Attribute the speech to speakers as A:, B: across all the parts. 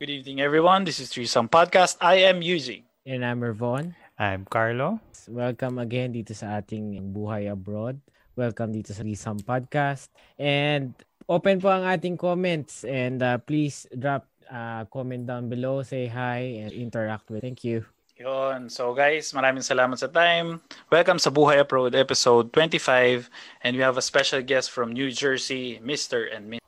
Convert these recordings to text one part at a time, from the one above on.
A: Good evening, everyone. This is Threesome Podcast. I am using.
B: And I'm Ervon.
C: I'm Carlo.
B: Welcome again dito sa ating Buhay Abroad. Welcome dito sa Lisam Podcast. And open po ang ating comments and uh, please drop uh, comment down below, say hi and interact with. Thank you.
A: Yun. So guys, maraming salamat sa time. Welcome sa Buhay Abroad episode 25 and we have a special guest from New Jersey, Mr. and Miss.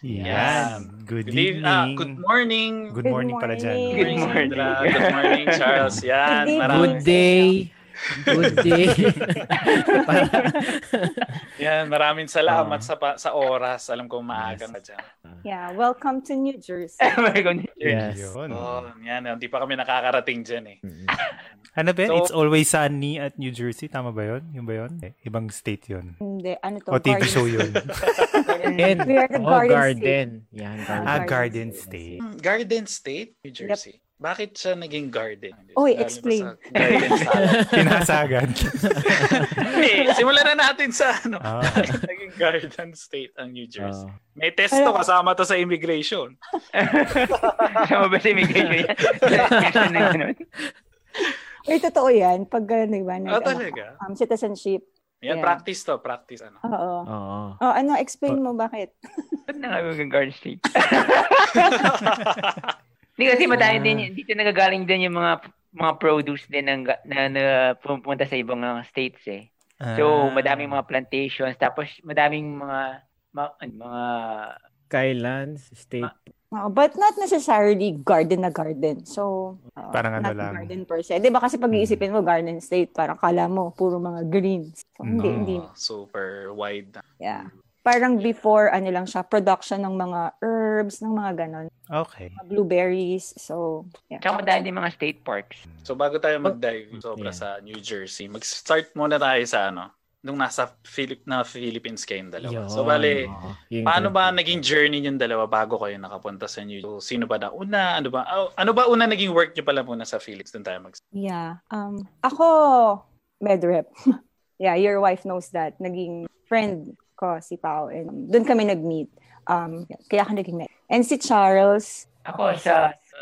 C: Yes. Good,
A: Good, eve-
C: evening.
A: ah, good morning.
C: Good morning pala dyan.
D: Good morning.
A: Sandra. Good morning, Charles. Yan.
D: Good
A: Maraming,
B: Good day. Good day.
A: yan, maraming salamat
B: Ah.
A: sa pa- sa oras. Alam ko maaga
B: Yes.
A: na dyan.
D: Yeah, welcome to New Jersey.
B: yes.
C: Yun.
A: Oh, yan. Hindi pa kami nakakarating dyan eh.
C: Ano ba yun?
A: So-
C: It's always sunny at New Jersey. Tama ba yun? Yun ba yun? Eh, ibang state yun.
D: Hindi, ano to?
C: O TV
D: Garden
C: show yun.
B: And,
D: We are the
B: oh,
D: Garden
B: garden.
D: State.
B: Yan,
C: ah,
B: garden.
C: Garden State.
A: Hmm, Garden State, New Jersey. Bakit siya naging garden? Lalo
D: Oy,
A: ba
D: explain.
A: sa Garden salad?
C: Pinasagan.
A: Hindi, simulan na natin sa ano.
C: Ah.
A: Bakit naging garden state ang New Jersey?
B: Oh.
A: May test to kasama to sa immigration.
E: Alam mo ba si Miguel yun? Question na ganun.
D: Ay, totoo yan. Pag gano'n, diba? Nag,
A: Ah,
D: ano,
A: talaga?
D: um, citizenship.
A: Yan,
D: Yeah.
A: practice to. Practice ano.
D: Oo.
B: Oo.
D: Oh, ano, explain mo bakit?
E: Ba't nangagawag ang Garden State? Hindi kasi madami
B: Ah.
E: din, yun. dito nagagaling din yung mga mga produce din ng, ga- na, na pumunta sa ibang mga states eh. So,
C: Ah.
E: madaming mga plantations, tapos madaming mga mga, mga
B: Skylands State.
D: Oo, Oh, but not necessarily garden na garden. So, oo,
C: Parang ano
D: not
C: lang.
D: garden per se. Di ba kasi pag iisipin mo, garden state, parang kala mo, puro mga greens. So, hindi,
C: No.
D: hindi.
A: Oh, super wide. na.
D: Yeah. Parang before, ano lang siya, production ng mga herbs, ng mga ganon.
C: Okay.
D: Mga blueberries. So, yeah.
E: tsaka madami din mga state parks.
A: So, bago tayo mag-dive sobra
B: Yeah.
A: sa New Jersey, mag-start muna tayo sa ano, nung nasa Philip na Philippines kayong dalawa. So, bali,
B: oo. Yung
A: Paano ba
B: garden.
A: naging journey niyong dalawa bago kayo nakapunta sa New York? Sino ba nauna? Ano ba? oh, ano ba una naging work niyo pala muna sa Philips? Doon tayo mag
D: Yeah. Um, ako, med rep. yeah, your wife knows that. Naging friend ko si Pao. And um, doon kami nag-meet. Um, yeah, kaya ako naging med. And si Charles,
E: Ako sa sa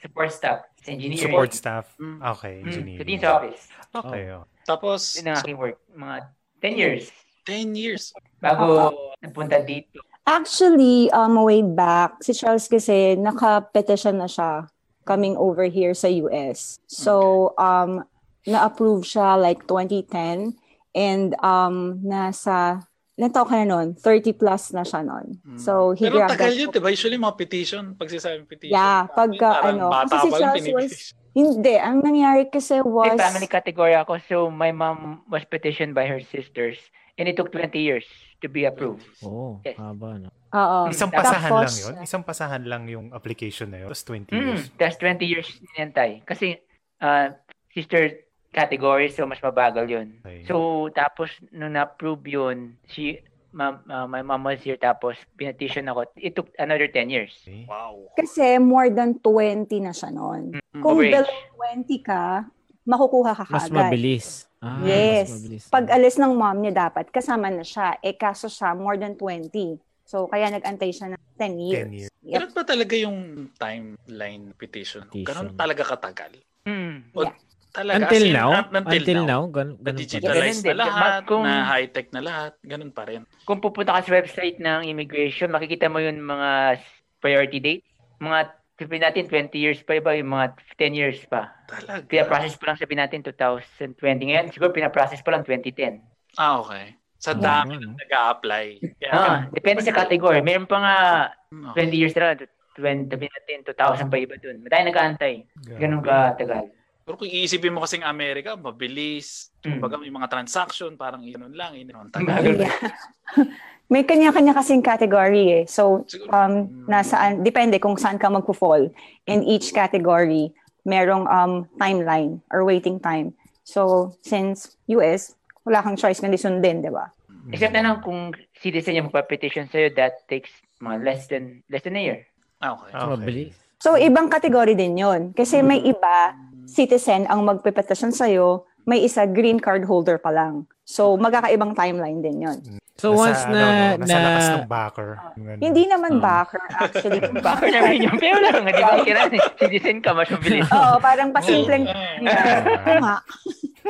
E: support staff, sa engineering.
C: Ah. Support staff.
A: Mm.
C: Okay,
E: Mm, sa
C: engineering.
E: dean's office.
C: Okay. oh.
A: Tapos,
E: Yun ang aking work. Mga 10 years
A: 10 years.
E: bago napunta dito.
D: actually, um, way back, si Charles kasi naka-petition na siya coming over here sa US. So, um, na-approve siya like 2010. And um, nasa, ilan taon ka na nun? 30 plus na siya nun.
E: Mm.
D: So, he
A: Hmm. Pero
D: grabbed
A: tagal
D: that-
A: yun, di ba? Usually mga petition, pag sasabing petition.
D: Yeah,
A: parang-
D: pagka
A: parang
D: ano,
A: Bata
D: kasi
A: pa
D: si
A: yung
D: Charles was-
A: pinipetition.
D: Hindi. Ang nangyari kasi was...
E: May family category ako, so my mom was petitioned by her sisters and it took 20 years to be approved.
B: Oo,
E: Yes.
B: Oh, haba, no?
D: Oo.
C: Isang
E: Tapos-
C: pasahan lang yun? Isang pasahan lang yung application na yun? Tapos 20 years.
E: Mm, that's 20 years inantay. Kasi uh, sister category, so mas mabagal yun.
C: Okay.
E: So, tapos nung na-approve yun, she, ma, uh, my mom was here, tapos pinetition ako. It took another 10 years.
C: Okay.
A: Wow.
D: Kasi more than 20 na siya noon.
E: Mm,
D: Kung
E: Average.
D: below 20 ka, makukuha ka
B: Mas
D: kaagad.
B: mabilis. Ah, mas
D: Yes.
B: mabilis.
D: Pag alis ng mom niya dapat, kasama na siya. Eh kaso siya, more than 20. So, kaya nag-antay siya ng 10
C: 10
D: years.
C: years.
D: Yep.
A: Ganun ba talaga yung timeline petition?
B: Petition.
A: Ganun talaga katagal?
E: Mm.
A: Talaga.
B: Until
A: as in,
B: now?
A: un- Until, now.
B: gan-
A: Na
B: ganun pa rin.
A: digitalized na
E: Ganun din.
A: lahat,
E: Kung-
A: na high-tech na lahat, ganun pa rin.
E: Kung pupunta ka sa website ng immigration, makikita mo yun mga s- priority date. Mga, sabihin natin, 20 years pa iba, yung mga 10 years pa.
A: Talaga.
E: Pinaprocess pa lang sabihin natin 2020 ngayon. Siguro pinaprocess pa lang 2010.
A: Ah, okay. Sa
B: Oo,
A: dami ng
B: ano.
A: nag-a-apply. Kaya,
E: Ah, depende sa category. Meron pa nga
A: okay.
E: 20 years na lang. 20, sabihin natin 2,000 pa iba dun. Madami nag-aantay. Ganun ka tagal.
A: Pero kung iisipin mo kasing Amerika, mabilis.
E: Mm.
A: Kumbaga may mga transaction, parang inon lang, inon tagal.
E: Tagal.
D: Yeah. May kanya-kanya kasing category eh.
E: Hmm.
D: So,
A: Siguro-
D: um, nasaan, depende kung saan ka magpo-fall. In each category, merong um, timeline or waiting time. So, since US, wala kang choice kundi sundin, di ba?
E: Except na lang kung citizen yung magpa-petition sa'yo, that takes mga less than less than a year.
A: Ah, okay.
B: Mas Mabilis.
D: So, ibang category din yon Kasi may iba, citizen ang magpipetasyon sa'yo, may isa green card holder pa lang. So, magkakaibang timeline din yon
B: So once na,
C: ano, nasa
B: na,
C: lakas ng backer. Yung ano.
D: Hindi naman
C: Mm.
D: backer, actually.
E: Baka naman yun. Pero lang, di ba kira citizen ka, mas mabilis.
D: Oo, parang
A: Eh,
D: pasimpleng. Oo
C: Ah,
D: nga.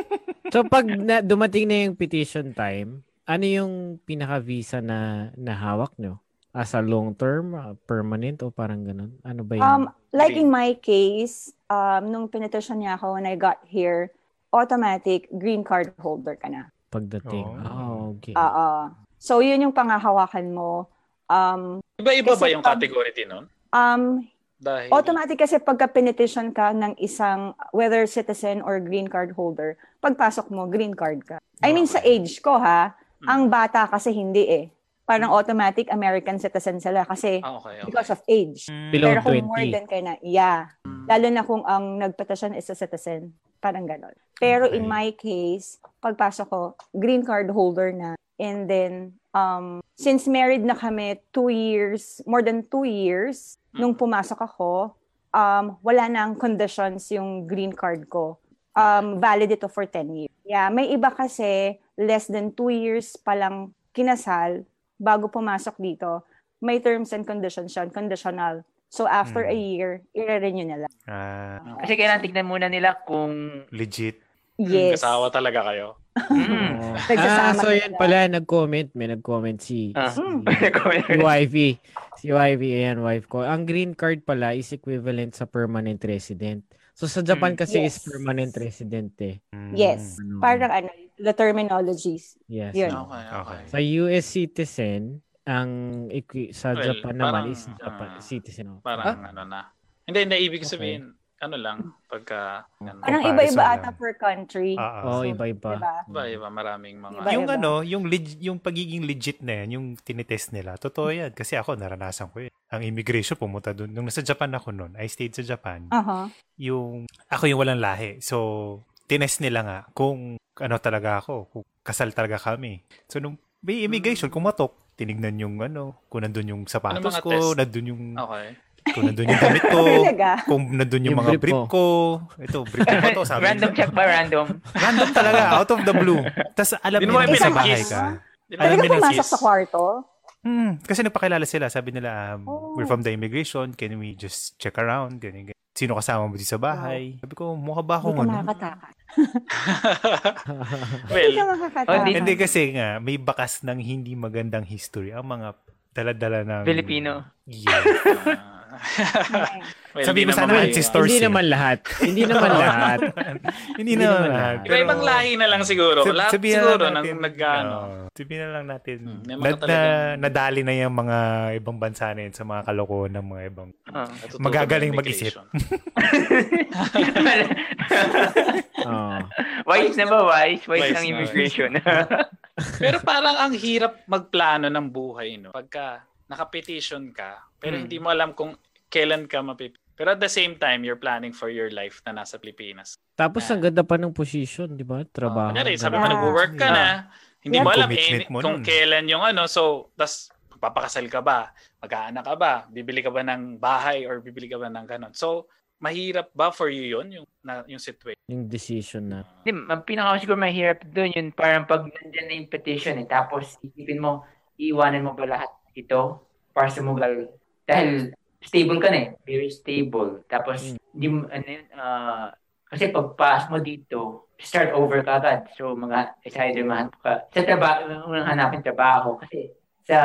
B: so pag na, dumating na yung petition time, ano yung pinaka-visa na nahawak nyo? As a long term, uh, permanent, o parang ganun? Ano ba yun?
D: Um, like in my case, um, nung pinetisyon niya ako when I got here, automatic green card holder ka na.
B: Pagdating.
C: Oo.
B: Oh, okay.
D: Oo. So, yun yung pangahawakan mo. Um,
A: Iba-iba ba
D: Kasi
A: yung
D: pag-
A: category din nun?
D: um,
A: Dahil,
D: automatic kasi pagka pinetition ka ng isang, whether citizen or green card holder, pagpasok mo, green card ka. I mean, sa age ko ha,
A: Hmm.
D: ang bata kasi hindi eh. Parang automatic American citizen sila kasi
A: Ah, okay, okay.
D: because of age.
B: Below
D: Pero kung more
B: 20.
D: than ka na, yeah. Lalo na kung ang nagpetasyon is a citizen. Parang ganon. Pero
C: Okay.
D: in my case, pagpasok ko, green card holder na. And then, um, since married na kami two years, more than two
A: Mm.
D: years,
A: Mm-hmm.
D: nung pumasok ako, um, wala na ang conditions yung green card ko. Um, valid ito for 10 years. Yeah, may iba kasi less than two years palang kinasal bago pumasok dito. May terms and conditions yun, conditional. So after a year, i-renew na lang.
C: Ah,
E: Kasi kailangan tignan muna nila kung...
C: legit.
A: Mm,
D: Yes.
A: Kasawa talaga kayo.
D: Hmm.
E: Mm.
B: Oo. Ah,
D: Nagsasama
B: so
D: na
B: yan
D: sila.
B: pala, nag-comment. May nag-comment si,
E: Ah.
B: si, si
E: Nag-comment.
B: YV. Si YV, ayan, wife ko. Ang green card pala is equivalent sa permanent resident. So sa Japan
E: Mm.
B: kasi is
D: Yes.
B: permanent resident eh.
C: Mm.
D: Yes.
B: Ano.
D: Parang ano, the terminologies.
B: Yes.
D: Yun.
A: Okay, okay.
B: Sa US citizen, ang equi- sa
A: Well,
B: Japan naman
A: parang,
B: is Japan
A: ah,
B: citizen. oh.
A: Parang ano na. Hindi, hindi. Ibig
B: Okay.
A: sabihin, ano lang, pagka, ano,
D: Parang
C: Comparison
D: iba-iba
C: lang.
D: ata per country.
B: Oo,
C: Ah, ah.
D: So,
B: Oh, iba-iba.
D: diba?
A: iba, iba, maraming mga,
D: Iba.
C: yung ano, yung leg- yung pagiging legit na yan, yung tinitest nila, totoo yan. Kasi ako, naranasan ko yun. Ang immigration, pumunta doon. Nung nasa Japan ako noon, I stayed sa Japan.
D: Aha.
C: Yung, ako yung walang lahi. So, tinest nila nga kung ano talaga ako, kung kasal talaga kami. So, nung may immigration,
D: Hmm.
C: kumatok, tinignan yung ano, kung nandun yung sapatos
A: Ano mga
C: ko,
A: test? Oh.
C: nandun yung,
A: okay.
C: kung nandun yung damit ko,
D: Talaga.
C: kung nandun yung,
B: Yung
C: mga
B: brief
C: brief ko. Ito, brief ko ba to? Sabi
E: random
C: nila.
E: check ba? Random?
C: Random talaga, out of the blue. Tapos alam
A: Di
C: nila
A: mo kayo
C: sa
D: pinag-kiss?
C: bahay ka.
A: Di ba?
C: Alam
D: Talaga
C: nila,
D: pumasok
C: sis.
D: sa kwarto?
C: Hmm, kasi nagpakilala sila. Sabi nila, um,
D: Oh.
C: we're from the immigration. Can we just check around? Ganyan, ganyan. Sino kasama mo dito sa bahay? Sabi ko, mukha ba
D: Hindi
C: akong
D: ka
C: ano?
D: makakatakas. Hindi
A: well,
D: ka
E: Oh,
D: makakatakas.
C: Hindi kasi nga, may bakas ng hindi magandang history. Ang mga daladala ng...
E: Filipino.
C: Yeah.
A: ah, well, di
C: Sabi mo
A: naman
C: sana,
A: kayo,
C: Francis
A: ah.
C: Torres
B: Hindi
C: yun.
B: naman lahat. Hindi naman lahat.
C: hindi
B: Hindi naman
C: na
B: lahat.
C: lahat.
A: Iba ibang lahi na lang siguro.
C: Sab-
A: Lahat
C: sabihan
A: siguro ano,
C: na
A: nang
C: natin, ano,
A: nag-ano.
C: oo, sabihan na lang natin.
A: Hmm, may mga
C: na, na,
A: talagang-
C: nadali na yung mga ibang bansa na yun sa mga kalokohan ng mga ibang.
E: Ah.
A: natututo
C: Magagaling
A: ng
C: mag-isip.
A: immigration.
B: Oo.
E: wise na ba? Wise? Wise
A: Wise
E: ng
A: na,
E: immigration.
A: Pero parang ang hirap magplano ng buhay, no? Pagka nakapetition ka, pero
C: Mm.
E: Hmm.
A: hindi mo alam kung kailan ka mapip... Pero at the same time, you're planning for your life na nasa Pilipinas. Oh,
B: Tapos ang ganda pa ng position, di ba? Trabaho.
A: Kunyari, sabi mo
D: Ah.
A: nag-work ka na, hindi
D: Yeah.
A: mo alam
C: Commitment
A: eh,
C: mo
A: kung
C: nun.
A: kailan yung ano. So, tas papakasal ka ba? Mag-aanak ka ba? Bibili ka ba ng bahay or bibili ka ba ng ganun? So, mahirap ba for you yun, yung, na, yung situation?
B: Yung decision na.
E: Hindi, ang pinaka siguro mahirap doon yun parang pag nandyan na yung petition eh, tapos isipin mo, iiwanan mo ba lahat ito para sumugal? Dahil stable ka na eh, very stable. Tapos, hindi mo, ano yun, ah, kasi pagpas mo dito, start over ka agad. So, mga, it's either mahanap ka, sa trabaho, unang hanapin trabaho. Kasi sa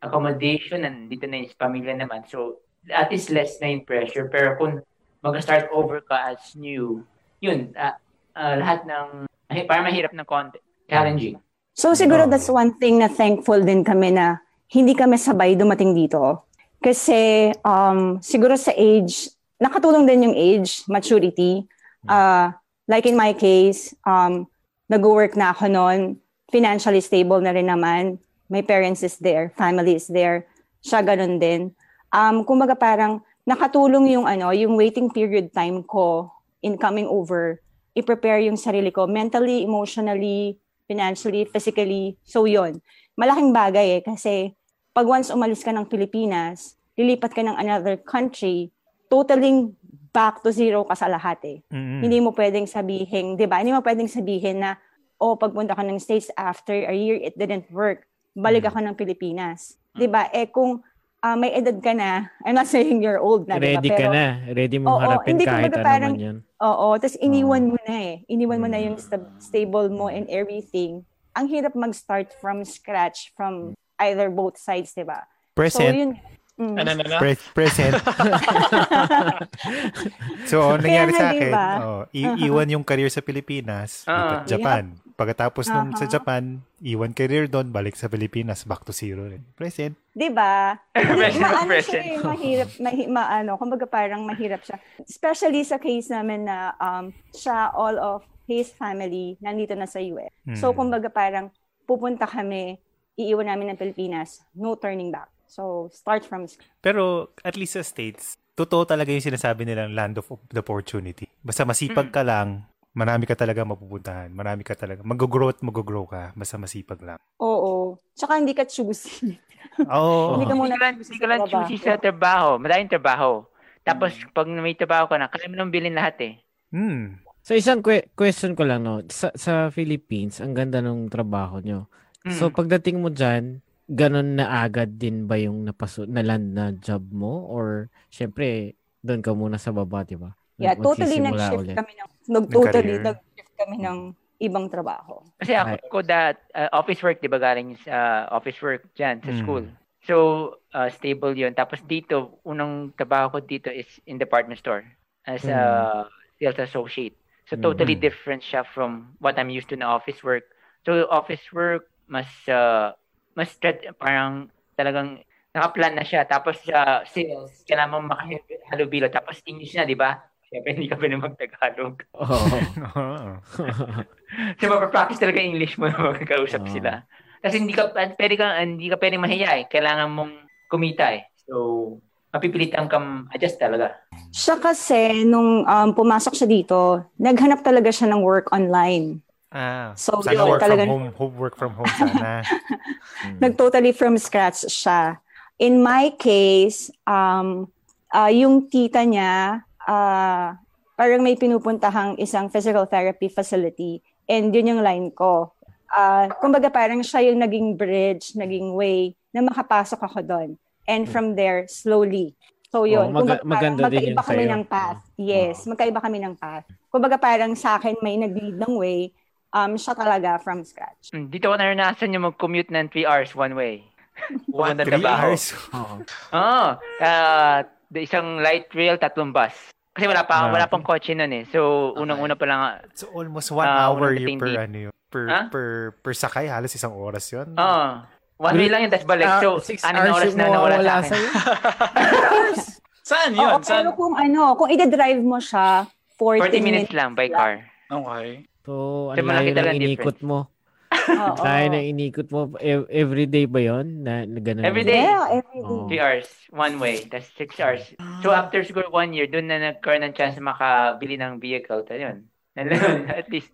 E: accommodation, nandito na yung pamilya naman. So, at least less na yung pressure. Pero kung mag-start over ka as new, yun, ah, ah, lahat ng, ay, parang mahirap ng konti. Challenging.
D: So siguro
C: Oo.
D: that's one thing na thankful din kami na hindi kami sabay dumating dito. Kasi um, siguro sa age, nakatulong din yung age, maturity. Uh, like in my case, um, nag-work na ako noon, financially stable na rin naman. My parents is there, family is there. Siya ganun din. Um, kumbaga parang nakatulong yung ano, yung waiting period time ko in coming over, i-prepare yung sarili ko mentally, emotionally, financially, physically. So yun, malaking bagay eh kasi pag once umalis ka ng Pilipinas, lilipat ka ng another country, totaling back to zero ka sa lahat eh.
B: Hmm.
C: Mm-mm.
D: Hindi mo pwedeng sabihin, 'di ba? Hindi mo pwedeng sabihin na oh, pagpunta ka ng States after a year it didn't work.
B: Hmm.
D: balik ako ng Pilipinas. 'Di ba? Eh kung ah, may edad ka na, I'm not saying you're old na, 'di ba?
B: Ready ka
D: Pero-
B: na. Ready mong
D: Oo,
B: harapin
D: hindi,
B: kahit
D: kumbaga
B: ano
D: parang-
B: man yan.
D: Oo, tapos
A: Ah.
D: iniwan mo na eh. Iniwan mo na
A: Hmm.
D: yung stab- stable mo
B: Mm.
D: and everything. Ang hirap mag-start from scratch from
A: Hmm.
D: either both sides, 'di ba? So
C: Present.
D: yun. Mm.
A: Ano na na?
C: Pre- present. so, ang nangyari
D: Kaya nga,
C: sa akin,
D: diba?
C: oh, i- iwan yung career sa Pilipinas,
E: Ah.
C: lipat Japan. Pagkatapos nung sa
D: Aha.
C: Japan, iwan career doon, balik sa Pilipinas, back to zero rin. Present.
D: 'Di ba? Hindi,
A: Present,
D: maano siya
A: present.
D: eh, mahirap, mahi, maano, kumbaga parang mahirap siya. Especially sa case namin na um, siya, all of his family, nandito na sa US.
C: Mm.
D: So,
A: Hmm.
D: kumbaga parang pupunta kami, iiwan namin ng Pilipinas, no turning back. So, start from scratch.
C: Pero, at least sa States, totoo talaga yung sinasabi nilang land of the opportunity. Basta masipag ka lang, marami ka talaga mapupuntahan. Marami ka talaga. Mag-grow at mag-grow ka. Basta masipag lang.
D: Oo. Tsaka hindi ka choosy.
C: Oo.
D: Hindi ka
E: Hindi
D: muna
E: ka lang, hindi ka lang
D: sa trabaho.
E: choosy sa trabaho. Maraming trabaho. Tapos, pag may trabaho ka na, kaya mo nang bilhin lahat eh.
C: Hmm.
B: So isang que- question ko lang no, sa, sa Philippines, ang ganda ng trabaho nyo.
E: Mm.
B: So pagdating mo dyan, ganun na agad din ba yung napaso, naland na job mo? Or syempre, doon ka muna sa baba, di ba?
D: Yeah,
B: Nag-
D: totally
B: magsisimula
D: nag-shift
B: ulit.
D: kami ng, nag totally
C: career.
D: nag-shift kami ng ibang trabaho.
E: Kasi ako ko that uh, office work, di ba galing sa uh, office work dyan sa
C: Mm.
E: school. So, uh, stable yun. Tapos dito, unang trabaho ko dito is in department store as a sales associate. So, totally
C: Mm.
E: different siya from what I'm used to na office work. So, office work, mas, uh, mas strat- parang talagang nakaplan na siya. Tapos sa sales, kailangan mo makahalubilo. Tapos English na, di ba? Siyempre, hindi ka pwede mag-Tagalog.
B: Oo.
E: So, mapapractice talaga yung English mo na magkakausap
B: Oo.
E: sila. Kasi hindi ka, at pwede ka, hindi ka pwede mahiya eh. Kailangan mong kumita eh. So, mapipilitan kang adjust talaga.
D: Siya kasi, nung um, pumasok siya dito, naghanap talaga siya ng work online.
C: Ah.
D: So,
C: Sana
D: yun,
C: work
D: talaga,
C: from home, home. Work from home sana.
B: Mm-hmm.
D: nag-totally from scratch siya. In my case, um, ah, yung tita niya, ah, parang may pinupuntahang isang physical therapy facility. And yun yung line ko. Ah, kumbaga parang siya yung naging bridge, naging way na makapasok ako doon. And from there, slowly. So yun,
B: Mm. Oo, maga-
D: kumbaga parang
B: maganda din
D: magkaiba
B: yun
D: kami
B: sa'yo.
D: ng path. Yes, magkaiba kami ng path. Kumbaga parang sa akin may nag-lead ng way, um, siya talaga from scratch.
E: Mm, Dito ko naranasan yung mag-commute ng 3 hours one way.
A: What?
E: Pumunta ng
C: Three
E: trabaho.
C: hours.
B: Oo.
E: Oo. Ah, the isang light rail, tatlong bus. Kasi wala
B: Ah,
E: pa, wala pang kotse nun eh. So, unang-una pa lang.
C: So almost one
E: Ah,
C: hour
E: unang
C: yun
E: dating
C: per
E: date.
C: ano yun. Per,
E: Ha?
C: per, per sakay, halos isang oras yun.
E: Oo. ah, one way lang yun, tapos balik. So,
B: Ah, six
E: ano na
B: hours
E: oras
B: yung
E: na nawala sa
B: mawawala
E: akin.
B: sa'yo?
A: Saan
D: Oo,
A: yun?
C: Oh,
A: Saan?
D: pero kung ano, kung i-drive mo siya, 40,
E: 40 minutes lang by car.
A: Okay.
B: So,
E: So,
B: ang layo
E: malaki
B: ng
E: talagang
B: inikot mo.
D: Oo.
B: Layo ng inikot mo. E- everyday ba yun? Na, na ganun yun?
E: Every day.
D: Yeah, every day.
B: Oo.
E: 3 hours, one way. That's 6 hours. So after siguro one year, doon na nagkaroon ng chance makabili ng vehicle. Tapos yun. At least.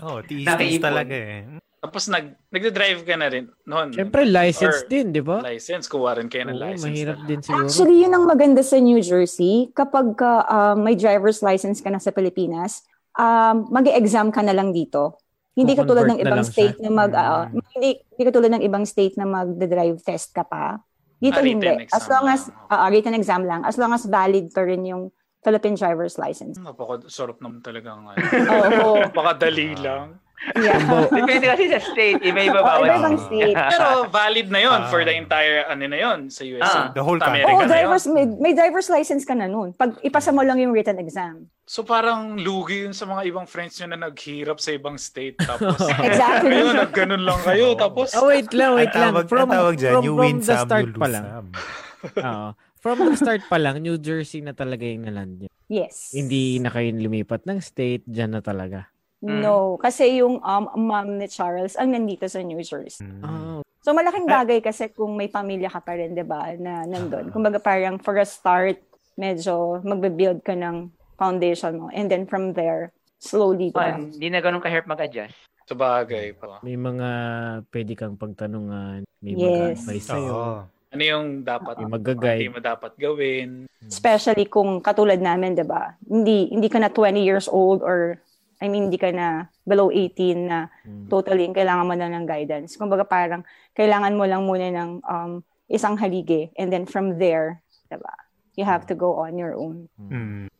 C: Oh, tiis
E: Nakaipon.
C: talaga eh.
A: Tapos nag nagde-drive ka na rin noon.
B: Siyempre, license
A: Or-
B: din, di ba?
A: License, kuha rin kayo ng
B: Oo,
A: license.
B: mahirap
A: talaga.
B: din siguro.
D: Actually, yun ang maganda sa New Jersey. Kapag ka, ah, may driver's license ka na sa Pilipinas, um, mag-exam ka na lang dito. Hindi ka tulad
B: Kukonvert
D: ng
B: na
D: ibang
B: lang
D: state
B: siya.
D: na mag
B: Mm.
D: ah, hindi, hindi ka tulad ng ibang state na mag-drive test ka pa. Dito
A: Ah, written
D: hindi. As
A: exam
D: long
A: lang.
D: as ah, ah, written exam lang, as long as valid pa rin yung Philippine driver's license.
A: Napaka-sarap naman talagang ano.
D: Oo.
A: Baka dali
C: Ah.
A: lang.
D: yeah.
E: Depende kasi sa state. Iba iba
D: Oh,
E: bawal.
D: ibang state.
A: Pero valid na yon
C: Ah.
A: for the entire ano na yon sa US.
E: Ah.
C: The whole
A: Sa
C: country.
A: Amerika
B: Oh,
D: Oo,
A: na yun.
D: driver's, may, may driver's license ka na nun. Pag ipasa mo lang yung written exam.
A: So parang lugi yun sa mga ibang friends nyo na naghirap sa ibang state. Tapos,
D: Exactly.
A: Ayun, nagganon lang kayo. Tapos,
B: Oh, wait lang,
C: Ang
B: wait lang.
C: tawag,
B: From,
C: ang tawag dyan,
B: from,
C: you
B: from
C: win
B: the
C: some,
B: start
C: you
B: pa
C: lose
B: lang. Ah,
C: some.
B: Oo. From the start pa lang, New Jersey na talaga yung naland niya.
D: Yes.
B: Hindi na Hmm. kayo lumipat ng state, dyan na talaga.
E: Mm.
D: No, kasi yung um, mom ni Charles ang nandito sa New Jersey.
C: Mm.
B: Oh,
D: So malaking bagay kasi kung may pamilya ka pa rin, 'di ba,
B: Ah.
D: na nandun. Kumbaga parang for a start, medyo magbe-build ka ng foundation mo and then from there, slowly
E: Ah,
D: ka.
E: Hindi na ganun kahirap mag-adjust.
A: sa bagay pa.
B: may mga pwede kang pagtanungan, may
D: Yes.
B: mag-advise sa'yo.
C: Oo.
A: Ano yung dapat,
B: Yung magagay.
A: hindi mo dapat gawin.
B: Mm.
D: Especially kung katulad namin, 'di ba? Hindi hindi ka na 20 years old or I mean, hindi ka na below 18 na
B: Mm.
D: totally yung kailangan mo na ng guidance. Kumbaga parang kailangan mo lang muna ng um, isang haligi and then from there, diba, you have to go on your own.
C: Mm.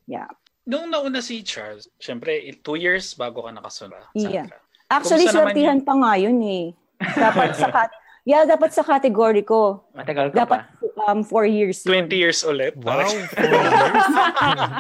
A: Nung nauna si Charles, syempre, i- two years bago ka nakasunod.
D: Yeah. Actually,
A: Kumusta naman
D: sortihan pa nga yun eh. Dapat sa kat yeah, dapat sa category ko.
E: Matagal ka
D: Dapat
E: Ano pa.
D: um, four years.
A: 20 years ulit.
C: Wow.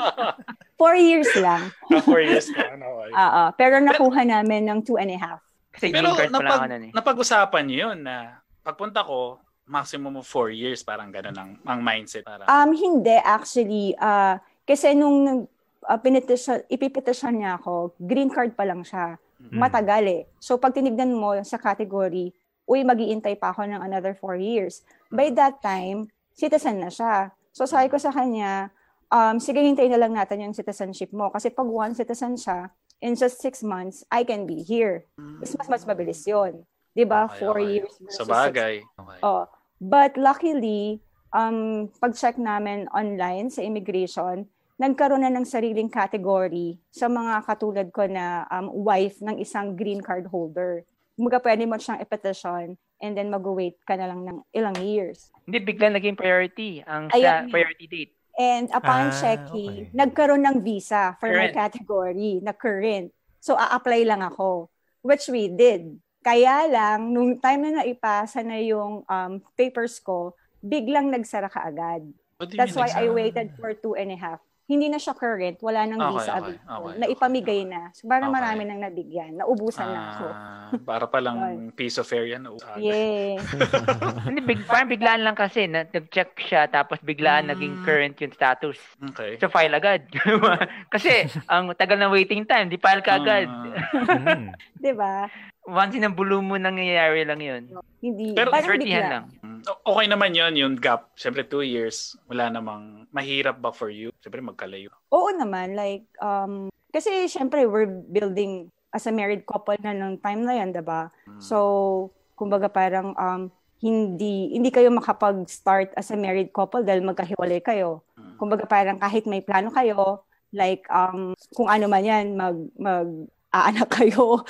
D: Four years lang.
A: Na four years na. Ano, ay.
D: Oo. Pero nakuha namin ng two and a half.
E: Kasi
A: Pero
E: green card pa lang ako
A: napag,
E: nun eh.
A: napag-usapan niyo yun na pagpunta ko, maximum of four years. Parang ganun ang, ang mindset. Parang,
D: Um, hindi, actually. ah kasi nung nag, ah, pinetition, ipipetisyon niya ako, green card pa lang siya.
A: Mm.
C: Hmm.
D: Matagal eh. So, pag tinignan mo sa category, uy, mag-iintay pa ako ng another four years. By that time, citizen na siya. So, sabi ko sa kanya, um, sige, hintayin na lang natin yung citizenship mo. Kasi pag one citizen siya, in just six months, I can be here. Mas mas, mas mabilis yun. 'Di ba
A: Okay,
D: Four
A: okay.
D: years versus
A: sa
D: six
A: bagay. Okay.
D: Oh. But luckily, um, pag-check namin online sa immigration, nagkaroon na ng sariling category sa mga katulad ko na um, wife ng isang green card holder. Kumbaga pwede mo siyang i-petition and then mag-wait ka na lang ng ilang years.
E: Hindi, bigla naging priority ang sa
D: Ayan.
E: priority date.
D: And
C: Ah,
D: upon
C: okay.
D: checking, nagkaroon ng visa for my
E: Current.
D: category na current. So, a-apply lang ako, which we did. Kaya lang, nung time na naipasa na yung um, papers ko, biglang nagsara ka agad.
A: What do you
D: That's
A: mean,
D: why I
A: exactly?
D: waited for two and a half. Hindi na siya current, wala nang
A: Okay,
D: visa
A: okay,
D: available.
A: okay,
D: Naipamigay
A: okay,
D: na. So, parang
A: Okay.
D: marami nang nabigyan. Naubusan na ako.
A: Ah, para palang piece of oh, area na
D: Yay!
E: Hindi, big, parang biglaan lang kasi. Na, nag-check siya, tapos
D: Ah.
E: biglaan
A: Mm.
E: naging current yung status.
A: Okay.
E: So, file agad. kasi, ang tagal ng waiting time, di file ka agad.
A: Ah.
C: Mm.
D: Di ba?
E: Once in a blue moon nangyayari lang yun.
D: Hindi.
A: Pero
D: parang
E: Dirtyhan
D: bigla.
E: lang.
A: Mm, o- okay naman yun, yung gap. Siyempre, two years, wala namang mahirap ba for you? Siyempre, magkalayo.
D: Oo naman, like, um, kasi syempre we're building as a married couple na nung time na yan, diba?
A: Mm.
D: So, kumbaga parang um, hindi hindi kayo makapag-start as a married couple dahil magkahiwalay kayo.
A: Mm.
D: Kumbaga parang kahit may plano kayo, like um, kung ano man yan, mag, mag aanak kayo,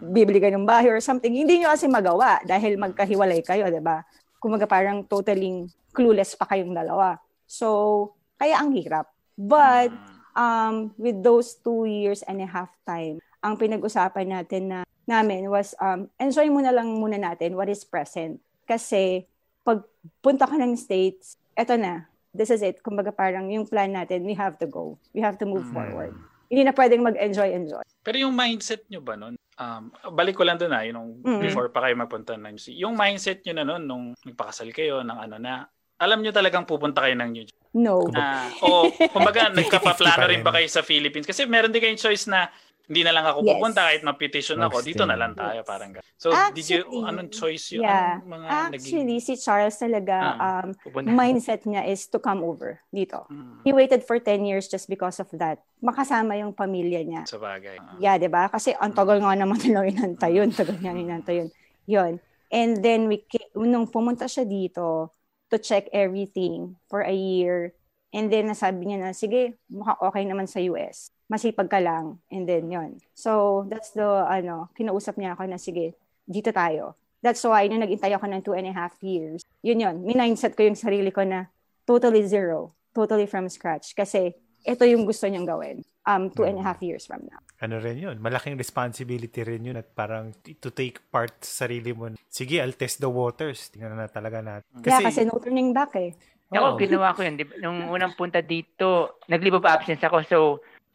D: magbibili kayo ng bahay or something, hindi nyo kasi magawa dahil magkahiwalay kayo, diba? Kumbaga parang totaling clueless pa kayong dalawa. So, kaya ang hirap. But,
A: Mm.
D: um, with those two years and a half time, ang pinag-usapan natin na namin was um, enjoy muna lang muna natin what is present. Kasi pag punta ka ng States, eto na, this is it. Kumbaga parang yung plan natin, we have to go. We have to move
A: Mm.
D: forward. Hindi na pwedeng mag-enjoy-enjoy.
A: Pero yung mindset nyo ba nun? Um, balik ko lang doon ah, yun nung
D: Mm.
A: before pa kayo magpunta ng UC. Yung mindset nyo na nun, nung nagpakasal kayo, ng ano na, alam nyo talagang pupunta kayo ng New York.
D: No.
C: Kumbaga-
A: Na, o, kumbaga,
C: 50-50 pa
A: nagkapaplano rin ba
C: rin.
A: kayo sa Philippines? Kasi meron din kayong choice na hindi na lang ako
D: Yes.
A: pupunta kahit ma-petition ako,
B: Yes,
A: dito na
B: din.
A: lang tayo,
D: Yes.
A: parang ganun. So, did you,
D: Actually,
A: anong choice yun?
D: yeah.
A: Anong mga naging...
D: Actually, si Charles talaga,
E: Ah.
D: um,
E: Pupunta.
D: mindset niya is to come over dito.
A: Mm,
D: He waited for 10 years just because of that. Makasama yung pamilya niya.
A: sa bagay. Ah.
D: Yeah, 'di ba? Kasi ang tagal nga naman nila inantay yun, tagal niya inantay yun. 'Yun. And then we ca- nung pumunta siya dito to check everything for a year. And then nasabi niya na sige, mukha okay naman sa US. Masipag ka lang. And then 'yun. So that's the ano, kinausap niya ako na sige, dito tayo. That's why nung nagintay ako ng two and a half years, yun yun, minindset ko yung sarili ko na totally zero, totally from scratch. Kasi ito yung gusto niyang gawin um, two and a half years from now.
C: ano rin yun, malaking responsibility rin yun at parang t- to take part sa sarili mo. Sige, I'll test the waters. Tingnan na talaga natin.
D: Kasi, yeah, kasi no turning back eh.
E: Ako,
C: Oo.
E: ginawa ko yun. Di ba? Nung unang punta dito, nag-leave of absence ako. So,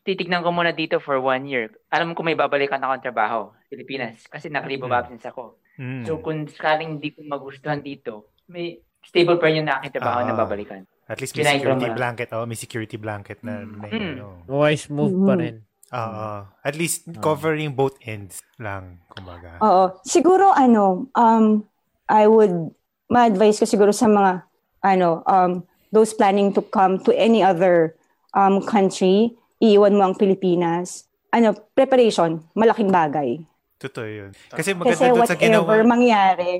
E: titignan ko muna dito for one year. Alam ko may babalikan ako ng trabaho, Pilipinas. Kasi nag-leave of
C: Mm.
E: absence ako.
C: Mm.
E: So, kung sakaling hindi ko magustuhan dito, may stable pa rin yung aking trabaho na
C: Ah.
E: babalikan.
C: at least may
E: Kinaiba
C: security
E: mo na.
C: blanket. Oh, may security blanket na
D: Hmm.
A: Mm.
C: may
E: Mm.
C: ano.
B: Wise move pa
C: Mm-hmm.
D: Mhm.
B: rin.
C: Oo. At least covering both ends lang, kumbaga.
D: Oo. Siguro ano, um, I would, ma-advise ko siguro sa mga, ano, um, those planning to come to any other um, country, iiwan mo ang Pilipinas. Ano, preparation, malaking bagay.
C: Totoo yun. Kasi
D: Kasi
C: maganda doon sa ginawa.
D: whatever mangyari,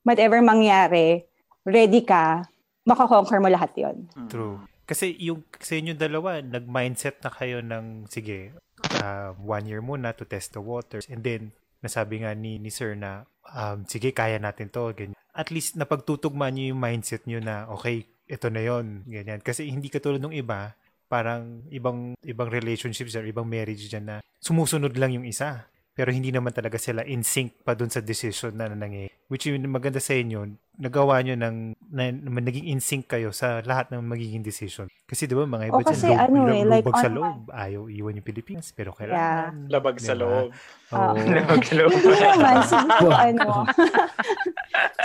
D: whatever mangyari, ready ka, makakonquer mo lahat yon.
A: Mm.
C: True. Kasi yung sa inyo dalawa, nag-mindset na kayo ng, sige, um, one year muna to test the waters. And then, nasabi nga ni, ni sir na, um, sige, kaya natin to. Ganyan. At least, napagtutugma niyo yung mindset niyo na, okay, ito na yon Ganyan. Kasi hindi katulad ng iba, parang ibang ibang relationships or ibang marriage dyan na sumusunod lang yung isa pero hindi naman talaga sila in sync pa dun sa decision na nangyay. Which yun, maganda sa inyo, nagawa nyo ng, na, na- naging in sync kayo sa lahat ng magiging decision. Kasi di ba mga iba
D: Oh, kasi
C: dyan,
D: ano
C: lub-
D: eh,
C: lub-
D: like
C: lubag sa
D: on-
C: loob, ayaw iwan yung Pilipinas, pero kailangan.
A: Labag sa
C: Diba?
A: loob.
D: Ah.
C: Oo.
E: Labag sa loob.
D: Hindi naman, siguro ano.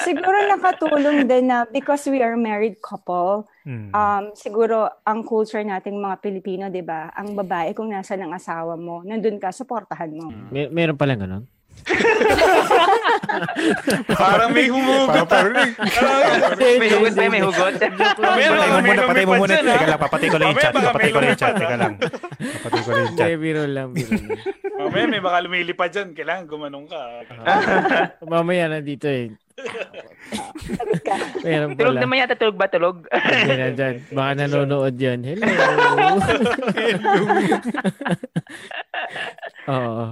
D: siguro nakatulong din na because we are married couple,
C: Mm.
D: um, siguro ang culture nating mga Pilipino, di ba? Ang babae, kung nasa ng asawa mo, nandun ka, supportahan mo.
B: Mer- meron palang ganun?
A: Parang may humugot.
C: Parang- parang-
A: Parang-
E: May hugot ba? May hugot?
A: Meron,
C: Patay mo muna,
A: may
C: patay mo
A: lumipad
C: muna.
A: dyan,
C: Teka
A: ah.
C: lang, papatay ko lang yung
A: Mamaya
C: chat.
A: baka may
C: Papatay ko lang yung chat.
A: lumipad,
C: Teka
A: ah.
C: lang. Papatay ko lang yung chat.
B: Hindi, biro lang. Biro lang.
A: Mamaya may baka lumilipad dyan. Kailangan gumanong ka.
B: Mamaya nandito eh.
D: Sagot ka.
B: Meron
E: Tulog
B: pala.
E: naman yata. Tulog ba? Tulog?
B: Yan na dyan. Baka nanonood yan. Hello. Oo.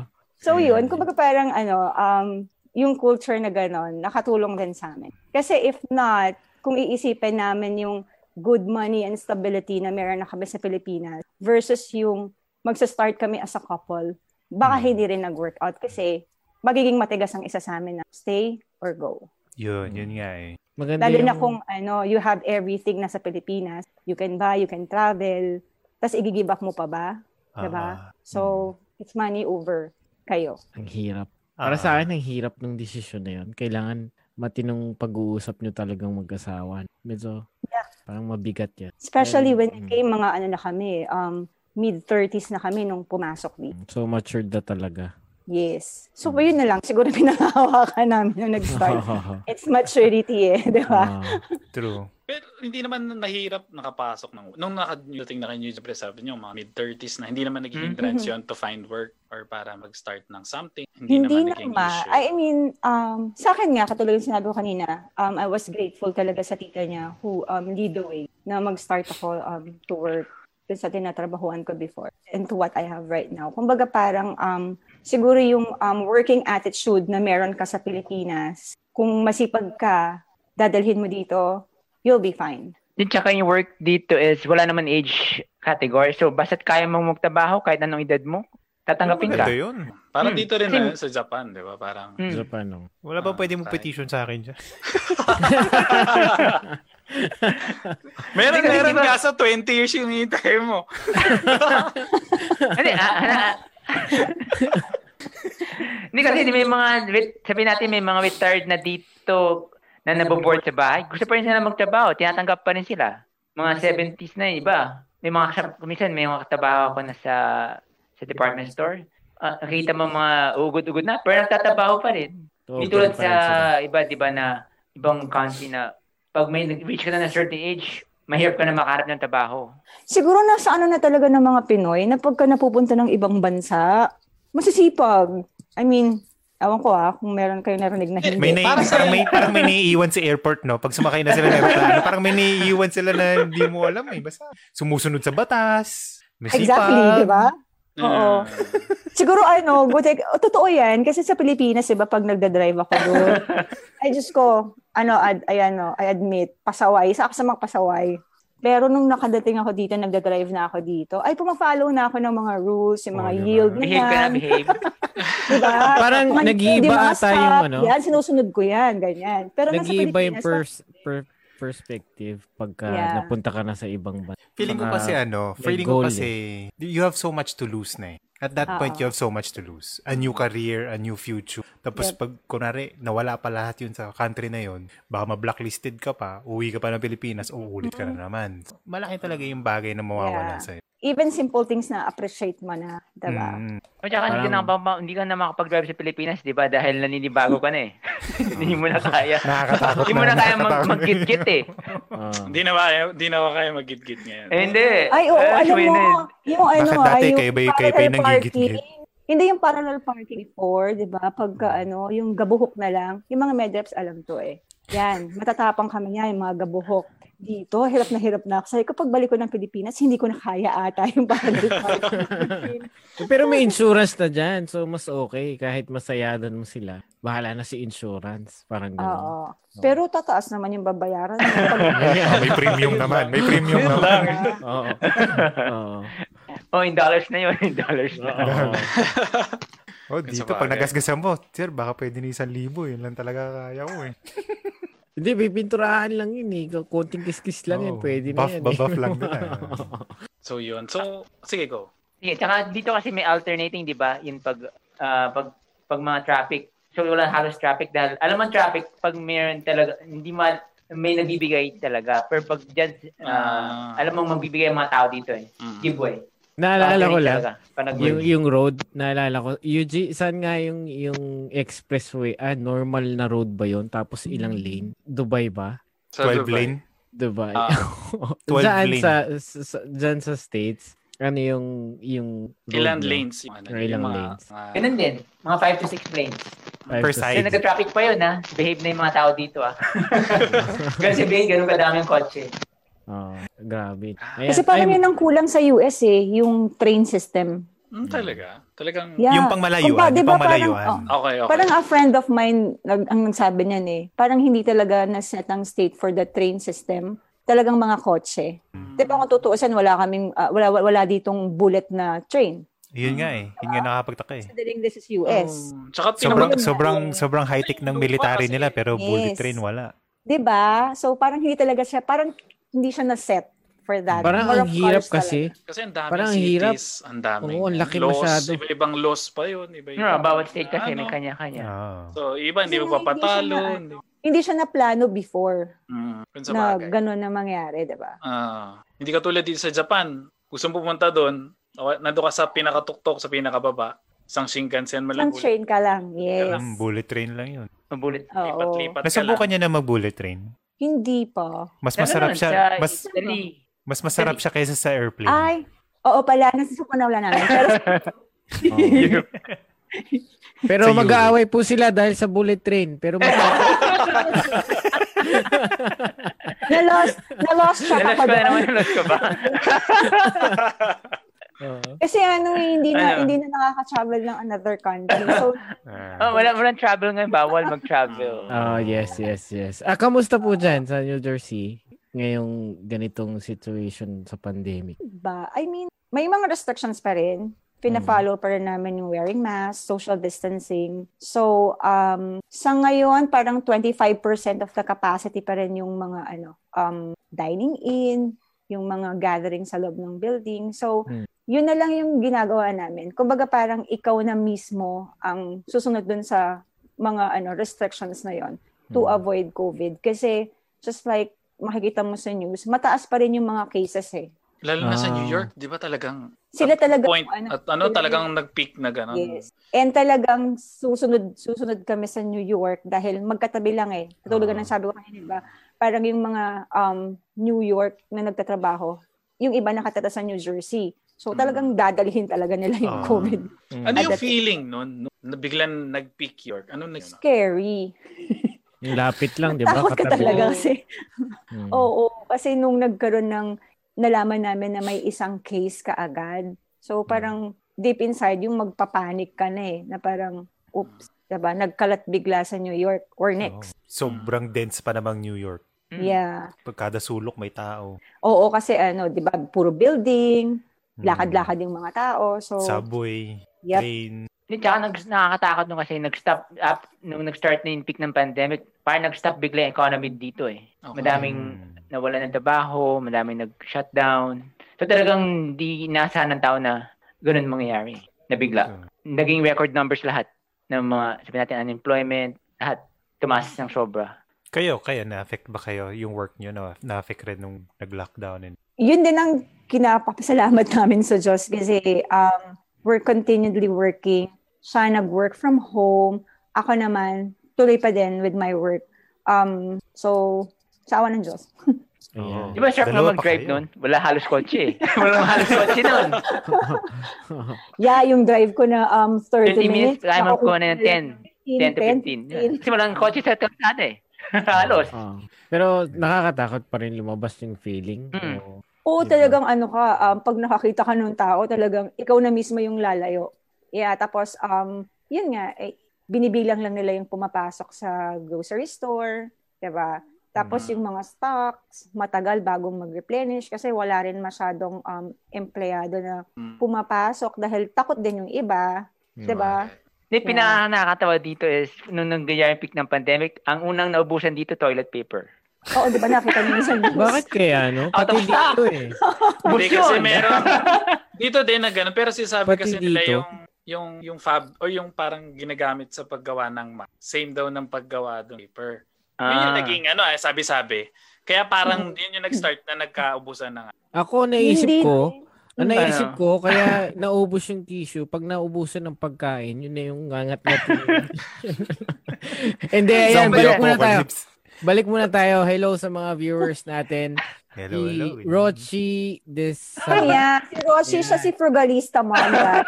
D: So yun, kumbaga parang ano, um, yung culture na gano'n, nakatulong din sa amin. Kasi if not, kung iisipin namin yung good money and stability na meron na kami sa Pilipinas versus yung magsa-start kami as a couple, baka hindi rin nag-work out kasi magiging matigas ang isa sa amin na stay or go.
C: Yun, yun nga eh.
B: Maganda
D: Lalo na
B: yung-
D: kung ano, you have everything na sa Pilipinas. You can buy, you can travel. Tapos i-give up mo pa ba? Diba?
C: Ah,
D: So, it's money over kayo.
B: Ang hirap.
C: ah.
B: Para sa akin, ang hirap ng desisyon na yun. Kailangan matinong pag-uusap nyo talagang mag-asawa. Medyo
D: Yeah.
B: parang mabigat yan.
D: Especially when
B: Mm.
D: it came mga ano na kami, um, mid-30s na kami nung pumasok dito.
B: So matured na talaga.
D: Yes. So, yun na lang. Siguro pinangahawakan namin nung nag-start. It's maturity eh, di ba?
B: Ah.
C: True.
A: Pero hindi naman nahirap nakapasok ng nung nakadating na kayo sa sabi niyo mga mid 30s na hindi naman naging hindrance
D: Mhm.
A: yun to find work or para mag-start ng something. Hindi,
D: Hindi
A: naman naging
D: naman.
A: issue.
D: I mean, um, sa akin nga, katulad yung sinabi ko kanina, um, I was grateful talaga sa tita niya who um, lead the way na mag-start ako um, to work dun sa tinatrabahuan ko before and to what I have right now. Kumbaga parang um, siguro yung um, working attitude na meron ka sa Pilipinas, kung masipag ka, dadalhin mo dito, you'll be fine.
E: Then, tsaka yung work dito is wala naman age category. So, basta't kaya mong magtrabaho kahit anong edad mo, tatanggapin ka.
C: Maganda yun.
A: Parang
E: Hmm.
A: dito rin
E: Kasi-
A: na yun sa Japan, di ba? Parang
E: Hmm.
B: Japan, no?
C: Wala
A: Ah,
C: ba pwede mong
A: tayo.
C: petition sa akin dyan?
A: meron,
E: Hindi kasi
A: meron
E: diba-
A: kaso 20 years yung hinihintay mo.
E: Hindi, ah, ah, ah. Hindi kasi may mga, wait, sabihin natin may mga retired na dito na naboboard sa bahay. Gusto pa rin sila magtrabaho. Tinatanggap pa rin sila. Mga 70s na yung iba. May mga, kasab- minsan may mga katrabaho ako na sa, sa department store. Ah, nakita mo mga ugod-ugod na, pero nagtatrabaho pa rin.
B: So,
E: Hindi tulad
B: Oh, ganun pa rin sila.
E: sa iba, di ba, na ibang country na pag may reach ka na ng certain age, mahirap ka na makaharap ng trabaho.
D: Siguro nasa ano na talaga ng mga Pinoy na pagka napupunta ng ibang bansa, masisipag. I mean, ewan ko ah, kung meron kayo narinig na hindi.
C: May nai-
A: para sa-
C: parang, may, parang may naiiwan sa airport, no? Pag sumakay na sila ng aeroplano, parang may naiiwan sila na hindi mo alam, eh. Basta sumusunod sa batas, masipag.
D: Exactly, di ba?
A: Ah.
D: Oo. Siguro ano, buti, oh, totoo yan. Kasi sa Pilipinas, di ba, pag nagdadrive ako doon, ay Diyos ko, ano, ad, ay, ano, I admit, pasaway. Isa ako sa mga pasaway. Pero nung nakadating ako dito, nagdadrive na ako dito, ay pumafollow na ako ng mga rules, yung mga
C: Oh, diba?
D: yield na
E: Behave ka na,
D: yan.
E: behave.
D: Diba?
B: Parang
D: Mga
B: nag-iiba
D: hindi, mga
B: ata
D: stop,
B: yung ano?
D: Yan, sinusunod ko yan, ganyan. Pero nasa
B: Nag-iiba yung
D: Pilipinas,
B: pers- per- perspective pagka
D: Yeah.
B: napunta ka na sa ibang bansa.
C: Feeling ko
B: Mga-
C: kasi ano,
B: Ah, may
C: feeling
B: goal eh.
C: ko kasi you have so much to lose na eh. At that point, you
D: Oo.
C: have so much to lose. A new career, a new future. Tapos pag, kunwari, nawala pa lahat yun sa country na yun, baka ma-blacklisted ka pa, uwi ka pa ng Pilipinas, uulit ka na naman. So, Malaki talaga yung bagay na mawawala
D: Mm-hmm. Yeah.
C: sa'yo.
D: even simple things na appreciate mo na, diba?
C: Mm.
E: O tsaka hindi, ka
B: Parang-
E: nakapa- hindi ka na makapag-drive sa Pilipinas, di ba? Dahil naninibago ka na eh. hindi mo na kaya.
C: Nakakatakot
E: Hindi mo na kaya mag-
C: nakakatakot.
E: mag-kit-kit eh.
B: Ah.
A: Hindi na ba kayo, hindi na ba kayo magigit ngayon?
E: Eh, hindi.
D: Ay, oo,
E: Eh,
D: alam mo,
E: Sweden.
D: yung ano,
C: Bakit dati
D: ay, yung
C: kayo ba- kayo ba yung
D: parallel
C: nanggigit-git?
D: parking. Hindi yung parallel parking before, di ba? Pagka ano, yung gabuhok na lang. Yung mga medreps alam to eh. Yan, matatapang kami niya, yung mga gabuhok. dito, hirap na hirap na ako. Sabi ko, pagbalik ko ng Pilipinas, hindi ko na kaya ata yung budget.
B: Eh, Pero may insurance na dyan. So, mas okay. Kahit masayadan mo sila, bahala na si insurance. Parang gano'n.
D: Oo. Pero tataas naman yung babayaran.
C: Ah, may premium naman. May premium
A: Yun
C: naman.
A: lang.
B: Oo. Oo.
E: Oh, in dollars na yun. In dollars na.
B: Oo.
C: Oh,
A: Sa
C: dito,
A: bagay.
C: pag nagasgasan mo, sir, baka pwede na isang libo. Yun lang talaga kaya ko eh.
B: Hindi, pipinturahan lang yun eh. Konting kiss-kiss lang yun.
C: Oo.
B: Pwede
C: Buff-
B: na yan. eh.
C: babuff lang din, ah.
A: So, yun. So, sige, go.
E: Sige, tsaka dito kasi may alternating, di ba? Yung pag, ah, pag, pag mga traffic. So, wala halos traffic dahil, alam mo traffic, pag mayroon talaga, hindi ma, may nagbibigay talaga. Pero pag dyan, ah,
A: Ah.
E: alam mo magbibigay ang mga tao dito eh.
A: Mm.
E: Giveaway.
B: Naalala ko
E: Alternate
B: lang.
E: talaga. Panag-
B: Yung, yung road, naalala ko. UG, saan nga yung, yung expressway? Ah, normal na road ba yun? Tapos ilang
A: Hmm.
B: lane? Dubai ba?
C: 12 lane.
B: Dubai.
A: Ah.
C: 12
B: Diyan
C: lane.
B: Sa, sa, sa- dyan sa States, ano yung, yung road
A: Ilan ah,
B: nyo?
A: lanes? Ano,
B: Or ilang lanes.
E: Ganun din. Mga 5 to 6 lanes.
B: Five
C: Per
B: to
C: side.
E: Kasi
C: Ay,
E: nagka-traffic pa yun, ha? Behave na yung mga tao dito, ha? Kasi sabihin, ganun kadaming kotse.
B: Oh, grabe. Ayan.
D: Kasi parang
B: Ay,
D: yun ang kulang sa US eh, yung train system.
A: Mm, talaga? Talagang...
D: Yeah.
C: Yung pangmalayuan,
D: Kumpa- di
C: yung ah.
D: ba
C: pangmalayuan.
D: parang- oh,
A: Okay, okay.
D: Parang a friend of mine nag, ang nagsabi niyan eh, parang hindi talaga na-set ang state for the train system, talagang mga kotse.
B: Hmm.
D: Di ba kung tutuusin, wala, kaming, ah, wala, wala ditong bullet na train.
C: Yun nga eh. Yun nga nakakapagtaka eh.
D: Considering this is US.
A: Um, tsaka
C: Sobrang,
A: tinamang...
D: Sobrang-
C: sobrang, sobrang high-tech ng military nila pero bullet
D: Yes.
C: train wala.
D: Di ba? So parang hindi talaga siya, parang hindi siya na-set for that.
B: Parang
D: More
B: ang
D: of
B: hirap
D: cars
B: kasi.
A: Kasi ang daming
B: Parang hirap.
A: cities, ang daming
B: Oo, ang laki
A: laws,
B: masyado.
A: Iba-ibang laws pa yun. Iba
E: No, Ano, ah, bawat state kasi may kanya-kanya.
C: Ano? Ah.
A: So, iba hindi
D: Kasi
A: mo papatalo.
D: hindi siya na-
A: hindi-
D: talaga. Hindi siya na-plano before
A: Mm, yun sa
D: na
A: bagay.
D: gano'n na mangyari, di ba?
A: Ah, hindi katulad dito sa Japan. Gusto mo pumunta doon, o- nandun ka sa pinakatuktok, sa pinakababa, isang Shinkansen mo lang.
D: Ang train ka lang, yes.
C: Mm, bullet train lang yun.
E: Mabulit.
D: Oo.
A: Lipat-lipat ka lang.
C: Nasubukan niya na mag-bullet train.
D: Hindi pa.
C: Mas masarap siya. Mas,
E: Italy.
C: mas masarap siya kaysa sa airplane.
D: Ay, oo pala, nasusuko na wala namin. Pero
B: oh. Pero
C: Sa
B: mag-aaway po sila dahil sa bullet train. Pero mag-
D: na-lost, na-lost siya
E: Nalas
D: ako
E: ko na
D: doon.
E: naman, nalas ko ba?
B: Oo.
D: Kasi ano, eh, hindi na,
E: Ano?
D: hindi na nakaka-travel ng another country. So,
C: Ah.
E: Oh, wala, walang travel ngayon. Bawal mag-travel.
B: Ah, yes, yes, yes. Ah, kamusta po dyan sa New Jersey ngayong ganitong situation sa pandemic?
D: ba, I mean, may mga restrictions pa rin. Pina-follow
B: Mm.
D: pa rin namin yung wearing mask, social distancing. So, um, sa ngayon, parang 25% of the capacity pa rin yung mga ano, um, dining in, yung mga gathering sa loob ng building. So,
B: Mm.
D: yun na lang yung ginagawa namin. Kumbaga parang ikaw na mismo ang susunod dun sa mga ano restrictions na yon to
B: Mm.
D: avoid COVID. Kasi just like makikita mo sa news, mataas pa rin yung mga cases eh.
A: Lalo na sa
B: Ah.
A: New York, di ba talagang
D: Sila talaga
A: point
D: ano,
A: at ano
D: sila-
A: talagang nag-peak na gano'n.
D: Yes. And talagang susunod susunod kami sa New York dahil magkatabi lang eh. Katulad
B: Ah.
D: ng sabi ko kanina, di ba? Parang yung mga um, New York na nagtatrabaho, yung iba nakatata sa New Jersey. So
A: Mm.
D: talagang dadalhin talaga nila yung
C: Ah.
D: COVID.
A: Ano yung
D: Adapt-
A: feeling nun? nung Biglang nag-peak York. Ano na yun?
D: Scary.
B: Yung Lapit lang, di ba?
D: Takot ka
B: Katabi.
D: talaga Oh. kasi.
B: Mm.
D: Oo, kasi nung nagkaroon ng nalaman namin na may isang case kaagad. So parang deep inside yung magpapanik ka na eh, na parang oops, 'di ba? Nagkalat bigla sa New York
C: Oh.
D: or next.
C: Oo. Sobrang dense pa namang New York.
E: Mm.
D: Yeah.
C: Pagkada sulok may tao.
D: Oo, kasi ano, 'di ba, puro building,
C: Mm.
D: lakad-lakad yung mga tao. So
C: Subway,
D: yep.
C: train.
E: Hindi, tsaka nag, nakakatakot nung kasi nag-stop up, nung nag-start na yung peak ng pandemic, parang nag-stop bigla yung economy dito eh.
A: Okay.
E: Madaming nawala ng trabaho, madaming nag-shutdown. So talagang di nasahan ng tao na ganun mangyayari, na bigla. Naging record numbers lahat ng mga, sabihin natin, unemployment, lahat tumaas ng sobra.
C: Kayo, kayo, na-affect ba kayo yung work nyo? Na- na-affect rin nung nag-lockdown? And...
D: yun din ang kinapapasalamat namin sa Diyos kasi um, we're continually working. Siya nag-work from home. Ako naman, tuloy pa din with my work. Um, so, sa awa ng Diyos.
B: Ayan.
E: Di ba sharp na
C: Dalawa pa
E: mag-drive
C: kayo.
E: nun? Wala halos kotse eh. Wala halos kotse nun.
D: Yeah, yung drive ko na um, 30
E: 30 minutes,
D: minutes.
E: time
D: ako
E: ko na ng 10. 10 to
D: 10,
E: 15. Yeah. Kasi walang kotse sa kalsada eh. Halos.
A: Oh.
B: Ah. Pero nakakatakot pa rin lumabas yung feeling.
E: Mm.
B: Oo.
D: Oo,
B: Diba?
D: talagang ano ka, um, pag nakakita ka ng tao, talagang ikaw na mismo yung lalayo. Yeah, tapos, um, yun nga, eh, binibilang lang nila yung pumapasok sa grocery store, 'di ba? Tapos
A: Mm.
D: yung mga stocks, matagal bago mag-replenish kasi wala rin masyadong um, empleyado na
A: Mm.
D: pumapasok dahil takot din yung iba, diba? 'di ba?
E: Hindi, pinaka nakakatawa dito is, nung nangyayari yung peak ng pandemic, ang unang naubusan dito, toilet paper.
D: Oo, 'di ba nakita niyo sa news?
B: Bakit kaya, no? Pati
E: Out of stock!
B: dito eh.
E: Ubus
A: Hindi kasi
E: yun.
A: meron. Dito din na ganun. Pero sinasabi
B: Pati
A: kasi nila
B: dito.
A: yung yung yung fab or yung parang ginagamit sa paggawa ng mask. Same daw ng paggawa ng paper. Yun yung
E: Ah.
A: naging ano, eh, sabi-sabi. Kaya parang yun yung nag-start na nagkaubusan ng
B: Ako, naisip
D: Hindi.
B: ko, Ang
E: Ano?
B: naisip ko, kaya naubos yung tissue. Pag naubusan ng pagkain, yun na yung ngangat-ngat. Hindi, ayan,
C: Zombie
B: balik muna tayo.
C: apocalypse.
B: Balik muna tayo. Hello sa mga viewers natin.
C: Hello, hello.
B: Hello, Rochi this...
D: Ano yan? Si Roshi siya si Frugalista mo. ba?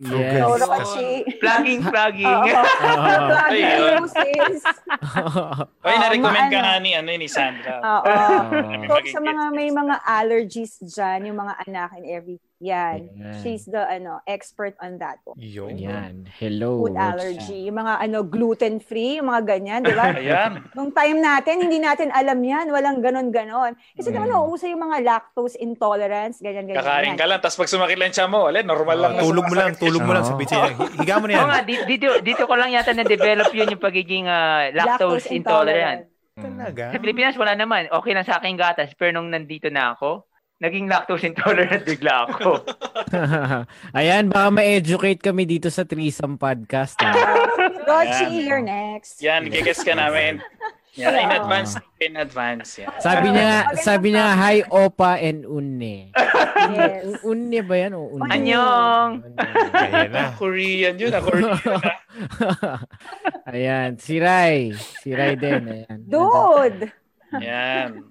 B: Yes.
D: So,
A: Yes.
D: Roshi.
E: Plugging, plugging.
D: Oo.
B: Oo.
D: Frugalista mo, sis.
A: Ay,
B: Oh.
D: Oo,
A: na-recommend ka
D: maano.
A: nga ni, ano, ni Sandra.
D: Oo.
A: Ah,
B: Oo.
D: So, sa mga may mga allergies dyan, yung mga anak and every, yan.
B: Ayan.
D: She's the ano expert on that. one.
C: Yun.
B: Ayan. Hello,
D: Food
B: Rochi.
D: allergy, yung mga ano gluten-free, yung mga ganyan, di ba?
A: Ayan.
D: Nung time natin, hindi natin alam yan. Walang ganon-ganon. Kasi naman
B: Mm.
D: nauuso yung mga lactose intolerance, ganyan-ganyan.
A: Kakain ka lang, tapos pag sumakit lang siya mo, alin, normal lang. na
C: Ah, Oh, Tulog mo lang,
A: sumasakit.
C: tulog mo lang.
B: Oo.
C: Sabihin sa'yo, higa mo na
E: Oo
C: yan.
E: nga, di- dito, dito ko lang yata na-develop yun yung pagiging ah, lactose, intolerant.
C: Talaga?
E: Sa Pilipinas, wala naman. Okay lang sa aking gatas. Pero nung nandito na ako, naging lactose intolerant bigla ako.
B: Ayan, baka ma-educate kami dito sa Threesome Podcast. ah.
D: Rochi,
A: Ayan.
D: you're next.
A: Yan, gigets ka namin. Yan, in
D: Oo.
A: advance, in advance. Yan.
B: Sabi niya,
D: Maganda
B: sabi niya,
D: pa.
B: hi, Opa and Unne.
D: Yes.
B: Un- Unne ba yan? O Unne?
E: Ano Anyong!
C: Ayan na.
A: Korean yun, ah, Korean. ah.
B: Ayan, si Ray. Si Ray din. Ayan.
D: Dude!
A: Yan.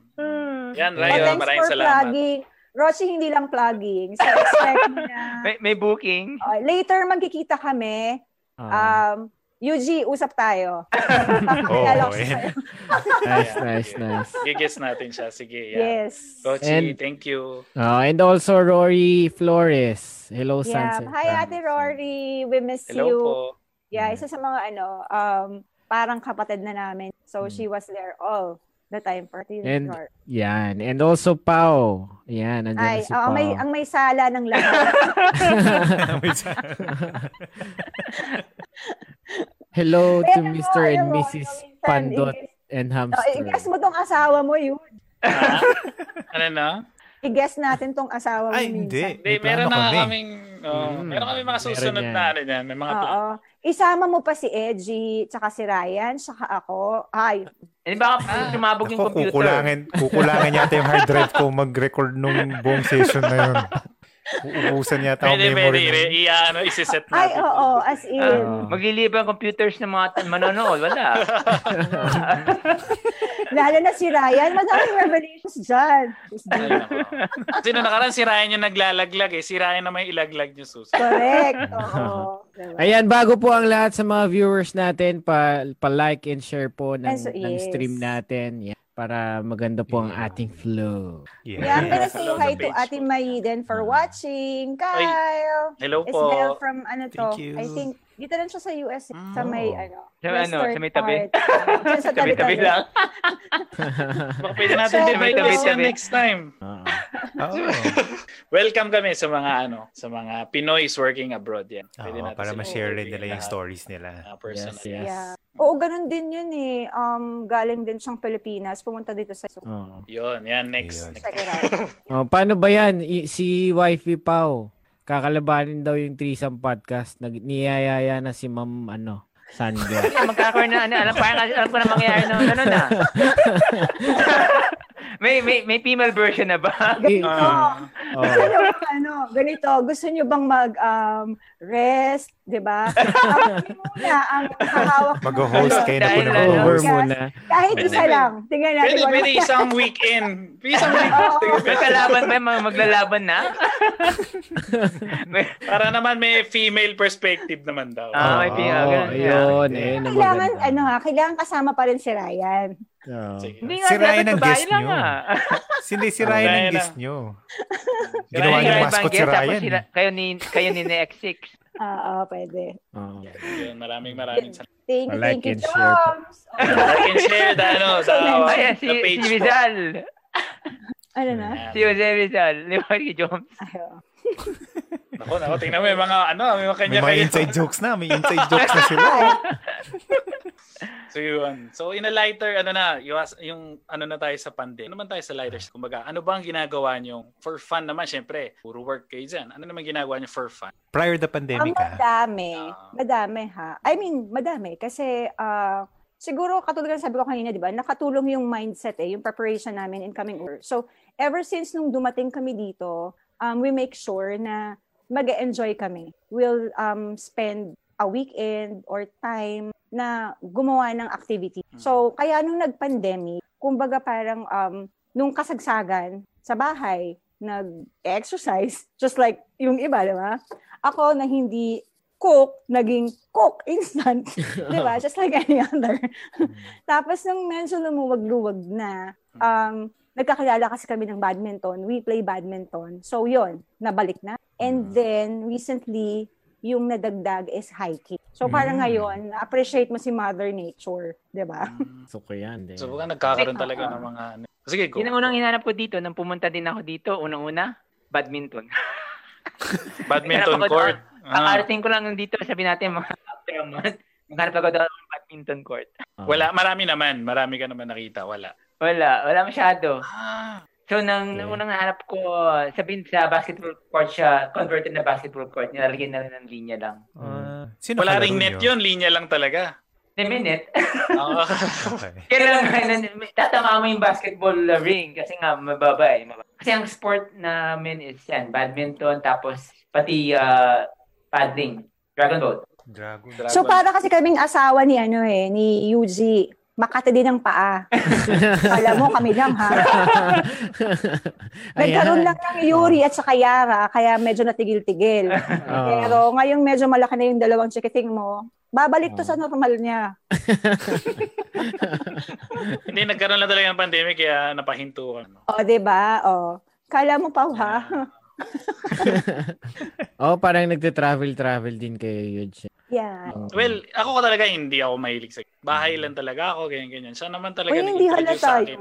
A: Yan,
B: Ay,
D: Oh,
A: Rayo,
D: thanks
A: maraming
D: for
A: salamat.
D: plugging. Rochi, hindi lang plugging. So, expect mo na.
E: May, may booking.
D: Oh, later, magkikita kami.
B: Ah,
D: Um, Yuji, usap tayo.
C: Oo,
A: Oh,
D: Pakilala ko
C: eh.
D: sa'yo.
B: nice, nice, nice.
A: Gigets natin siya. Sige, yan.
D: Yes.
A: Rochi,
B: And-
A: thank you.
B: Ah, and also Rory Flores. Hello,
D: Yeah.
B: Sunset.
D: Hi, Ate
B: Sunset.
D: Rory. We miss
A: Hello
D: you.
A: po.
D: Yeah, isa sa mga ano, um, parang kapatid na namin. So, she was there all the time for the
B: Hmm. And- Yan. And also Pao. Yan, nandiyan na
D: Ay,
B: si
D: oh,
B: Pao.
D: ang may, ang may sala ng lahat.
B: Hello to
D: Pero,
B: Mr. and
D: ano,
B: Mrs.
D: minsan,
B: Pandot
D: i-guess-
B: and
D: Oh,
B: Hamster.
D: I-guess mo tong asawa mo, yun.
A: Ha? ano na?
D: I-guess natin tong asawa mo
C: Ay,
D: minsan.
C: hindi.
A: Hindi, meron
C: plano
A: na
C: kami. Mm-hmm.
A: kaming, oh,
B: Mm,
A: meron kami mga
B: meron
A: susunod
B: yan.
A: na ano yan. May mga plan.
D: Oo. Isama mo pa si Edgy, tsaka si Ryan, tsaka ako. Ay,
E: Eh, baka sumabog yung
C: Ako,
E: computer.
C: kukulangin, kukulangin yata yung hard drive ko mag-record nung buong session na yun. Uubusan yata ang
A: Pwede, pwede.
C: memory.
A: Re,
C: nun.
A: i, ano, isiset
D: ay,
A: natin.
D: oo, as in.
E: Ah, maglilibre ang computers ng mga tan- manonood. Wala.
D: Lalo na si Ryan, madaming revelations dyan.
A: Ay, nako. Kasi nung nakaraan, si Ryan yung naglalaglag eh. Si Ryan na may ilaglag yung susunod.
D: Correct. Oo. Diba?
B: Ayan, bago po ang lahat sa mga viewers natin, pa, pa-like and share po ng,
D: Yes,
B: ng
D: yes.
B: stream natin. Yan, para maganda po ang ating flow.
D: Yeah, I'm gonna
A: Yes.
D: say
A: Hello,
D: hi
A: the page.
D: to Ate Maiden
E: Ah.
D: for watching. Kyle!
A: Hello
D: It's
A: po.
D: Belle from ano to.
C: Thank you. Oh.
D: I think, dito lang siya sa US. eh, Sa
A: Mm.
D: may ano.
E: Sa may ano,
D: western
E: sa may tabi.
D: part. Diyan sa
E: Tabi-tabi lang.
A: Baka pwede natin din
E: Tabi,
A: may
E: tabi, tabi.
A: next time.
B: Oo.
C: Oo.
A: Welcome kami sa mga ano, sa mga Pinoy's working abroad yan. Pwede
C: Oo,
A: natin
C: para
A: sila
C: ma-share rin
A: interviewin
C: nila yung
A: lahat,
C: stories nila.
A: mga
B: yes,
A: personal.
B: yes.
D: Yeah. Oo, ganun din yun eh. Um, galing din siyang Pilipinas. Pumunta dito sa... So,
B: Oo.
A: Yun, yan, next.
C: Yun.
A: next.
D: check it out.
B: Oh, paano ba yan? I- si Wifey Pao, kakalabanin daw yung Threesome Podcast. Nag- niyayaya na si Ma'am, ano, Sandra.
E: Yeah, magkakaroon na, ano, alam, parang, alam ko na mangyayari na, ano na. may, may, may female version na ba?
B: Eh,
D: Ganito.
B: oh.
D: Gusto nyo, ano, ganito. Gusto nyo bang mag um, rest? Diba? Ako muna ang hahawak. ng-
C: Mag-host kayo na po
E: Dahil
C: ng
E: ano,
B: Over
D: Yes.
B: muna.
D: Kahit isa
A: Pwede,
D: lang. Tingnan natin.
A: Pwede,
D: kung ano-
A: pwede isang weekend. Isang weekend.
E: May kalaban ba? Mag- maglalaban na? may,
A: Para naman may female perspective naman daw.
E: Ah, may
B: Oo,
E: pinag- ganun, yeah.
B: Ayun,
C: Hindi.
B: ayun ang
D: Kailangan,
B: maganda.
D: ano ha, kailangan kasama pa rin si Ryan.
B: Oo.
A: Sige.
F: Hindi nga,
C: Si Ryan
F: dapat
C: ang
F: babae
C: guest
F: lang
C: niyo.
F: ah.
C: Hindi, si
A: Ang
C: Ryan
A: gaya
C: ang
A: na.
C: guest nyo. Ginawa
A: Ryan
C: niya
A: ang
C: mascot si
F: Banggera, tapos
C: Ryan.
F: sila- kayo ni, kayo ni X6.
D: Ah, ah, pwede.
B: Oo.
A: Yun, maraming maraming salamat.
D: Thank
B: I
D: you,
B: like
D: thank you,
B: it, sure.
D: Joms.
A: I can share the, ano, the,
E: Oh,
F: Ayan, si,
A: the page
F: si
A: po.
F: Rizal.
D: Ano na?
A: Ayan.
F: Si Jose Rizal. Di ba, si Joms?
D: Ayaw.
A: Ako, ako, tingnan mo yung mga, ano, may mga
C: May mga
A: kanya-kanya.
C: inside jokes na. May inside jokes na sila.
A: So yun. So in a lighter, ano na, iwas- yung ano na tayo sa pandemic. Ano naman tayo sa lighter? Kumbaga, ano ba ang ginagawa nyo? For fun naman, syempre. Puro work kayo dyan. Ano naman ginagawa nyo for fun?
C: Prior the
D: Ah,
C: pandemic, ah.
D: madami.
A: Ah.
D: Madami ha. I mean, madami. Kasi ah, siguro katulad ng sabi ko kanina, di ba, nakatulong yung mindset eh, yung preparation namin in coming over. So, ever since nung dumating kami dito, um, we make sure na mag enjoy kami. We'll um, spend a weekend or time na gumawa ng activity. So, kaya nung nag-pandemic, kumbaga parang um, nung kasagsagan sa bahay, nag-exercise, just like yung iba, di ba? Ako na hindi cook, naging cook instant. di ba? Just like any other. Tapos nung medyo lumuwag-luwag na,
A: Mm. Hmm.
D: um, nagkakilala kasi kami ng badminton. We play badminton. So yun, nabalik na. And then, recently, yung nadagdag is hiking. So parang
C: Mm.
D: ngayon, appreciate mo si Mother Nature, di ba?
B: Gusto ko yan. din.
A: Hmm. So baka nagkakaroon talaga ng mga... ano. Sige, go.
F: Yun ang unang hinanap ko dito. Nang pumunta din ako dito, unang-una, badminton.
A: Badminton
F: Hinanap ako
A: court.
F: Ang
A: Ah,
F: arating ko lang dito, sabi natin, mga after a month, maghanap ako daw ng badminton court.
B: Oo.
A: wala, marami naman. Marami ka naman nakita. Wala.
F: Wala, wala masyado.
A: Ah,
F: So, nang
B: Okay.
F: nang unang nahanap ko, sabihin sa basketball court siya, converted na basketball court, nilalagyan na rin ng linya lang.
C: Ah, sino
A: wala
C: kalaro
A: ring net
C: niyo?
A: yun. Linya lang talaga.
F: The minute,
A: Oo.
C: Okay.
F: Kailangan na, tatama mo yung basketball ring kasi nga mababa eh. mababa. Kasi ang sport namin is yan, badminton, tapos pati ah, paddling, dragon boat.
C: Dragon.
D: So para kasi kaming asawa ni ano eh, ni Yuji. Makati din ang paa. Alam mo kami lang ha. Nagkaroon
B: Ayan.
D: lang ng Yuri at saka Yara, kaya medyo natigil-tigil.
B: Oo.
D: Pero ngayong medyo malaki na yung dalawang chikiting mo, babalik to
B: Oo.
D: sa normal niya.
A: Hindi, nagkaroon lang talaga ng pandemic kaya napahinto ka. Ano.
D: O, di ba? O. Kala mo pa ha?
B: Oh, parang nagte-travel-travel din kayo, Yuji.
D: Yeah.
B: Oo.
A: Well, ako ko talaga hindi ako mahilig sa bahay lang talaga ako, ganyan ganyan. Siya naman talaga
D: Uy, hindi
A: nag-introduce sa
D: halata.
A: akin.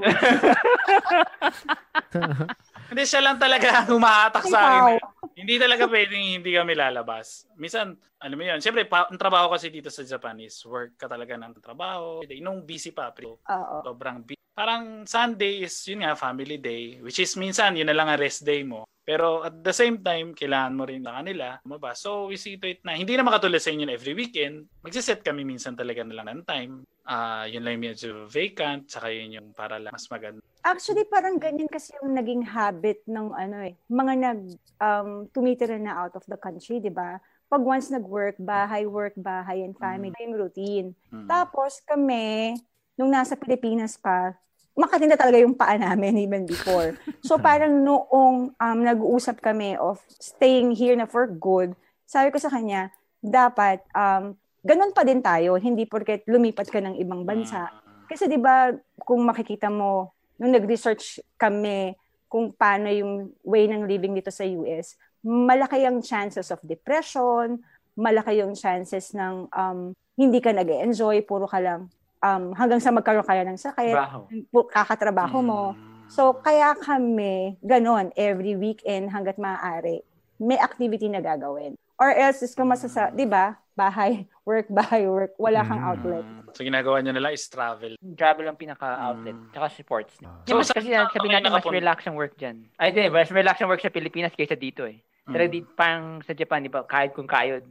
A: Hindi siya lang talaga ang humaatak sa akin. eh.
D: Wow.
A: Hindi talaga pwedeng hindi kami lalabas. Minsan, alam mo yun, syempre, pa, ang trabaho kasi dito sa Japan is work ka talaga ng trabaho. Nung busy pa, pero
D: Oo.
A: sobrang busy. Parang Sunday is, yun nga, family day, which is minsan, yun na lang ang rest day mo. Pero at the same time, kailangan mo rin na kanila, mabas. So, we see to it na, hindi na makatulad sa inyo na every weekend, magsiset kami minsan talaga na lang ng time. Ah, yun lang yung medyo vacant, saka yun yung para lang mas maganda.
D: Actually, parang ganyan kasi yung naging habit ng ano eh, mga nag um, tumitira na out of the country, di ba? Pag once nag-work, bahay, work, bahay, and family, yung routine.
A: Mm.
D: Tapos kami, nung nasa Pilipinas pa, makatinda talaga yung paa namin even before. So parang noong um, nag-uusap kami of staying here na for good, sabi ko sa kanya, dapat um, ganun pa din tayo, hindi porket lumipat ka ng ibang
A: Mm.
D: bansa.
A: Hmm.
D: Kasi 'di ba kung makikita mo nung nag-research kami kung paano yung way ng living dito sa US, malaki ang chances of depression, malaki yung chances ng um, hindi ka nag-enjoy, puro ka lang um, hanggang sa magkaroon ka na ng sakit,
F: Trabaho.
D: pu- kakatrabaho mo.
A: Mm.
D: So kaya kami ganon every weekend hangga't maaari may activity na gagawin. Or else is kung masasa, 'di ba? Bahay, work, bahay, work, wala kang
C: Mm.
D: outlet.
A: Hmm. So, ginagawa nyo na lang is travel.
F: Travel ang pinaka-outlet.
A: Mm.
F: Tsaka sports.
C: Ah.
F: Yung
A: So,
F: mas,
A: sa-
F: kasi sabi
A: okay,
F: natin, mas
A: nakapun-
F: relax ang work dyan. Ay, di, mas relax ang work sa Pilipinas kaysa dito eh. Pero
A: Mm.
F: di, parang sa Japan, di ba, kahit kung kayod.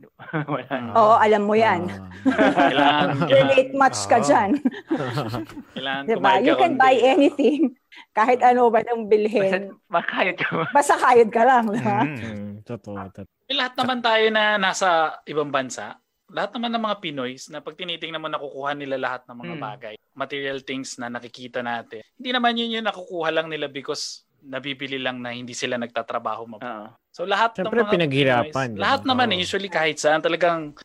F: Wala.
D: Oo, alam mo 'yan.
A: Hmm. Kailangan, kailangan,
D: Oh. Relate much ka
C: Oo.
D: dyan.
A: kailangan
D: Diba?
A: kumain ka
D: You can
A: konti.
D: buy anything. Kahit ano ba nang
F: Basta
D: bilhin.
F: makayod ka ba?
D: Basta kayod ka lang, diba?
A: Mhm.
C: Mm.
B: Mm, totoo, totoo.
A: Eh, lahat naman tayo na nasa ibang bansa, lahat naman ng mga Pinoy na pag tinitingnan mo nakukuha nila lahat ng mga
C: Hmm.
F: Mm.
A: bagay, material things na nakikita natin. Hindi naman yun yung nakukuha lang nila because nabibili lang na hindi sila nagtatrabaho mab-
F: Oo.
A: So lahat
B: Siyempre,
A: ng mga
B: pinaghirapan,
A: Pinoys,
B: di ba?
A: lahat naman eh,
C: Oo.
A: usually kahit saan talagang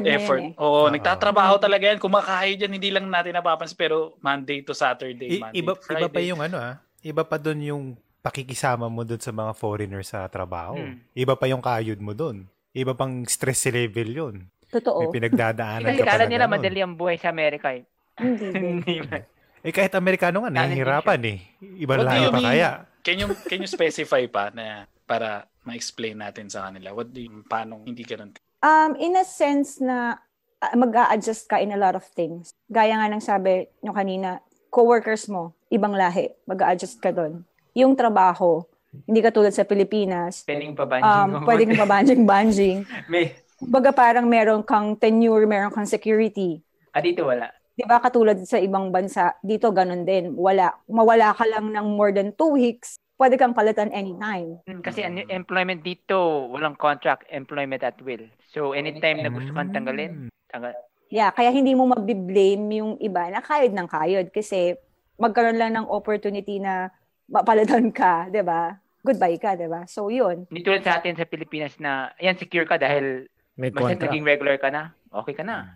A: they
D: na
A: put
D: yun
A: effort.
D: eh.
A: Oo,
C: Oo.
A: nagtatrabaho talaga yan. Kumakaya dyan, hindi lang natin napapansin. Pero Monday to Saturday,
C: I-
A: Monday
C: iba,
A: to Friday.
C: iba pa yung ano ah. Iba pa doon yung pakikisama mo doon sa mga foreigner sa trabaho.
E: Hmm.
C: Iba pa yung kayod mo doon. Iba pang stress level yun. May
D: Totoo.
C: pinagdadaanan
E: Oh. Kasi
C: ka
E: kala
C: pala
E: nila
C: ganun.
E: madali ang buhay sa Amerika eh.
D: Hindi din.
E: Hindi ba?
C: Eh kahit Amerikano nga,
E: Talent
C: nahihirapan eh. Iba
A: What do
C: lahi
A: you
C: pa
A: mean?
C: kaya.
A: Can you, can you specify pa na para ma-explain natin sa kanila? What do you, paano hindi ganun?
D: Um, in a sense na ah, mag-a-adjust ka in a lot of things. Gaya nga ng sabi nyo kanina, coworkers mo, ibang lahi, mag-a-adjust ka doon. Yung trabaho, hindi ka tulad sa Pilipinas,
E: Pwedeng pa ba?
D: um, pwede kang mabanjing-banjing.
E: May,
D: Baga parang meron kang tenure, meron kang security.
E: ah, dito wala.
D: Di ba katulad sa ibang bansa, dito ganun din. Wala. Mawala ka lang ng more than two weeks, pwede kang palitan anytime.
E: Mm, Kasi an- employment dito, walang contract, employment at will. So, anytime na gusto kang tanggalin, tanggal.
D: Yeah, kaya hindi mo mabiblame yung iba na kayod ng kayod kasi magkaroon lang ng opportunity na mapalitan ka, di ba? Goodbye ka, di ba? So, yun.
E: Hindi tulad sa atin sa Pilipinas na, yan, secure ka dahil
B: May
E: basta
B: contract.
E: naging regular ka na, okay ka na.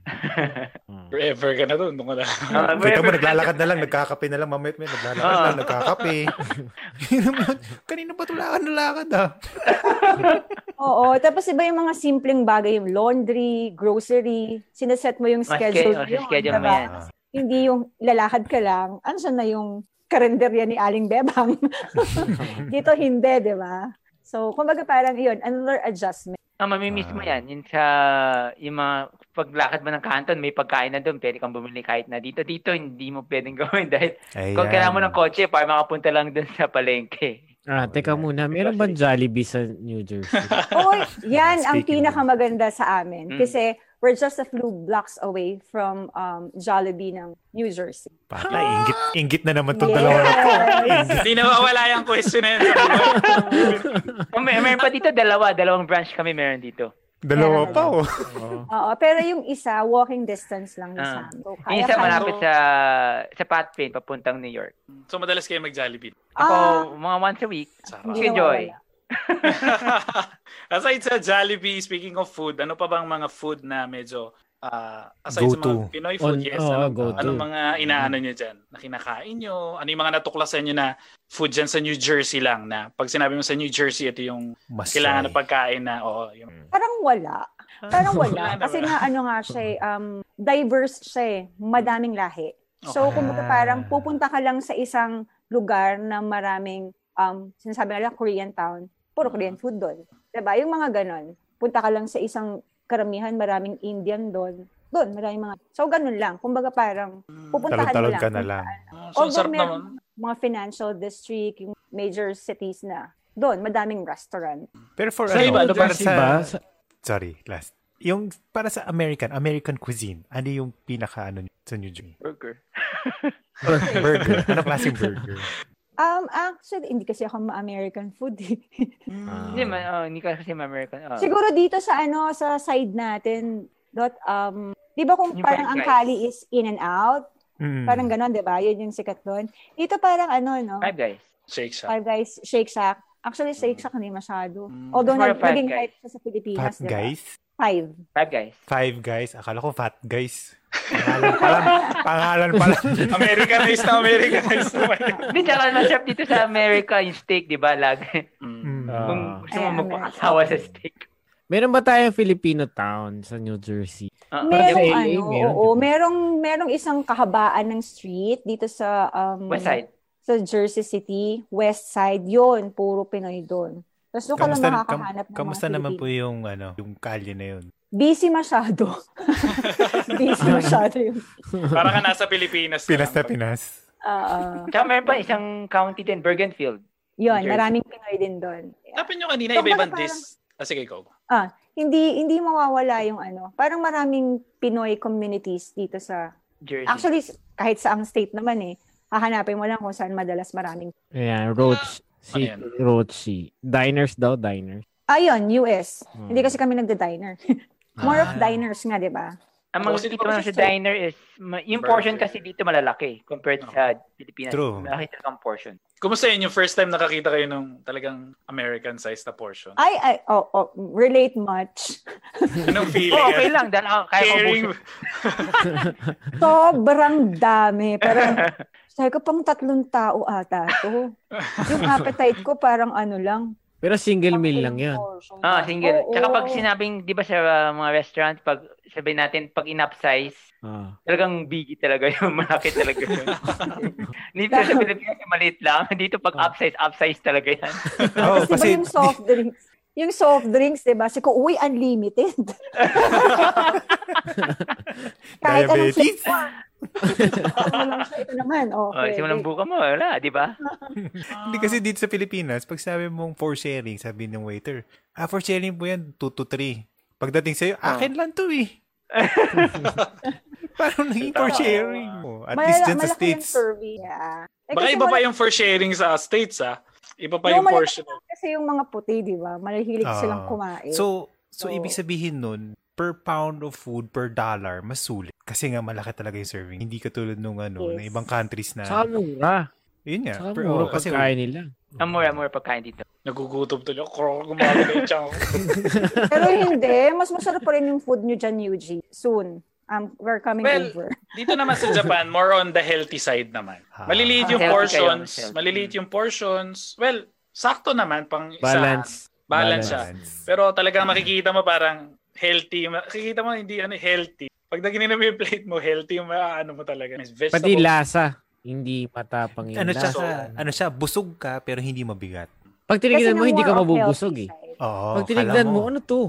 B: Mm.
A: Forever ka na doon. Doon ka na.
E: Ah,
C: Mm. Kita mo,
E: forever-
C: naglalakad na lang, nagkakape na lang, mamit may naglalakad na lang, nagkakape. Yun naman, Kanina ba tulakan na lakad ah?
D: Oo. Tapos iba yung mga simpleng bagay, yung laundry, grocery, sinaset mo yung
E: Mas
D: schedule.
E: schedule-
D: yun,
E: schedule mo
D: diba?
E: yan.
C: Ah,
D: hindi yung lalakad ka lang, ano siya na yung karenderya ni Aling Bebang. Dito hindi, di ba? So, kumbaga parang yun, another adjustment.
E: Ah, mamimiss mo
C: Ah.
E: yan. Yun sa, yung mga paglakad mo ng kanton, may pagkain na doon, pwede kang bumili kahit na dito. Dito, hindi mo pwedeng gawin dahil
C: ayan.
E: kung kailangan mo ng kotse para makapunta lang doon sa palengke.
B: Ah, teka muna. Meron bang Jollibee sa New Jersey?
D: Oh, yan ang
C: Speaking of-
D: pinakamaganda sa amin.
E: Mm.
D: Kasi we're just a few blocks away from um, Jollibee ng New Jersey.
C: Pata, ingit, ingit na naman itong dalawa.
D: Yes.
A: Hindi na mawala yung question na yun. sa buhay.
E: Oh, may, meron pa dito dalawa. Dalawang branch kami meron dito.
C: Dalawa pa oh.
B: Oo.
D: Oo, pero yung isa, walking distance lang yun sa
E: Ah.
D: amin. So,
E: Yung
D: kaya
E: isa
D: kaya-
E: malapit sa sa Pathway papuntang New York.
A: so, madalas kayo mag-Jollibee.
E: Ako,
D: Ah.
E: mga once a week.
A: Sarap.
D: Hindi
E: Si
D: nawawala.
E: Joy.
A: aside sa Jollibee, speaking of food, ano pa bang mga food na medyo ah, aside sa
C: Go-to. oh,
A: mga Pinoy food,
B: On-
A: yes,
B: oo,
A: ano,
B: go-to.
A: ano mga inaano nyo dyan? Na kinakain nyo? Ano yung mga natuklasan nyo na food dyan sa New Jersey lang na pag sinabi mo sa New Jersey, ito yung
C: Mas eh,
A: kailangan na pagkain na, oh, oo, yung
C: Mm.
D: Parang wala. Parang
A: Wala
D: wala.
A: na,
D: Kasi
A: wala.
D: nga, ano nga siya, eh, um, diverse siya eh. Madaming lahi. So,
A: Okay.
D: kumbaga parang pupunta ka lang sa isang lugar na maraming, um, sinasabi nila, Korean town. Puro Korean food doon. 'Di ba Yung mga ganon. Punta ka lang sa isang karamihan, maraming Indian doon. Doon, maraming mga... So, ganun lang. Kumbaga parang pupuntahan mo
C: Talon-talon
D: lang.
C: ka na lang.
A: Ah, so, ang
D: Although
A: sarap
D: meron-
A: naman.
D: Mga financial district, yung major cities na. Doon, madaming restaurant.
C: Pero for
A: Sa iba, ano
C: ano,
A: ba?
C: para
B: Jersey ba?
C: sa...
B: Sa-
C: Sorry, last. Yung para sa American, American cuisine, ano yung pinaka ano sa New Jersey?
E: Burger.
C: Burger. Ano klaseng burger?
D: Um, actually, hindi kasi ako ma-American food eh.
B: Ah.
E: Hindi man, oh, hindi ka kasi ma-American. Oh.
D: Siguro dito sa ano sa side natin, dot um 'di ba kung
E: Yung Hmm.
D: parang
E: fried
D: ang
E: rice.
D: kali is in and out,
C: Mm.
D: parang ganon 'di ba? Yun yung sikat doon. Dito parang ano no,
E: Five guys.
A: Shake Shack.
D: Five Guys, Shake Shack. Actually Shake Shack hindi masyado.
A: Mm.
D: Although
E: More
D: nag-
E: Hmm. Five
D: naging
E: Guys.
D: hype siya sa Pilipinas,
C: Fat
D: 'di ba?
C: guys?
D: Five.
E: Five guys.
C: Five guys? Akala ko fat guys. Pangalan pa lang. Pangalan pa lang.
A: Mm. Americanized na Americanized na.
E: Hindi, tsaka masarap dito sa America yung steak, di ba? Lagi.
A: Mm.
C: Mm.
B: Ah.
E: Kung gusto mo
D: Ayan,
E: magpakasawa sa steak.
B: Meron ba tayong Filipino town sa New Jersey?
E: Ah,
B: Meron.
D: Merong
B: Sa LA,
D: ano,
B: meron, di
D: oo,
B: ba?
D: merong merong isang kahabaan ng street dito sa um
E: West side.
D: sa Jersey City, West Side 'yon, puro Pinoy doon. Tapos doon ka lang
C: Kamusta, kam,
D: makakahanap ng
C: kamusta
D: mga
C: naman
D: Pilipino.
C: po yung ano, yung kalye na yun?
D: Busy masyado. Busy masyado yung...
A: Parang ka nasa Pilipinas.
C: Pinas na
A: lang.
C: Pinas.
D: ah, ah.
E: Tsaka meron pa isang county din, Bergenfield.
D: yun,
E: Jersey.
D: maraming Pinoy din doon. Yeah.
A: Tapin nyo kanina, iba-ibang dis. Ah, sige, go.
D: Hindi hindi mawawala yung ano. Parang maraming Pinoy communities dito sa...
E: Jersey.
D: Actually, kahit sa ang state naman eh. Hahanapin mo lang kung saan madalas maraming...
B: Ayan, Roach. Si
A: Ano yan?
B: Rochi. Diners daw, diners.
D: Ayun, US.
B: Hmm.
D: Hindi kasi kami nagda-diner. More of
C: Ah.
D: diners nga, di ba?
F: Ang makikita mo lang sa diner is, ma- yung portion kasi dito malalaki compared sa Pilipinas.
C: True.
F: Malaki talagang portion.
A: Kumusta yun yung first time nakakita kayo ng talagang American size na portion?
D: I, I, oh, oh, relate much.
A: Anong feeling?
F: Oh, okay lang. Dahil ako- kaya ko
A: Caring.
F: busin.
D: Sobrang dami. Parang, sabi ko, pang tatlong tao ata to. Yung appetite ko, parang ano lang.
B: Pero single meal
D: pang
B: lang yun.
D: portion
F: Ah,
D: lang.
F: single.
D: Oo.
F: Tsaka pag sinabing, di ba sa uh, mga restaurant, pag sabihin natin, pag in-upsize,
B: Ah.
F: talagang biggie talaga yun. Malaki talaga yun. Dito sa Pilipinas, maliit lang. Dito pag
B: Oh.
F: upsize, upsize talaga yan.
C: Oo,
D: Tapos diba yung soft drinks? Yung soft drinks, di ba? Sabi ko, uy, unlimited. Kahit anong
C: Diabetes.
D: flavor. ano lang siya, ito naman.
F: Oh,
D: Okay.
F: simulang buka mo, wala, di ba?
C: Hindi kasi dito sa Pilipinas, pag sabi mong for sharing, sabi ng waiter, ah, for sharing po yan, 2 to 3. Pagdating sa'yo, akin lang to eh. Parang naging for
A: Tama.
C: sharing mo. At
D: Malala-
C: least dyan sa
D: malaki yung
C: States.
D: survey. Yeah. Eh,
A: Baka
D: kasi
A: iba pa
D: wala-
A: yung for sharing sa states ah. Iba pa
D: No,
A: yung
D: malaki
A: portion.
D: lang Kasi yung mga puti, di ba? Malahilig
C: Ah.
D: silang kumain.
C: So, so,
D: So-
C: ibig sabihin nun, per pound of food per dollar, mas sulit. Kasi nga malaki talaga yung serving. Hindi katulad nung ano,
D: Yes.
C: na ibang countries na,
B: Saka mura.
C: yun nga.
B: Saka
C: per-
B: mura
C: oh, kasi,
B: pagkain nila.
F: Ang mura-mura pagkain dito.
A: Nagugutom tuloy. Kro, gumagano yung tiyan ko.
D: Pero hindi, mas masarap pa rin yung food nyo dyan, Yuji. Soon. Um, we're coming
A: Well,
D: over.
A: Dito naman sa Japan, more on the healthy side naman.
C: Ah.
A: Maliliit
F: Ah,
A: yung
F: healthy
A: portions.
F: kayo, healthy.
A: Maliliit yung portions. Well, sakto naman pang isa.
B: Balance.
A: Balance siya.
C: balance.
A: Pero talagang makikita mo parang healthy. Makikita mo hindi ano healthy. Pag naginom mo yung plate mo, healthy yung mga ano mo talaga. May
B: Pati
A: vegetable.
B: lasa. Hindi matapang yung
C: Ano siya,
B: lasa.
A: sa-
C: ano siya, busog ka pero hindi mabigat.
B: Pag tinignan
D: Kasi
B: mo,
D: na
B: hindi ka
D: more of
B: mabubusog
D: healthy
B: eh.
D: side.
C: Oo.
A: Oh,
B: Pag tinignan mo, ano to?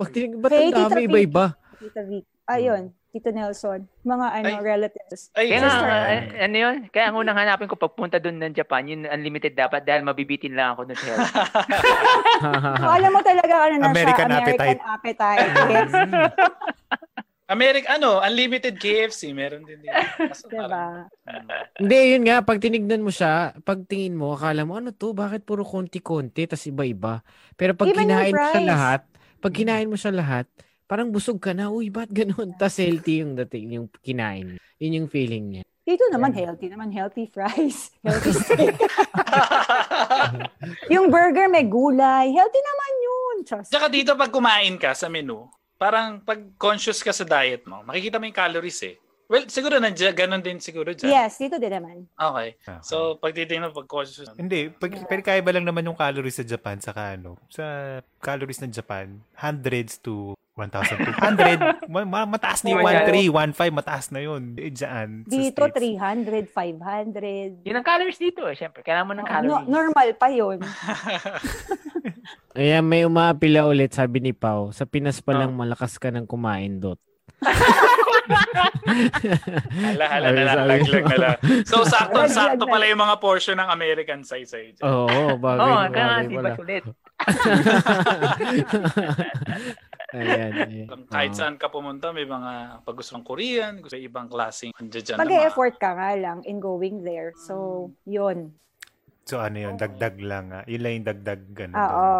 B: Pag tinignan, ba't ang
D: Hey, Tita
B: dami?
D: Vicky.
B: Iba-iba.
D: Tita Vic. Ayun,
C: Hmm.
D: Tito Nelson. Mga ano,
A: Ay.
D: relatives.
A: Ay,
F: Kaya nga,
A: sister.
F: a- ano yun? Kaya ang unang hanapin ko pagpunta doon ng Japan, yun unlimited dapat dahil mabibitin lang ako ng health.
D: So, alam mo talaga ano na
C: Ah. American
D: siya, American
C: appetite.
D: appetite. Yes,
A: America, ano, unlimited KFC, meron din dito. Kaso
D: diba?
A: parang, mm,
B: Hindi, yun nga. Pag tinignan mo siya, pag tingin mo, akala mo, ano to? Bakit puro konti-konti, tas iba-iba? Pero pag
D: Even yung
B: kinain mo siya
D: fries.
B: lahat, pag kinain mo siya lahat, parang busog ka na. Uy, ba't ganun? Tas healthy yung dating, yung kinain. Yun yung feeling niya.
D: Dito naman healthy naman, healthy fries, healthy steak. yung burger may gulay, healthy naman yun. Just,
A: Tsaka dito pag kumain ka sa menu, parang pag conscious ka sa diet mo, makikita mo yung calories eh. Well, siguro nandiyan, ganun din siguro dyan.
D: yes, dito din naman.
A: Okay.
C: Okay.
A: So, pag titingnan pag conscious.
C: Hindi, pag, pero kaya ba lang naman yung calories sa Japan sa ano? Sa calories ng Japan, hundreds to 1,200. ma- ma- mataas na
F: Oh
C: yung
F: my
C: 1,3, 1,5, mataas na yun. Eh, dyan. sa
D: Dito
C: States.
D: 300, 500.
F: yun ang calories dito eh. Siyempre, kailangan mo ng
D: Oh, No,
F: calories.
D: normal pa yun.
B: Ayan, may umaapila ulit, sabi ni Pau. Sa
A: Oh.
B: Pinas pa lang malakas ka ng kumain, Dot.
A: Hala, hala,
B: Sabi-
A: hala,
B: sabi-
A: laglag na lang. So, sakto-sakto
D: Laglag na.
A: pala yung mga portion ng American eh. size sa'yo dyan.
B: Oo, oh, bagay,
F: Oo,
B: oh,
F: oh, kaya nga,
B: bagay
F: di
B: pala.
F: ba sulit?
B: ayan, ayan.
A: Kahit
B: Oo.
A: saan ka pumunta, may mga pag gusto ng Korean, gusto ng ibang klaseng andyan dyan. na mga-
D: Mag-effort ka nga lang in going there.
F: Hmm.
D: So, yun.
C: So ano yun, dagdag lang. Ah. Yun lang yung dagdag. ano, Ganun,
D: Oo.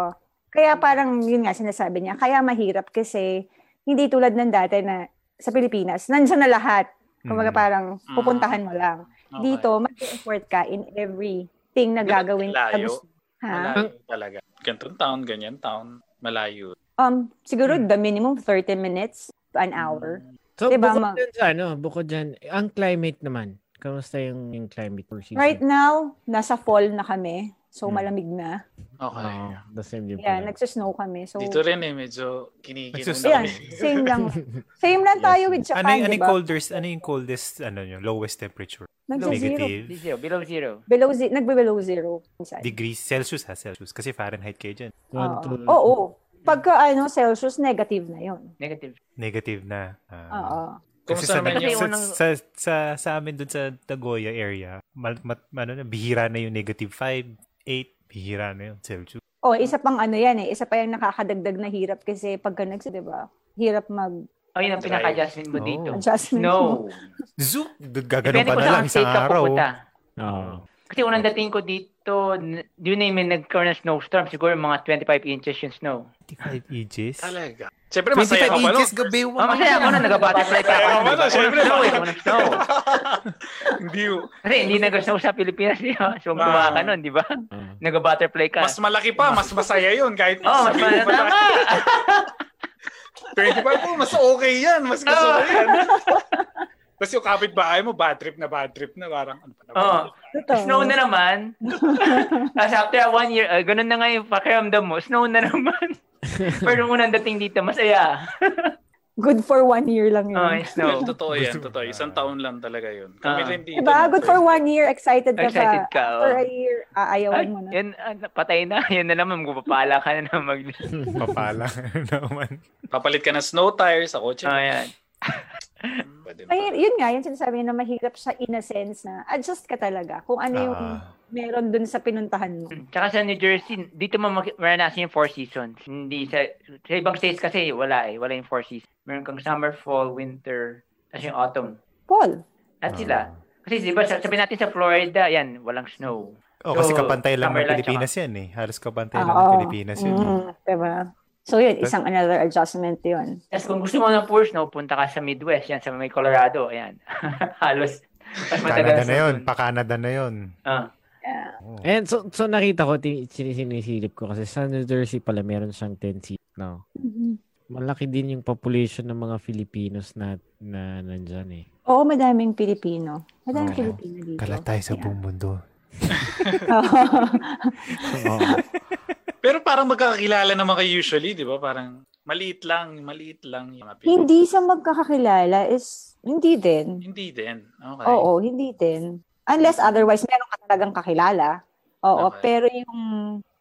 D: Kaya parang yun nga sinasabi niya. Kaya mahirap kasi hindi tulad ng dati na sa Pilipinas, nandiyan na lahat.
C: Mm.
D: Kumbaga parang pupuntahan mo
A: Mm.
D: lang.
A: Okay.
D: Dito, mag-effort ka in everything na
A: Ganun
D: gagawin. na
A: kalayo?
D: gusto. Ha?
A: Malayo talaga. Gantong town, ganyan town. Malayo.
D: Um, siguro
C: Hmm.
D: the minimum 30 minutes to an
A: Mm.
D: hour.
B: So,
D: Diba,
B: bukod
D: Ma?
B: dyan sa ano, bukod dyan, ang climate naman, kamusta yung, yung climate for season?
D: Right now, nasa fall na kami. So,
B: Hmm.
D: malamig na.
A: Okay.
B: Oo, the same din pala.
D: Yeah, nagsasnow kami. So,
A: Dito rin eh, medyo kinigil
C: Nagsus-
A: na
D: Ayan,
A: kami.
D: same lang. Same lang
B: Yes.
D: tayo with
C: Ano,
D: Japan,
C: yung,
D: diba?
C: ano
D: di
C: yung
D: ba?
C: coldest, ano yung coldest, ano yung lowest temperature?
D: Nagsa-zero.
F: Di
C: Negative.
F: zero, below zero.
D: Below zero. Nagbe-below zero. minsan.
C: Degrees Celsius ha, Celsius. Kasi Fahrenheit kayo dyan.
B: One,
D: Oo.
B: two,
D: Oo. Pagka ano, Celsius, negative na yun.
F: Negative.
C: Negative na. Ah.
D: Oo.
C: Kasi
A: Kumusta
C: sa,
A: naman
F: Kasi
A: yung...
C: sa,
F: unang-
C: sa, sa, sa amin dun sa Nagoya area, mal, mat, ano na, bihira na yung negative 5, 8, bihira na yun, Celsius.
D: O, isa pang ano yan eh. Isa pa yung nakakadagdag na hirap kasi pagka nags, di ba? Hirap mag-adjustment
F: Oh, yun ang
A: Drive.
F: pinaka-adjustment mo
C: Oh.
F: dito.
D: mo.
F: No.
C: Zoom! Dude, Gaganon
F: Depende
C: pa
F: kung
C: na lang
F: saan
C: isang
F: state ka
C: araw.
F: pupunta.
B: Oo.
F: Kasi unang dating ko dito, n- yun na yung may nagkaroon ng snowstorm. Siguro mga 25 inches yung snow.
C: 55 inches.
A: Talaga. Siyempre, masaya ka
C: 25
A: pa nun.
C: inches gabi.
E: Oh, masaya ako na nag-butterfly pa
A: Masaya ka
E: ako.
A: pa nun, siyempre.
E: Walang snow eh, walang snow.
A: Hindi,
E: Kasi hindi nag-snow sa Pilipinas, di ba? So, gumawa ka nun, di ba?
B: Ah.
E: Nag-butterfly ka.
A: mas malaki pa, mas masaya yun. Kahit
E: Oo, oh, mas
A: sabihin mo
E: matatama.
A: na, 25 po, mas okay yan.
D: Oh.
A: Mas gusto ko yan. Tapos yung kapitbahay mo, bad trip na bad trip na. Parang ano pa na ba?
E: Oo.
D: Oh, Totoo.
E: Snow na naman. Tapos after one year, ah, ganun na nga yung pakiramdam mo. Snow na naman. Pero nung unang dating dito, masaya.
D: Good for one year lang yun.
E: Oh, it's snow.
A: Well, totoo yan. Totoo. Isang taon lang talaga yun. Kami
E: Ah.
A: rin dito.
D: Diba? Good for one year. Excited ka
E: Excited
D: pa.
E: ka, oh.
D: After a year, aayawan
E: Ay,
D: mo na.
E: yan, ah, patay na. Yan na naman, magpapala ka na na mag...
C: Papala naman.
A: Papalit ka ng snow tires sa kotse.
E: Oh,
D: Ah.
E: yan.
A: Pwede na.
D: Mahir- yun nga, yung sinasabi niya na mahirap siya in a sense na adjust ka talaga kung ano yung
C: Ah.
D: meron dun sa pinuntahan mo.
E: Tsaka sa New Jersey, dito mo maki- maranasan yung four seasons. Hindi sa, sa ibang states kasi wala eh. Wala yung four seasons. Meron kang summer, fall, winter, tapos yung autumn.
D: Paul,
C: Ah.
E: At sila. Kasi di ba, sa- sabihin natin sa Florida, yan, walang snow.
C: Oh, kasi
E: So,
C: kapantay lang ng
E: summer lang
C: Pilipinas yan eh. Halos kapantay lang ng
D: Ah, Oo.
C: Pilipinas eh. yun.
D: Mm, diba? So yun,
C: Tas-
D: isang another adjustment yun.
E: Tapos kung gusto mo ng poor snow, punta ka sa Midwest, yan, sa may Colorado, yan. Halos. Mas matagal
C: Canada na
E: sa-
C: yun. Pa-Canada na yun.
E: Ah.
D: Yeah.
C: Oh.
B: And so, so nakita ko, tin- sin- sinisilip ko kasi sa New Jersey pala meron siyang 10 seat now.
D: Mm-hmm.
B: Malaki din yung population ng mga Filipinos na, na nandyan eh.
D: Oo, madaming Pilipino. Madaming
B: Oo.
D: Pilipino dito.
C: Kalatay sa buong mundo.
D: Oo.
B: Oo.
A: Pero parang magkakakilala naman kayo usually, di ba? Parang maliit lang, maliit lang. Yung mga Pilipino.
D: hindi sa magkakakilala is, hindi din.
A: Hindi din. Okay.
D: Oo, hindi din. Unless otherwise, meron ka talagang kakilala. Oo,
A: Okay.
D: pero yung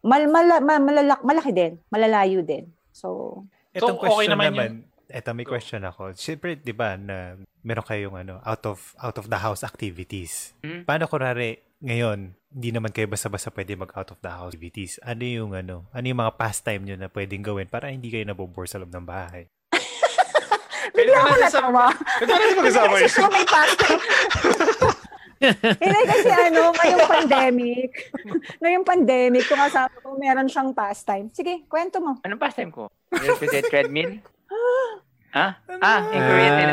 D: mal, mal, mal- malalak, malaki din. Malalayo din. So,
A: So,
C: Itong
A: okay
C: question
A: naman
C: naman, eto may
A: Go.
C: question ako. Siyempre, di ba, na meron kayong ano, out of out of the house activities.
E: Hmm?
C: Paano kunwari, ngayon, hindi naman kayo basta-basta pwede mag out of the house activities. Ano yung ano, ano yung mga pastime nyo na pwedeng gawin para hindi kayo nabobore sa loob ng bahay?
A: Pwede ba
D: ako
A: natin sa...
D: natawa.
A: Pwede ba natin mag-usawa Ano yun?
D: Kasi siya may pastor. Hindi kasi ano, ngayong pandemic. ngayong pandemic, kung kasama ko, meron siyang pastime. Sige, kwento mo.
E: Anong pastime ko? Represent treadmill? Ha? Ah, in Korean din.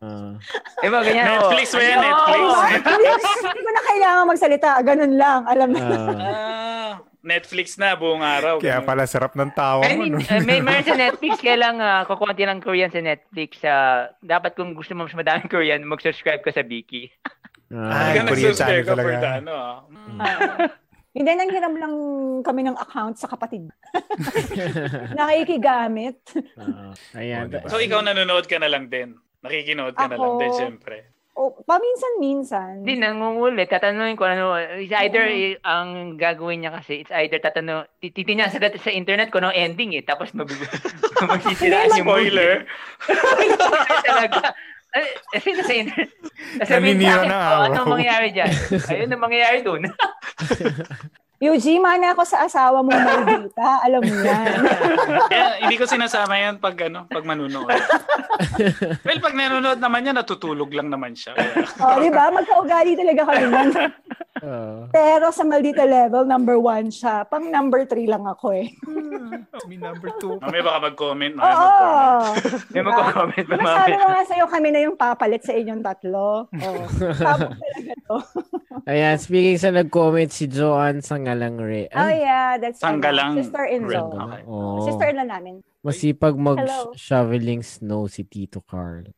B: Ah.
E: Diba, ganyan. oh.
A: Netflix ba yan?
E: Ano?
A: Netflix?
E: Oo.
D: Yes, hindi ko na kailangan magsalita. Ganun lang. Alam na.
B: Ah.
A: Ah, Netflix na buong araw.
C: Kaya
A: Ganun.
C: pala sarap ng tawa
E: I
C: mo.
E: mean,
C: no?
D: eh,
E: uh, may meron sa Netflix, kaya lang uh, kukunti ng Korean sa Netflix. ah, dapat kung gusto mo mas madaming Korean, mag-subscribe ka sa Viki.
B: Ah.
A: Hindi ka
C: Ay, Korean
A: nagsusubscribe
C: channel
A: ka for
C: talaga.
A: the ano, ah.
D: Hindi, nanghiram lang kami ng account sa kapatid. Nakikigamit.
B: Ah. Ayan.
C: Oh, diba?
A: So, ikaw nanonood ka na lang din. Nakikinood ka na lang
D: Ako?
A: din, syempre.
D: O, paminsan-minsan.
E: Hindi, nangungulit. Tatanungin ko ano. It's either
D: Oo.
E: eh, ang gagawin niya kasi, it's either tatanong, titignan sa, sa internet ko ng ending eh, tapos mag magsisiraan
A: Ah,
E: yung
A: Spoiler.
E: movie talaga. Ay, Kasi nasa internet. Sasabihin
C: Naninira
E: sa akin,
C: na
E: oh, ano
C: araw."
E: mangyayari dyan? Ayun ang mangyayari dun.
D: Yuji, mana ako sa asawa mo may data. Alam mo yan.
A: Kaya, hindi ko sinasama yan pag, ano, pag manunood. well, pag nanonood naman yan, natutulog lang naman siya.
D: o, di ba? Magkaugali talaga kami nun.
B: Ah.
D: Pero sa maldita level, number one siya. Pang number three lang ako eh.
C: May number two.
A: Mamaya baka mag-comment. Mga mag-comment.
D: Oo.
E: May magko-comment na
D: Masabi
E: mamaya.
D: ko nga sa'yo, kami na yung papalit sa inyong tatlo. Oo. Tapos talaga to.
B: Ayan, speaking sa nag-comment si Joanne Sangalangre.
D: Oh
B: Ay,
D: yeah, that's
A: Sanggalang
D: Sister-in-law.
A: Red.
B: Sangalang-
A: okay.
B: Oo.
D: Sister-in-law namin.
B: Masipag
D: Hello.
B: mag-shoveling snow si Tito Carl.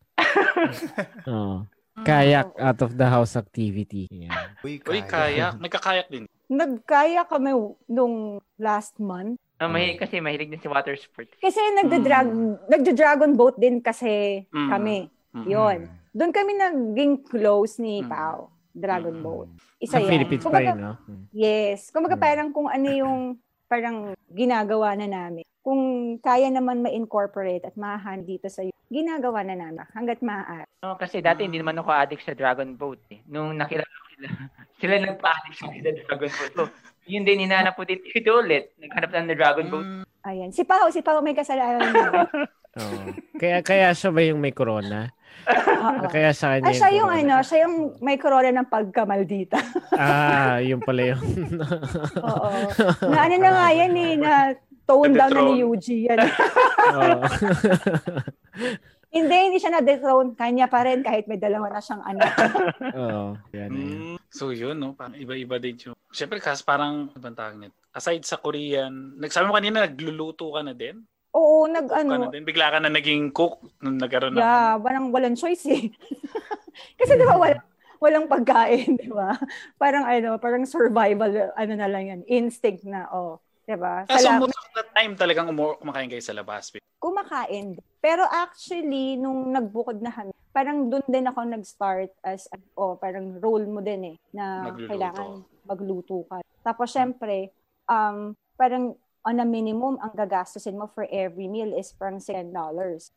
B: Oo.
A: Mm.
B: Kayak out of the house activity. Ayan.
C: Uy,
A: Uy, kayak. Nagkakayak din.
D: Nagkaya kami nung last month.
E: Ah, mahilig kasi, mahilig din si water sports.
D: Kasi nagda-drag,
B: Mm.
D: nagda-dragon boat din kasi
A: Mm.
D: kami.
A: Mm.
D: Yun.
C: Hmm.
D: Doon kami naging close ni
A: Mm.
D: Pao. Dragon
C: Mm.
D: boat. Isa
B: Sa
D: yan.
B: Philippines pa
D: Kumbaga,
B: rin, no?
D: Yes. Kumbaga
B: Mm.
D: parang kung ano yung parang ginagawa na namin. Kung kaya naman ma-incorporate at mahan dito sa ginagawa na namin hanggat maaari.
E: No, kasi dati hindi naman ako addict sa Dragon Boat eh. Nung nakilala ko sila, sila nagpa-addict sa akin sa Dragon Boat. So, yun din, hinahanap ko dito dito ulit. Naghanap lang ng Dragon Boat.
A: Mm.
D: Ayan. Si Pao, si Pao may kasalanan. din.
B: Oo. Kaya, kaya siya ba yung may corona?
D: Oo.
B: Kaya sa kanya
D: Ah, siya yung
B: corona?
D: ano, siya yung may corona ng pagkamaldita.
B: Ah, yung pala yun.
D: Oo. na ano na nga yan eh, na Na-dethrone down na ni
A: Na-dethrone.
D: Yuji yan. hindi, hindi siya na-dethrone. Kanya pa rin kahit may dalawa na siyang anak.
B: Oo. Yan na Ano yun.
A: Mm. So yun, no? Parang iba-iba din yung... Siyempre, kas parang, ibang tawag nito. Aside sa Korean, nagsabi mo kanina, nagluluto ka na din?
D: Oo, nag
A: Cook ka na
D: ano.
A: din? Bigla ka na naging cook nung nagkaroon ng... ano?
D: Yeah, walang, walang choice eh. Kasi di ba walang, walang pagkain, di ba? Parang ano, parang survival, ano na lang yan, instinct na, oh. Di ba?
A: Ah, so
D: Sala-
A: most of the time talagang umu- kumakain kayo sa labas.
D: Ano? kumakain. Pero actually, nung nagbukod na kami, parang doon din ako nag-start as, oh, parang role mo din eh, na
A: Magluluto.
D: kailangan magluto ka. Tapos syempre, um, parang on a minimum, ang gagastusin mo for every meal is parang $10.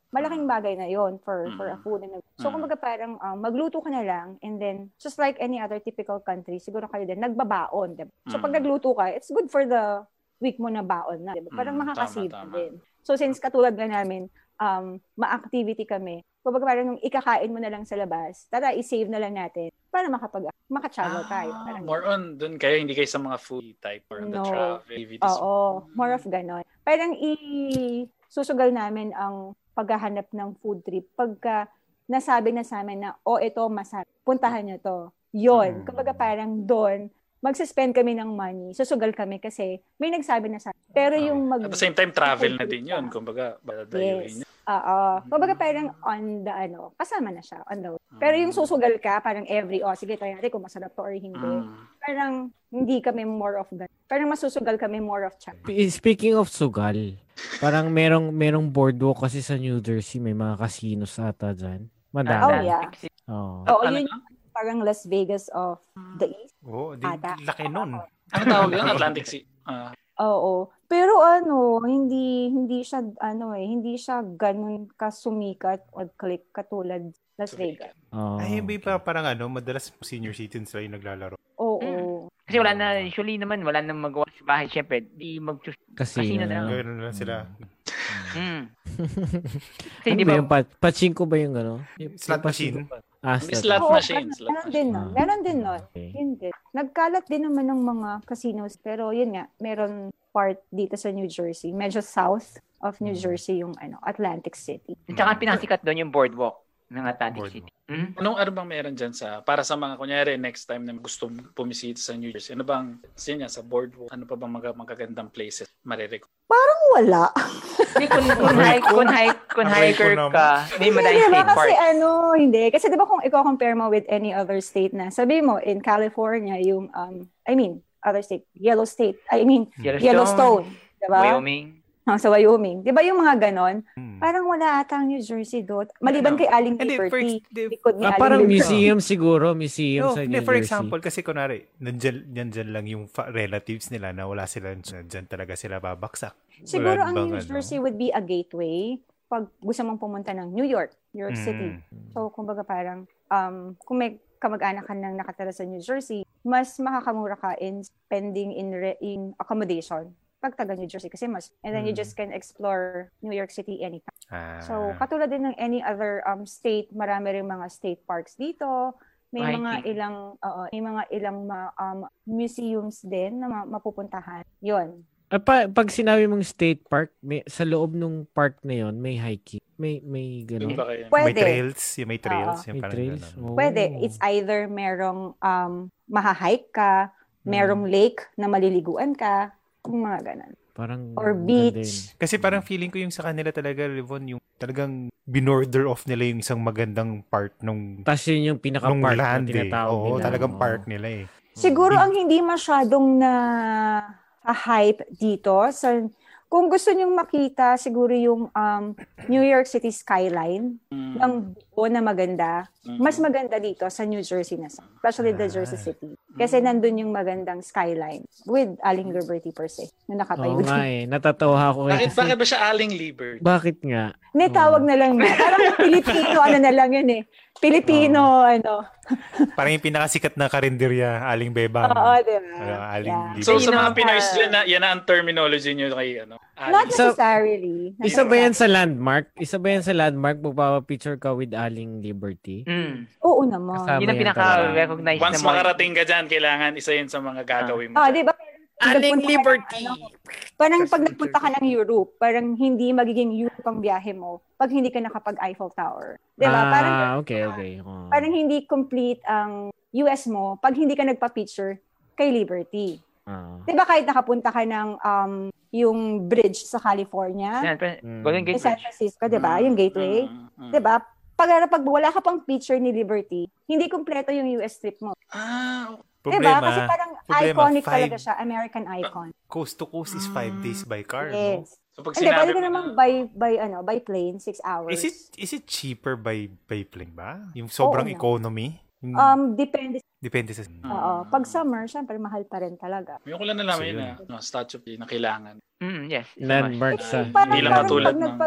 D: Malaking bagay na yon for, for a
A: Mm.
D: food. And so,
A: Mm.
D: kumbaga parang um, magluto ka na lang and then, just like any other typical country, siguro kayo din, nagbabaon. Diba? So, pag
A: Mm.
D: nagluto ka, it's good for the week mo na baon na. Diba? Parang
A: Mm,
D: makakasave
A: tama, tama.
D: din. So since katulad na namin, um, ma-activity kami, kumbaga parang nung ikakain mo na lang sa labas, tara, i-save na lang natin para makapag makatravel tayo.
A: Ah,
D: Parang,
A: more on dun kayo, hindi kayo sa mga food type or the
D: No.
A: travel activities.
D: oo, more of ganon. Parang i- susugal namin ang paghahanap ng food trip pagka nasabi na sa amin na, o oh, ito, masarap, puntahan nyo to.
C: Mm.
D: Yun. Kumbaga parang doon, magsuspend kami ng money, susugal kami kasi may nagsabi na sa amin. Pero
C: Okay.
D: yung mag...
A: At the same time, travel na
D: Food trip
A: din yun.
D: ka.
A: Kumbaga,
D: Yes.
A: badadayuhin yun.
D: Oo. Kumbaga
A: Mm.
D: parang on the ano, kasama na siya on the way. Pero yung
A: Mm.
D: susugal ka, parang every, oh sige, try natin kung masarap to or hindi.
A: Mm.
D: Parang hindi kami more of that. Parang masusugal kami more of chat.
B: P- Speaking of sugal, parang merong merong boardwalk kasi sa New Jersey may mga casinos ata dyan. Madami.
D: Oh, yeah.
B: Oo.
C: Oh.
D: Oo,
A: Ano
D: yun
A: na?
D: parang Las Vegas of
A: Mm.
D: the East.
C: Oo, di,
D: Ata.
C: laki nun.
A: Ano tawag yun? Atlantic Sea. Ah,
D: Oo. Pero ano, hindi hindi siya ano eh, hindi siya ganun kasumikat or click katulad Las
A: so,
D: Vegas.
A: Oh,
B: Oo.
C: Ay, hindi pa parang ano, madalas senior citizens lang yung naglalaro.
D: Oo.
A: Mm.
F: Kasi wala na, usually naman, wala nang magawa sa bahay. Siyempre, di mag
B: Kasi, ano?
F: Casino na
A: Ah.
F: lang.
C: Ganoon lang sila.
F: Mm. Kasi
B: Ano
F: di
B: ba
F: ba,
B: yung pa- pachinko ba yung ano? Yung-
C: Slot
B: yung pachinko
C: machine.
B: ba? Ah,
A: May
B: slot
A: slot
D: Oo,
A: machine.
D: parang
A: Slot
D: Meron
A: machine.
D: din nun.
B: Ah.
D: Meron din nun.
B: Okay.
D: Yun din. Nagkalat din naman ng mga casinos. Pero yun nga, meron part dito sa New Jersey. Medyo south of New Jersey yung ano Atlantic City.
F: tsaka ang pinakasikat doon yung boardwalk ng Atlantic
C: Boardwalk.
F: City. Mm?
A: Anong ano bang meron dyan sa, para sa mga, kunyari, next time na gusto pumisita sa New Jersey, ano bang, yun nga, sa boardwalk, ano pa bang mga magagandang places marireko?
D: Wala.
F: Hindi, kung, kung, hike, kung, hike, kung
C: Aray ko
F: hiker
C: naman.
F: ka, hindi
D: Hindi,
F: madali
D: di ba?
F: state
D: Kasi
F: park.
D: ano, hindi. Kasi di ba kung i-compare mo with any other state na, sabi mo, in California, yung, um, I mean, other state, yellow state, I mean, Yellowstone. Di ba?
F: Wyoming.
D: Ah, Sa Wyoming. Di ba yung mga ganon?
C: Hmm.
D: Parang wala ata ang New Jersey doon.
A: Ano?
D: Maliban kay Aling
C: Hindi, for,
D: Liberty.
C: ex- di-
D: Likod ni
B: Ah,
D: Aling
B: parang
D: Liberty.
B: museum siguro, museum
C: no,
B: sa
C: Oh, hindi,
B: New
C: for
B: Jersey.
C: example, kasi kunwari, nandyan, nandyan lang yung fa- relatives nila na wala sila, nandyan talaga sila babaksak.
D: Siguro
C: Wala
D: ang
C: bang
D: New
C: ano?
D: Jersey would be a gateway pag gusto mong pumunta ng New York, New York City.
C: Mm.
D: So, kumbaga parang, um, kung may kamag-anak ka nang nakatira sa New Jersey, mas makakamura ka in spending in, re- in accommodation pag taga New Jersey kasi mas and then you
C: Mm.
D: just can explore New York City anytime.
C: Ah.
D: So, katulad din ng any other um, state, marami rin mga state parks dito. May
F: Right.
D: mga ilang oo, may mga ilang ma- um, museums din na ma- mapupuntahan. 'Yon.
B: Ah, pa- pag sinabi mong state park, may, sa loob nung park na yon may hiking. May, may
A: Yun
C: Ano?
B: gano'n.
A: ba kayo?
D: Pwede.
C: May trails, yung may trails, yung
B: May
C: parang
B: trails.
C: ganun.
B: Oo.
D: Pwede. It's either merong um, mahahike ka,
B: Hmm.
D: merong lake na maliliguan ka, yung mga ganun.
B: Parang
D: or
B: maganda
D: beach.
B: yun.
C: Kasi parang feeling ko yung sa kanila talaga, Levon, yung talagang binorder off nila yung isang magandang part nung,
B: Tas yun yung
C: nung
B: pinaka-park na
C: land eh.
B: tinatawag
C: Oo,
B: nila.
C: talagang
B: Oo.
C: part nila eh.
B: Hmm.
D: Siguro
C: Big-
D: ang hindi masyadong na ah, hype dito sa kung gusto nyong makita siguro yung um, New York City skyline
B: Hmm.
A: Mm.
D: ng buo na maganda,
A: Mm.
D: mas maganda dito sa New Jersey na sa, especially the Jersey
C: Ah.
D: City. Kasi
B: Hmm.
D: nandun yung magandang skyline with Aling Liberty per se na nakatayo
B: Oo nga
D: dito.
B: eh. Natatawa ako. eh.
A: Bakit,
B: Kasi-
A: bakit ba siya aling liberty?
B: bakit nga?
D: Hindi, tawag na lang na. Parang Pilipino, ano na lang yun eh. Pilipino, ano.
C: Parang yung pinakasikat na karinderya, Aling Bebang.
D: Oo, di ba?
C: Ano, aling
D: Yeah.
C: libre.
A: So sa
D: Yun
A: mga
D: ang-
A: Pinoy, yan, na, yan na ang terminology nyo kay ano.
D: Not
A: Aling.
B: Isa-
D: necessarily. Not
B: Isa ba yan
D: necessarily.
B: sa landmark? Isa ba yan sa landmark? Magpapapicture ka with Aling Liberty?
F: Mm.
D: Oo naman.
F: Yun ang
B: Kasama yan
C: Ah,
B: talaga.
F: pinaka-recognize Ah,
A: Once
F: na mga-
A: makarating ka dyan, kailangan isa yun sa mga gagawin mo.
D: Ah, di ba? Pero
G: Aling
D: nagpunta ka ng,
G: Liberty.
D: ano, Parang
G: Kasi
D: pag nagpunta ka ng Europe, parang hindi magiging Europe ang biyahe mo pag hindi ka nakapag Eiffel Tower. Di ba?
B: Ah,
D: Diba? parang,
B: okay, okay. Oo.
D: parang hindi complete ang US mo pag hindi ka nagpa-picture kay Liberty.
B: Ah.
D: Di ba kahit nakapunta ka ng um, yung bridge sa California,
E: Yan, pa-
B: Mm.
D: sa
E: Golden Gate
D: San
E: Bridge.
D: Francisco, di ba? Yung gateway.
A: Mm, mm.
D: Di ba? Diba? Pag, pag wala ka pang picture ni Liberty, hindi kumpleto yung US trip mo.
A: Ah,
D: Di
C: Problema,
D: ba? diba? Kasi parang
C: problema,
D: iconic
C: five-
D: talaga siya. American icon.
C: coast to coast is five
A: Mm.
C: days by car.
D: Ah. Yes.
A: So
C: No?
A: pag
D: Hindi,
A: sinabi
D: pwede ka
A: mo
D: naman
A: na-
D: by, by, ano, by plane, six hours.
C: Is it is it cheaper by by plane ba? Yung sobrang
D: Oo na.
C: economy? Yung
D: Um, depende.
C: depende sa...
A: Mm.
D: Oo. Pag summer, syempre, mahal pa rin talaga.
A: Yung ko lang nalaman
C: So,
A: yun
C: yun.
A: na, no, statue of Liberty na kailangan.
F: Hmm,
E: Mm, yes. it's a must.
B: Landmark sa...
A: Hindi
D: Parang,
A: lang
D: parang
A: katulad
D: pag
A: ng-
D: nagpa,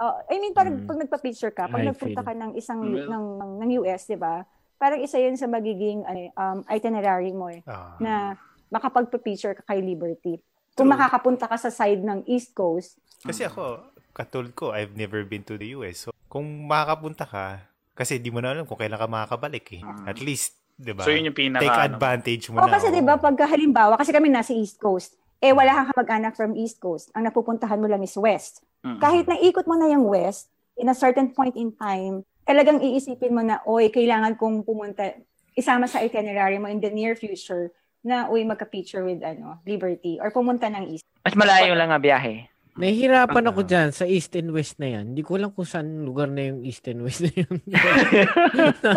D: Oo, I mean, parang
B: Mm.
D: pag nagpa-picture ka, pag
B: I
D: nagpunta
B: feel.
D: ka ng isang
A: Well-
D: ng, ng, ng US, di ba? Parang isa yun sa magiging ano, eh, um, itinerary mo eh,
C: Ah.
D: na makapagpa-picture ka kay Liberty. Kung
C: True.
D: makakapunta ka sa side ng East Coast,
C: Kasi ako, katulad ko, I've never been to the US. So, kung makakapunta ka, kasi di mo na alam kung kailan ka makakabalik eh. At least, di ba?
A: So yun yung pinaka.
C: Diba? Take
A: ano.
C: advantage mo na.
D: O Ah. Oh, kasi
C: oo.
D: 'di ba pag halimbawa kasi kami nasa East Coast, eh wala kang kamag-anak from East Coast. Ang napupuntahan mo lang is West.
A: Mm.
D: Kahit naikot mo na yung West, in a certain point in time, talagang iisipin mo na, oy, kailangan kong pumunta, isama sa itinerary mo in the near future na, uy, magka-picture with, ano, Liberty or pumunta ng East.
E: Mas malayo lang ang biyahe.
B: Nahihirapan
D: Ah.
B: ako dyan sa East and West na yan. Hindi ko alam kung saan lugar na yung East and West na yun.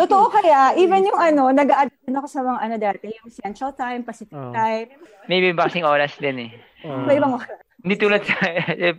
D: Totoo kaya, even yung ano, nag a ako sa mga ano dati, yung Central Time, Pacific
C: Oh.
B: Oo.
D: Time,
E: Maybe boxing oras din eh.
B: Oo.
D: may ibang oras.
E: Hindi tulad sa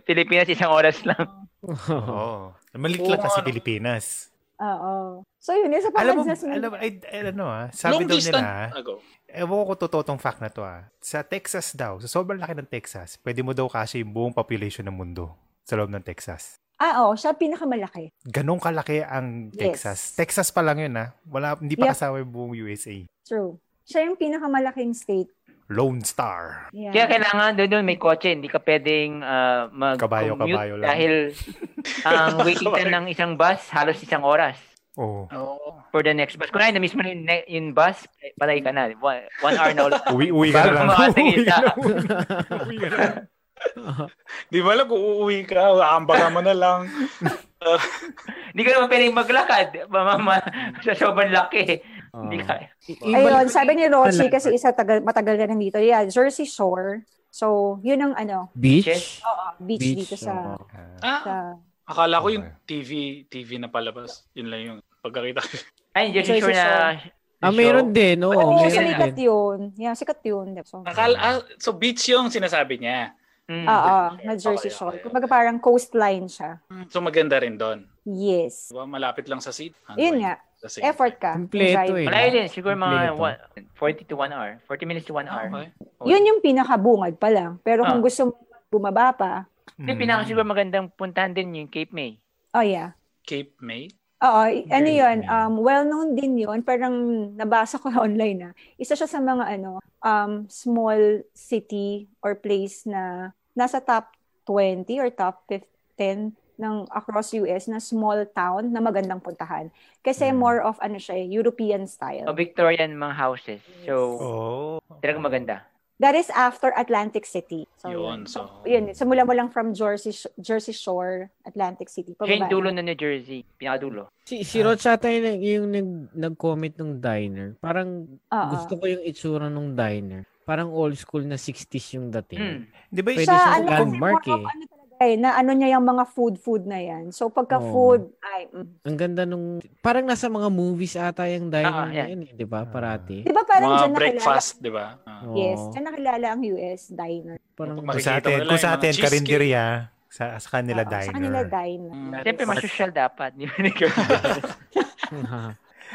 E: Pilipinas, isang oras lang.
B: Oo.
C: Oo. Maliit lang
A: Oo,
C: kasi
A: ano.
C: Pilipinas.
D: Oo. So yun, isa pang
C: Alam mo,
D: adjustment.
C: alam, ay, ay- ano ah, sabi
A: Mm. Long
C: daw
A: distance-
C: nila, ah,
A: Ah, go.
C: ewan ko kung totoo tong fact na to ah, sa Texas daw, sa sobrang laki ng Texas, pwede mo daw kasi yung buong population ng mundo sa loob ng Texas.
D: Ah, oo, siya pinakamalaki.
C: ganong kalaki ang
D: Yes.
C: Texas. Texas pa lang yun ah. Wala, hindi pa
D: Yep.
C: kasama yung buong USA.
D: True. Siya yung pinakamalaking state.
C: Lone Star.
D: Yeah.
E: Kaya kailangan doon, doon may kotse. Hindi ka pwedeng ah, mag-commute
C: Kabayo-kabayo lang.
E: dahil ang waiting time ng isang bus, halos isang oras
C: Oo.
A: Oo.
E: for the next bus. Kunwari, na mismo na yung, ne- yung bus, eh, patay ka na. One, one hour na ulit.
C: Uwi, uwi ka na lang.
E: Bago makarating
C: Uwi ka
E: isa.
C: na. Uwi ka na.
A: Di ba lang kung uuwi ka, aambaga mo na lang.
E: Hindi ka naman pwedeng maglakad. Mamama, sa sobrang laki.
C: Ah.
E: Hindi ka.
B: I- ibalik-
D: Ayun, sabi ni Rochi
B: Malapit.
D: kasi isa tagal, matagal na nandito. Yeah, Jersey Shore. So, yun ang ano,
B: Beach?
D: beach,
B: Beach,
D: dito sa,
B: oo.
A: Ah,
D: sa
A: akala ko yung
C: Okay.
A: TV, TV na palabas. Yun lang yung pagkakita ko.
E: Ay, Jersey
D: Jersey
E: Shore na.
B: Ah, meron din. Oo,
D: Oo,
E: meron
D: sikat
B: meron din.
D: yun. Yeah, sikat yun. So,
A: Akala, ah, so beach yung sinasabi niya.
E: Mm.
B: Ah,
D: Oo, ah, na
A: Okay, okay,
D: Jersey Shore.
A: okay.
D: Kumbaga parang coastline siya.
A: So maganda rin doon.
D: Yes.
A: Diba? Malapit lang sa city. Ano
D: Yun
A: yun?
D: nga,
A: Sa city.
D: effort ka.
B: Kompleto
D: Drive.
B: eh.
E: Malayo din. Siguro mga
B: Kompleto.
E: one- 40 to 1 hour. 40 minutes to 1 hour.
A: Ah,
C: Hmm.
A: okay.
D: Yun yung pinakabungad pa lang. Pero kung
E: Ah.
D: gusto mo bumaba pa,
E: Hindi, pinaka siguro magandang puntahan din yung Cape May.
D: oh yeah.
A: Cape May?
D: Oo, i- ano
B: Very
D: yun,
B: good.
D: um, well-known din yun. Parang nabasa ko online na. Isa siya sa mga ano, um, small city or place na nasa top 20 or top 10 ng across US na small town na magandang puntahan. Kasi
C: Mm.
D: more of ano siya, eh, European
E: O
D: style.
E: Victorian mga houses.
C: Hmm. Oh.
E: So,
C: Oo.
E: talagang maganda.
D: That is after Atlantic City. So,
A: Yun, so-
D: yun, simula mo lang from Jersey, Sh- Jersey Shore, Atlantic City.
E: Siya
D: pababa.
E: yung dulo na New Jersey. Pinakadulo.
B: Si, si Roch ata yung, yung nag, nag-comment ng diner. Parang
D: Oo.
B: gusto ko yung itsura ng diner. Parang old school na 60s yung
A: Hmm.
B: dating.
E: Mm.
C: Di ba
B: Pwede
C: isa-
B: siya
D: Sa ano,
B: landmark
D: more of
B: eh.
D: ano talaga eh, na ano niya yung mga food-food na yan. So pagka
B: Oo.
D: food, ay, mm.
B: Ang ganda nung... Parang nasa mga movies ata yung diner
E: Ah,
B: na
E: yeah.
B: yun eh, di ba? Parati.
D: di ba parang
A: Mga
D: dyan
A: breakfast, di ba? Ah.
B: Oo.
D: Nakilala, yes, dyan nakilala ang US diner.
B: Parang...
A: Pag
C: Kung sa
A: Makikita mo
C: atin,
A: na
C: kung
A: lang
C: sa
A: yung
C: atin,
A: mga
C: karinderya, sa, sa kanila
D: Oo,
C: diner.
D: Ah, Sa kanila diner.
A: Mm.
E: Siyempre, mas social dapat. Di ba?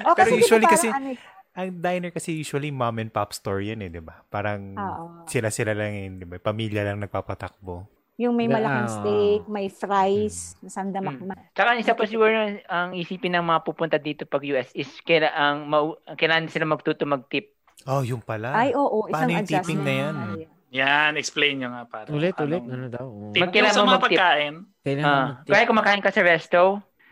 D: Oh,
C: Pero
D: kasi di ba
C: usually
D: parang
C: kasi-
D: ano,
B: Mm.
C: Ang diner kasi usually mom and pop store yun eh, di ba? Parang
D: ah, oo.
C: sila-sila lang yun, di ba? Pamilya lang nagpapatakbo.
D: yung may
B: Na- ah.
D: malaking
B: Mm.
D: steak, may fries, nasandamakma.
E: Tsaka isa pa siguro na ang isipin ng mga pupunta dito pag US is kaila, ang mau, kailangan sila magtuto mag-tip.
C: Oh, yung pala.
D: Ay, oo, isang
C: Paano yung tipping
D: adjustment.
C: na yan?
D: Ay,
A: Yan, explain nyo nga para.
B: Ulit, ulit.
A: Anong-
B: Ano daw? oo.
A: Tip nyo
E: Magkailangan
A: sa mga
E: mag-tip.
A: pagkain.
B: Kailangan
E: Ah,
B: mag-tip.
E: kaya kumakain ka sa resto,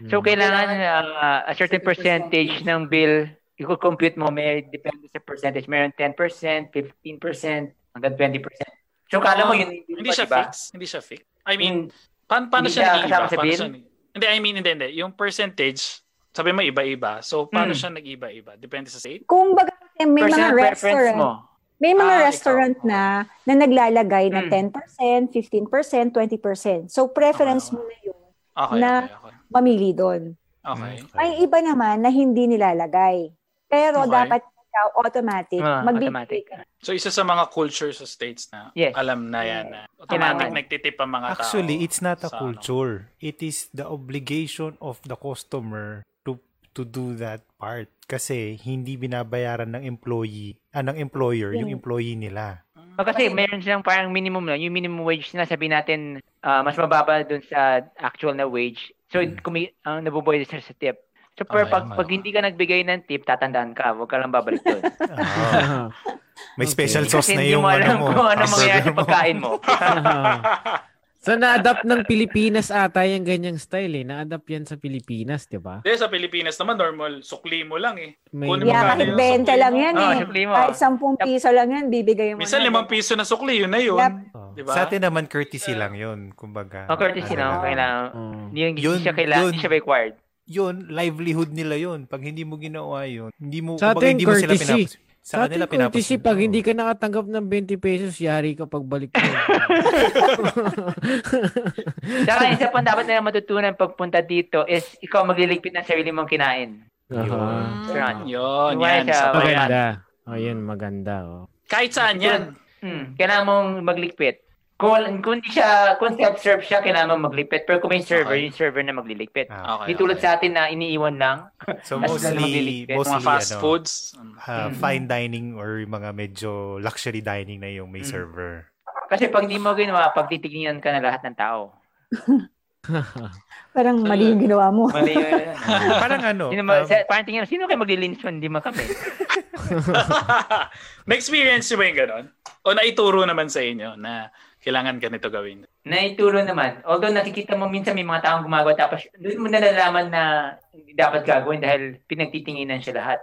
E: so
B: Mm.
E: kailangan ah, a certain percentage ng bill i-compute mo may depende sa percentage. Meron 10%, 15%, hanggang 20%. So, kala mo yun,
A: Hindi, siya fix. Hindi siya fix. I mean, paano, paano
E: Hindi
A: siya
E: siya
A: nag-iba?
E: kasama sa
A: Paano
E: bill?
A: siya nag- Hindi, I mean, hindi, hindi. Yung percentage, sabi mo iba-iba. So, paano
E: Hmm.
A: siya nag-iba-iba? Depende sa state?
D: Kung baga, eh, may mga
E: personal preference
D: restaurant,
E: mo.
D: may mga
A: Ah,
D: restaurant
A: ikaw.
D: na na naglalagay na
E: Mm.
D: 10%, 15%, 20%. So preference mo na yun,
A: Okay,
D: Na-
A: okay, okay.
D: mamili doon.
A: Okay.
D: May iba naman na hindi nilalagay. Pero
A: Okay.
D: dapat ikaw automatic,
E: Ah,
D: magbibigay
E: automatic.
D: ka.
A: So, isa sa mga culture sa states na
E: Yes.
A: alam na yan na automatic
E: Kailangan.
A: nagtitip ang mga tao.
C: Actually, it's not
A: sa
C: a
A: ano.
C: culture. It is the obligation of the customer to to do that part kasi hindi binabayaran ng employee, ah, ng employer, yung
D: Yeah.
C: employee nila.
E: O kasi meron silang parang minimum na, yung minimum wage na sabi natin ah, mas mababa dun sa actual na wage. So,
C: Hmm. Ah,
E: kumi- ang nabuboy sa, sa tip. So, per,
C: Okay,
E: pag,
C: okay.
E: pag hindi ka nagbigay ng tip, tatandaan ka. Huwag ka lang babalik doon.
A: Oh.
C: Ah, may
B: Okay.
C: special sauce
E: Kasi
C: na
E: hindi
C: yung
E: mo
C: ano
E: alam
C: mo.
E: kung ano mangyayari
C: hamburger
E: sa
C: mo.
E: pagkain mo.
B: so, na-adapt ng Pilipinas ata yung ganyang style eh. Na-adapt yan sa Pilipinas, di ba?
A: Hindi, sa Pilipinas naman, normal, sukli mo lang eh.
B: May...
A: Kunin mo
D: Yeah,
A: nga
D: kahit
A: yun.
D: 20 lang yan
A: Ah,
E: Oo,
D: eh.
E: sukli mo.
D: Kahit 10 piso lang yan, bibigay mo
A: Minsan,
D: na.
A: limang piso na sukli, yun na yun.
D: Yep.
C: Oh.
A: Diba?
C: Sa atin naman, courtesy lang yun. Kumbaga.
E: O, Oh, courtesy
C: Ano,
E: na. Kailangan.
B: Oh.
E: Hindi, hindi
C: Yun,
E: siya kailangan, hindi
C: yun.
E: siya required.
C: Yun, livelihood nila yun. Pag hindi mo ginawa yun, hindi mo,
B: Sa
C: kumbaga,
B: atin,
C: hindi mo sila
B: courtesy.
C: pinapos. Sa,
B: Sa
C: kanila
B: atin,
C: pinapos.
B: courtesy,
C: yun.
B: pag
C: Oo.
B: hindi ka nakatanggap ng 20 pesos, yari ka pagbalik mo.
E: Saka isa pang dapat nila matutunan pagpunta dito is ikaw magliligpit ng sarili mong kinain.
B: Aha.
A: Yun, yun,
E: Yung
A: yan.
E: wala siya,
A: Sa-
E: wala.
B: Maganda. O, yun, maganda. Oh.
A: kahit saan yan.
E: Hmm, kailangan mong magligpit. Kung, wal- kung hindi siya, kung self-serve siya, kailangan mong magligpit. Pero kung may server,
A: Okay.
E: yung server na magliligpit.
C: Ah.
A: Okay,
E: Di tulad
A: okay.
E: sa atin na iniiwan lang.
C: So
E: Mas
C: mostly,
E: magliligpit, eh, mga
C: mostly
A: mga fast
C: ano,
A: foods.
C: ah,
E: Mm.
C: fine dining or yung mga medyo luxury dining na yung may
E: Mm.
C: server.
E: Kasi pag di mo ginawa, pagtitignan ka na lahat ng tao.
D: Parang mali yung ginawa mo.
E: Mali yun.
C: Parang ano,
E: Sino
C: um,
E: ma- sa- parang tingin, sino kayo maglilinis man? Di man kami.
A: Na-experience nyo ba yung ganon? O naituro naman sa inyo na kailangan ganito gawin?
E: Naituro naman. Although nakikita mo minsan may mga taong gumagawa tapos doon mo nalalaman na hindi dapat gagawin dahil pinagtitinginan siya lahat.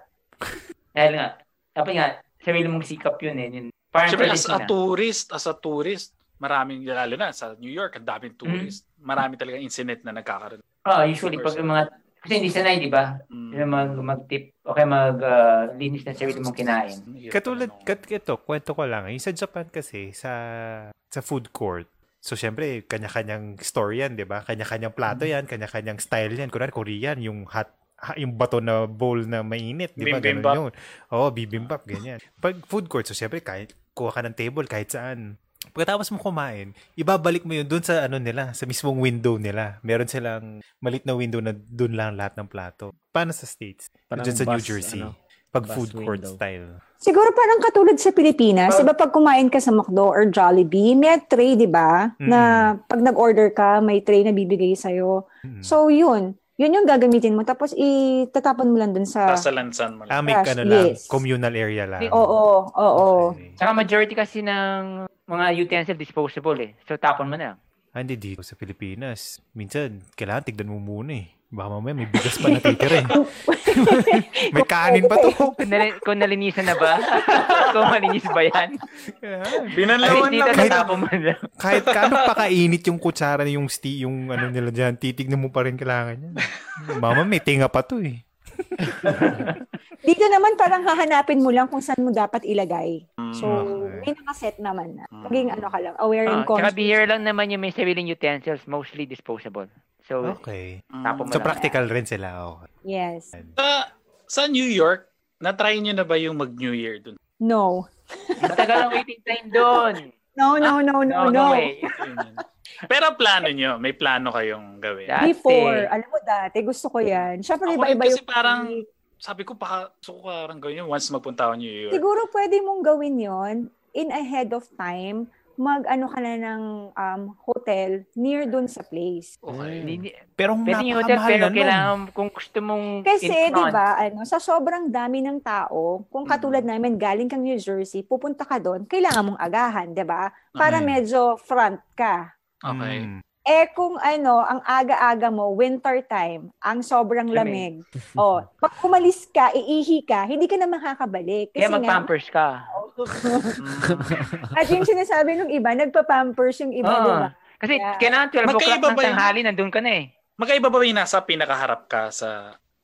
E: dahil nga, dapat nga, sarili mong sikap yun eh. Yun. Parang
A: Siyempre, as
E: tradisyon
A: a
E: na.
A: tourist, as a tourist, maraming, lalo na sa New York, ang
E: Mm.
A: daming tourist. Marami talaga incident na nagkakaroon. Mm.
E: Oo, Ah, usually pag yung mga, kasi hindi sanay, di ba? Yung mag, mag-tip, okay, mag-linis ng ah, sarili mong kinain.
C: Katulad,
B: ano.
A: ano.
C: kat, ito, kwento ko lang. Yung sa Japan kasi, sa, sa food court, So, syempre, kanya-kanyang story yan, di ba? Kanya-kanyang plato
B: Mm-hmm.
C: yan, kanya-kanyang style yan. Kunwari, Korean, yung hot, ha- yung bato na bowl na mainit, di ba? Ganun
A: Bibimbap.
C: yun. Oo, bibimbap, ganyan. Pag food court, so syempre, kahit, kuha ka ng table kahit saan. Pagkatapos mo kumain, ibabalik mo yun dun sa ano nila, sa mismong window nila. Meron silang malit na window na dun lang lahat ng plato. Paano sa States?
B: Parang
C: Diyan sa New
B: bus,
C: Jersey.
B: ano,
C: Pag
B: bus
C: food court
B: window.
C: style.
D: Siguro parang katulad sa Pilipinas, iba pag kumain ka sa McDo or Jollibee, may tray, di ba? Na pag nag-order ka, may tray na bibigay sa'yo.
C: Mm.
D: So, yun. Yun yung gagamitin mo. Tapos, itatapon mo lang dun sa...
A: Sasalansan mo lang.
C: Ah, may
D: Yes,
C: ano lang,
D: yes.
C: communal area lang.
D: Oo, oo.
C: Okay.
E: Saka majority kasi ng mga utensil disposable eh. So tapon mo na lang.
C: Ah, Hindi dito sa Pilipinas. Minsan, kailangan tignan mo muna eh. Baka mamaya may bigas pa natitira eh. may kanin pa to.
E: Kung, nali- kung nalinisan na ba? kung malinis ba yan?
C: Kailangan.
E: At
A: Binanlawan
E: least dito
A: lang.
C: kahit-
E: sa tapon mo na lang.
C: Kahit kaano pakainit yung kutsara, yung sti, yung ano nila dyan, titignan mo pa rin kailangan yan. Mama, may tinga pa to eh.
D: Dito naman parang hahanapin mo lang kung saan mo dapat ilagay. So,
C: Okay.
D: may nakaset naman na. Maging ano ka lang, aware
E: Oh,
D: and
E: tsaka
D: conscious.
E: beer lang naman yung may sariling utensils, mostly disposable.
A: Oh.
E: So,
C: Okay.
E: tapon mo
C: So
E: na lang.
C: practical rin sila. oh. Okay.
D: Yes.
A: Sa, sa New York, na-try nyo na ba yung mag-New Year dun?
D: No.
E: Ang tagal ang waiting time doon.
D: No, no, no,
E: Ah, No,
D: no,
E: no
D: no.
E: way.
A: Yun yun. Pero plano nyo, may plano kayong gawin.
E: Dati.
D: Before, alam mo dati, gusto ko yan. Siyempre,
A: Ako rin
D: iba-iba
A: kasi
D: yung...
A: parang- Sabi ko, baka gusto ko parang gawin yun once magpunta ako New York.
D: Siguro pwede mong gawin yon in ahead of time, mag-ano ka na ng um, hotel near dun sa place.
A: Okay.
E: Hindi-
C: Pero
E: Pwede yung hotel, pero
C: napakamahal na nun.
E: kailangan kung gusto mong
D: Kasi,
E: in
D: di
E: front, Mm.
D: ba, ano, sa sobrang dami ng tao, kung katulad namin, galing kang New Jersey, pupunta ka doon, kailangan mong agahan, di ba? Para
C: Mm.
D: medyo front ka.
A: Okay.
C: Mm.
D: Eh kung ano, ang aga-aga mo, winter time, ang sobrang lamig.
E: Lamig.
D: oh, pag umalis ka, iihi ka, hindi ka na makakabalik. Kasi
E: Kaya
D: nga,
E: mag-pampers ka.
D: oh,
A: Mm.
D: At yung sinasabi ng iba, nagpa-pampers yung iba,
E: Oo.
D: di ba?
E: Kasi
D: Yeah.
E: kailangan 12 o'clock
A: Magkaiba
E: ng
A: ba yun?
E: tanghali, nandun ka na eh.
A: Magkaiba ba yung nasa pinakaharap ka sa...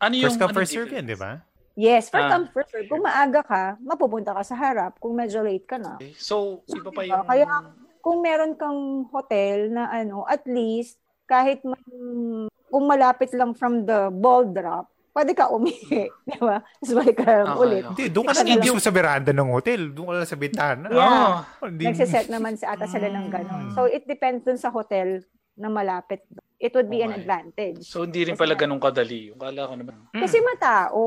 A: Ano yung...
C: First come,
A: ano
C: first
A: yung
C: serve yan, di ba?
D: Yes, for
A: Ah.
D: come first serve. Kung maaga ka, mapupunta ka sa harap. Kung medyo late ka na.
A: difference? So, iba pa
D: Diba?
A: yung...
D: Ah. Kaya- Kung meron kang hotel na ano, at least, kahit man- kung malapit lang from the ball drop, pwede ka umihi. Di ba? Tapos balik ka
E: Ah,
D: lang
A: Okay,
D: ulit.
A: okay.
C: Hindi, doon ka
A: Kasi
C: na
A: hindi-
C: mismo sa veranda ng hotel. Doon ka na sa bintana.
D: Yeah.
A: Oo.
C: Hindi-
D: Nagsiset naman sa ata sila ng gano'n.
A: Hmm.
D: So, it depends dun sa hotel na malapit. It would be an
A: Okay.
D: advantage.
A: So, hindi rin pala ganun kadali. Yung kala ko naman.
E: Mm.
D: Kasi matao.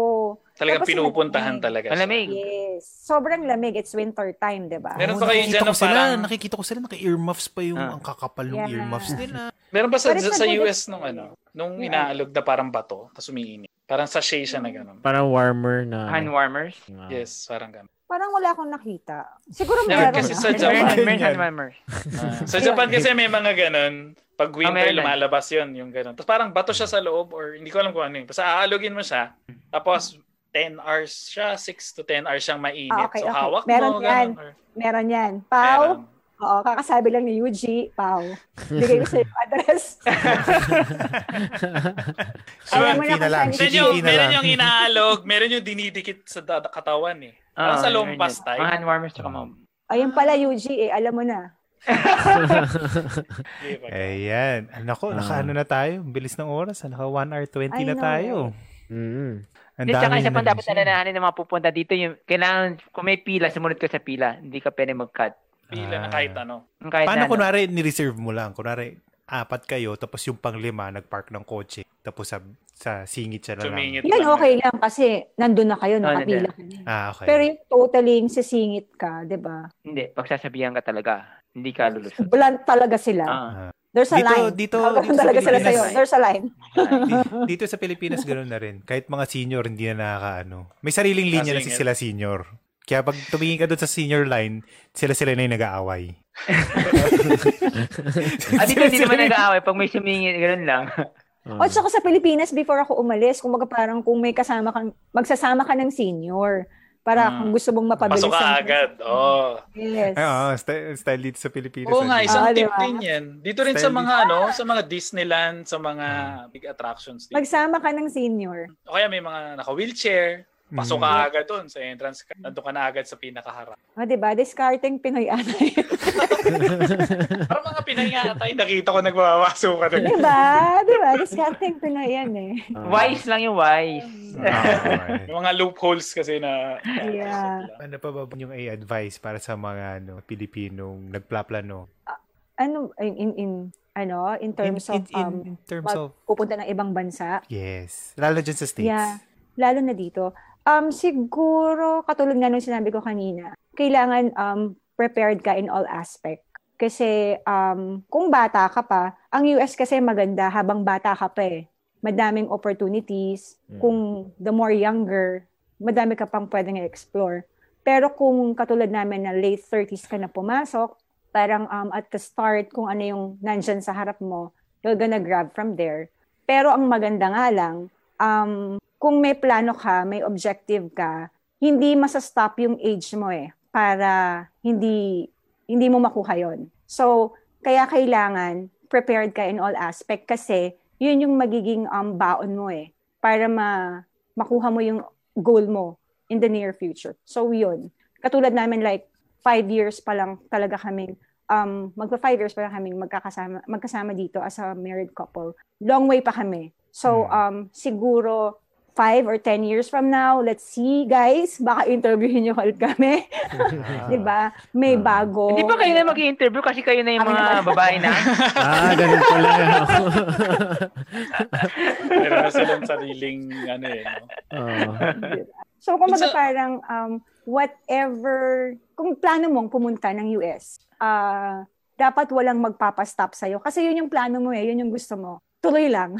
A: Talagang
D: Tapos
A: pinupuntahan
D: malamig.
A: talaga. siya.
E: Malamig.
D: Yes. Sobrang lamig. It's winter time, di ba?
A: Meron
C: Oo,
A: pa kayo
C: nakikita
A: dyan
C: ko
A: na
C: sila,
A: parang-
C: Nakikita ko sila, naka-earmuffs pa yung
E: Ah.
C: ang kakapal ng
D: Yeah.
C: earmuffs ah. nila.
A: Meron pa sa,
D: Pero it's
A: sa
D: a good
A: US nung ano, nung inaalog na parang bato, tapos umiinit. Parang sachet siya na ganun.
C: Ah.
B: Parang warmer na. ano.
E: Hand warmers.
B: Ah.
A: Yes, parang ganun.
D: Parang wala akong nakita. Siguro
A: Meron
D: meron.
A: kasi
D: na.
A: sa Japan.
E: Meron,
C: Ganyan.
E: meron hand warmers.
A: Ah, sa Japan kasi may mga ganun. Pag
E: Ah,
A: winter,
E: meron.
A: lumalabas yun, yung ganun. Tapos parang bato siya sa loob or hindi ko alam kung ano yun. Basta aalogin mo siya, tapos 10 hours siya, 6 to 10 hours siyang mainit.
D: Ah, okay,
A: so
D: okay.
A: hawak
D: Meron
A: mo,
D: yan.
A: ganun. Or,
D: Meron yan. Pau.
A: meron.
D: Oo, kakasabi lang ni Yuji. Pau. Bigay ko sa yung address. Alam mo
C: Shinky
D: na
C: na lang.
A: Meron
D: kung Shinky
A: yung,
C: Shinky na
A: meron
C: lang.
A: yung inaalog, meron yung dinidikit sa dada- katawan eh.
E: Ah,
A: Parang sa
E: meron
A: lompas
E: yan.
A: type.
E: Mga hand warmers tsaka mga...
D: Ayun pala, Yuji. Eh, alam mo na.
A: Di ba?
C: Ayan. Nako,
B: Ah.
C: naka ano na tayo. Ang bilis ng oras. ah. Naka 1 hour 20
D: I
C: na
D: know.
C: tayo.
B: Mm-mm.
C: Ang
E: Hindi, tsaka
C: dami
E: isa
C: na
E: pang dapat
C: namin.
E: alalahanin na mga pupunta dito yung kailangan, kung may pila, sumunod ka sa pila. Hindi ka pwede mag-cut.
A: Pila na
C: Ah.
A: kahit ano.
E: Ang Kahit
C: Paano
E: na, ano.
C: kunwari ni-reserve mo lang? Kunwari, apat kayo, tapos yung pang lima, nagpark ng kotse. Tapos sa, sa singit siya na lang.
A: Tumingit
D: Yan
A: lang.
D: okay lang kasi nandun na kayo, nakapila ka na.
C: Ah, okay.
D: Pero yung totaling sisingit ka, di ba?
E: Hindi, pagsasabihan ka talaga. Hindi ka lulusot.
D: Blunt talaga sila.
E: Ah.
D: There's a
C: Dito-
D: line.
C: dito-
D: Talaga-
C: dito sa
D: talaga sila
E: Pilipinas.
D: sa'yo. There's a line.
C: Di- dito sa Pilipinas, ganoon na rin. Kahit mga senior, hindi na nakakaano. May sariling linya na si
A: Sasingit.
C: sila senior. Kaya pag tumingin ka doon sa senior line, sila-sila na yung nag-aaway.
E: Ah, dito hindi naman nag-aaway. Pag may sumingin, ganun lang.
B: Ah.
D: O tsaka sa Pilipinas, before ako umalis, kumbaga parang kung may kasama kang, magsasama ka ng senior. Para
A: Mm.
D: kung gusto mong mapabilis.
A: Pasok ka
D: ang-
A: agad. Oh.
D: Yes.
C: Ah. Ay, oo, st- style dito sa Pilipinas.
A: Oo nga, isang
D: Ah,
A: tip
D: diba?
A: din yan. Dito rin sa
C: Style
A: mga ano, sa mga Disneyland, sa mga
C: Ah.
A: big attractions. Dito.
D: Magsama ka ng senior.
A: O kaya may mga naka-wheelchair, pasok ka
D: Mm.
A: agad doon sa entrance, ka, nandun ka na agad sa pinakaharap.
D: O, Ah, di ba? Discarding Pinoy atay.
A: Para mga pinangya tayo, nakita ko nagmamaso ka na.
D: di ba? Di ba? Discarding Pinoy yan eh.
B: Ah.
E: Wise lang yung wise.
C: Mm. Ah,
A: May mga loopholes kasi na...
D: Yeah.
C: Ano pa ba yung ay advice para sa mga ano, Pilipinong nagplaplano?
D: Ano, in, in, in- ano, in terms
C: in,
D: of,
C: in,
D: um,
C: in terms
D: mag-
C: of,
D: pupunta ng ibang bansa.
C: yes. Lalo dyan sa States.
D: Yeah. Lalo na dito. Um, siguro, katulad nga nung sinabi ko kanina, kailangan um, prepared ka in all aspect. Kasi um, kung bata ka pa, ang US kasi maganda habang bata ka pa eh. Madaming opportunities.
B: Mm.
D: Kung the more younger, madami ka pang pwedeng explore. Pero kung katulad namin na late 30s ka na pumasok, parang um, at the start kung ano yung nandyan sa harap mo, you're gonna grab from there. Pero ang maganda nga lang, um, kung may plano ka, may objective ka, hindi masastop yung age mo eh para hindi hindi mo makuha yon. So, kaya kailangan prepared ka in all aspect kasi yun yung magiging um, baon mo eh para ma makuha mo yung goal mo in the near future. So, yun. Katulad namin like five years pa lang talaga kaming um, magpa five years pa lang kaming magkakasama, magkasama dito as a married couple. Long way pa kami. So,
C: Hmm.
D: um, siguro five or ten years from now, let's see, guys. Baka interviewin nyo ulit kami.
C: Ah.
D: di ba? May
B: Ah.
D: bago.
E: Hindi Eh, ba kayo na mag-interview kasi kayo na yung
D: Kami
E: mga
D: naman.
E: babae na?
B: ah, ganun pala.
A: Meron na silang sariling ano eh. No?
B: Oo.
D: So, kung
A: Minsan-
D: parang um, whatever, kung plano mong pumunta ng US, ah, dapat walang magpapastop sa'yo. Kasi yun yung plano mo eh, yun yung gusto mo. Tuloy lang.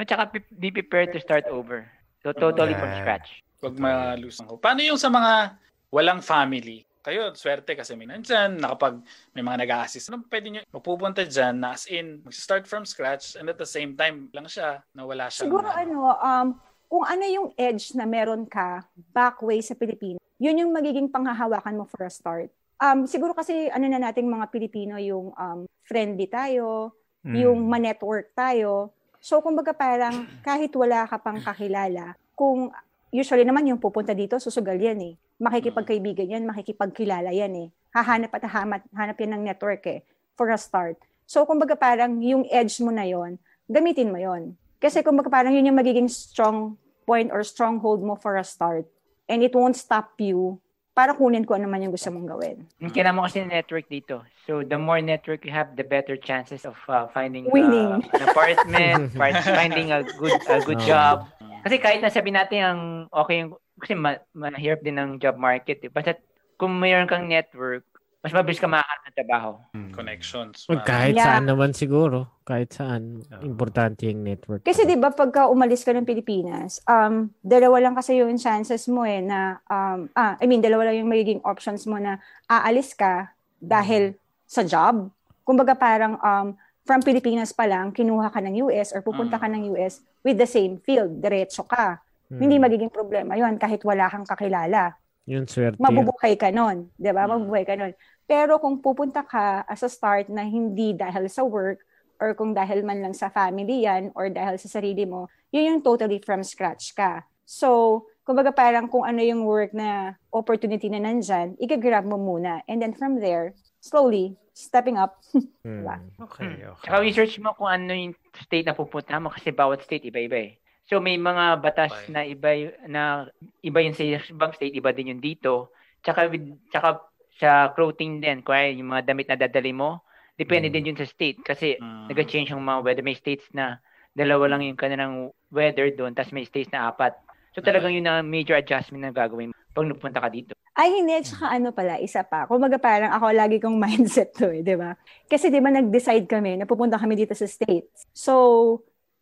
E: At saka pe- be prepared to start over. So totally from
C: Yeah.
E: scratch.
A: Huwag malusang ko. Paano yung sa mga walang family? Kayo, swerte kasi may nandyan, nakapag may mga nag-a-assist. Ano pwede nyo magpupunta dyan na as in, mag-start from scratch and at the same time lang siya na wala uh, siya.
D: ano Siguro ano, um, kung ano yung edge na meron ka back way sa Pilipinas, yun yung magiging panghahawakan mo for a start. Um, siguro kasi ano na nating mga Pilipino yung um, friendly tayo,
C: Mm.
D: yung ma-network tayo. So, kumbaga parang kahit wala ka pang kakilala, kung usually naman yung pupunta dito, susugal yan eh. Makikipagkaibigan yan, makikipagkilala yan eh. Hahanap at hahanap, hanap yan ng network eh, for a start. So, kumbaga parang yung edge mo na yon gamitin mo yon Kasi kumbaga parang yun yung magiging strong point or stronghold mo for a start. And it won't stop you para kunin ko ano man yung gusto mong gawin.
E: Kailangan mo kasi network dito. So, the more network you have, the better chances of uh, finding uh,
D: Winning.
E: an apartment, part- finding a good a good
B: Oo.
E: job. Kasi kahit na sabi natin ang okay yung kasi ma- mahirap din ang job market. Eh. Basta kung mayroon kang network, mas mabilis ka makahanap ng trabaho.
A: Connections.
B: Well, kahit
D: Yeah.
B: saan naman siguro. Kahit saan. Importante yung network.
D: Kasi 'di ba pagka umalis ka ng Pilipinas, um dalawa lang kasi yung chances mo eh na um ah, I mean dalawa lang yung magiging options mo na aalis ka dahil sa job. Kumbaga parang um from Pilipinas pa lang kinuha ka ng US or pupunta ka ng US with the same field, diretso ka.
B: Hmm.
D: Hindi magiging problema 'yon kahit wala kang kakilala
B: Yun, swerte. yun.
D: mabubuhay ka nun. 'di ba?
A: Mm.
D: Mabubuhay ka nun. Pero kung pupunta ka as a start na hindi dahil sa work or kung dahil man lang sa family yan or dahil sa sarili mo, yun yung totally from scratch ka. So, kumbaga parang kung ano yung work na opportunity na nandyan, i-grab mo muna. And then from there, slowly, stepping up.
B: Hmm.
D: Diba?
C: Okay, okay.
E: Saka research mo kung ano yung state na pupunta mo kasi bawat state iba-iba eh. So may mga batas
A: Okay.
E: na iba y- na iba yung sa ibang state, iba din yung dito. Tsaka with, tsaka sa clothing din, kaya yung mga damit na dadali mo, depende
B: Mm.
E: din yun sa state kasi
A: Mm.
E: nag-change yung mga weather. May states na dalawa lang yung kanilang weather doon, tapos may states na apat. So talagang yun na major adjustment na gagawin mo pag nagpunta ka dito.
D: Ay, hindi. Tsaka ano pala, isa pa. Kumbaga parang ako lagi kong mindset to eh, di ba? Kasi di ba nag-decide kami, napupunta kami dito sa States. So,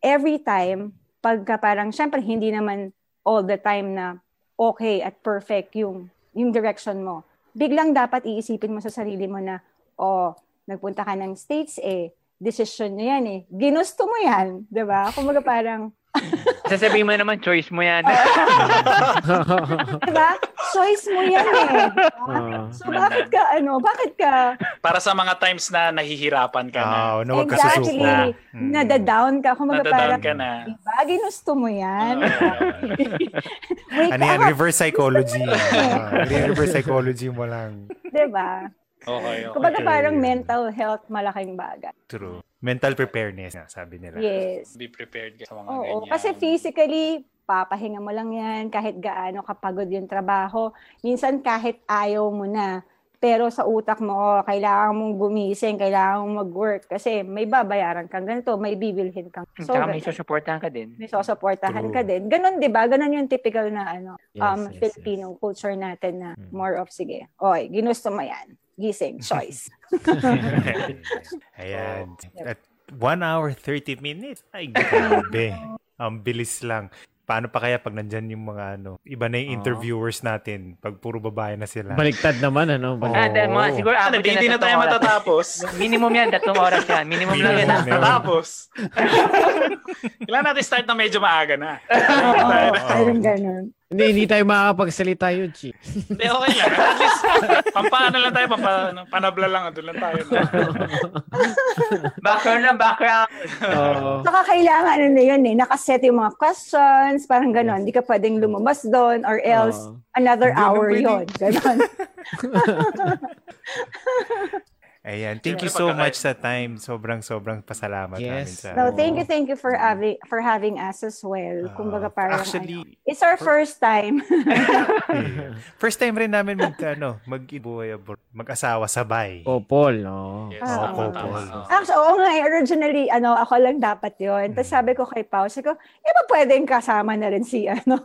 D: every time, pagka parang, syempre hindi naman all the time na okay at perfect yung, yung direction mo. Biglang dapat iisipin mo sa sarili mo na, oh, nagpunta ka ng States eh, decision nyo yan eh. Ginusto mo yan, di ba? Kumbaga parang,
E: Sasabihin mo naman, choice mo yan.
D: di ba? Choice mo yan eh.
B: Ah.
D: So, bakit ka, ano, bakit ka
A: Para sa mga times na nahihirapan ka na.
C: Ah, na huwag ka
D: Exactly.
C: susuko. Mm.
D: Nadadown ka. Kung
A: Nadadown
D: parang,
A: ka na.
D: diba, ginusto mo yan?
A: Ah,
D: Wake
C: Ano yan?
D: up,
C: Reverse psychology. Ah, reverse psychology mo lang.
D: diba?
A: Okay, okay.
D: Kumbaga
C: Okay.
D: parang mental health malaking bagay.
C: True. Mental preparedness, nga, sabi nila.
D: Yes.
A: Be prepared ka sa mga
D: Oo,
A: ganyan.
D: kasi physically, papahinga mo lang yan kahit gaano kapagod yung trabaho. Minsan kahit ayaw mo na. Pero sa utak mo, oh, kailangan mong gumising, kailangan mong mag-work kasi may babayaran kang ganito, may bibilhin kang. So,
E: Tsaka may
D: ganun.
E: susuportahan ka din.
D: may susuportahan
C: True.
D: ka din. Ganon, di ba? Ganon yung typical na ano,
B: Yes, yes,
D: um,
B: yes.
D: Filipino culture natin na
B: Mm.
D: more of, sige, oy, ginusto mo yan. Gising, choice.
C: Ayan. At 1 hour 30 minutes. Ay, grabe. Ang bilis lang. Paano pa kaya pag nandyan yung mga ano, iba na yung
B: Oo.
C: interviewers natin pag puro babae na sila.
B: Baliktad naman, ano? Baliktad.
E: Ah, dahil mga
C: Oo.
E: siguro
A: Ah,
E: abot
A: hindi na
E: tatlong
A: tayo
E: oras.
A: matatapos.
E: Minimum yan, tatlong oras yan. Minimum lang yan.
C: Minimum.
A: Matatapos. Kailangan natin start na medyo maaga na.
C: Oh.
D: Oo,
C: Oo.
D: parang ganon.
B: Hindi, hindi tayo makakapagsalita yun, Chi.
A: Hindi, okay lang. At least, pampaano lang tayo, pampa, ano, panabla lang, doon lang tayo.
D: Ah,
A: No?
E: Background lang, background.
B: Oo.
D: Saka kailangan ano na yun eh, nakaset yung mga questions, parang ganon. Di ka pwedeng lumabas doon
B: Oh.
D: or else
B: Oo.
D: another
C: Hindi
D: hour
C: na pwede.
D: yun. Ganon.
C: Ayan. Thank
A: Siyempre,
C: you so
A: pagkakain.
C: much sa time. Sobrang sobrang pasalamat
B: Yes.
C: namin sa.
D: No,
B: Oo.
D: thank you, thank you for having, for having us as
C: Oh.
D: well.
C: Ah,
D: Kumbaga parang,
C: actually,
D: ano, it's our first time.
C: Yeah. First time rin namin mag ano, mag-ibuhay abroad,
B: Oh.
C: mag-asawa sabay.
B: Kopol, no?
A: Yes,
D: Ah,
A: tama,
C: opo.
A: tama.
D: Actually, oo nga, eh, originally, ano, ako lang dapat yun. Tapos
C: Mm.
D: sabi ko kay Pao, sabi ko, e ba pwedeng kasama na rin si, ano,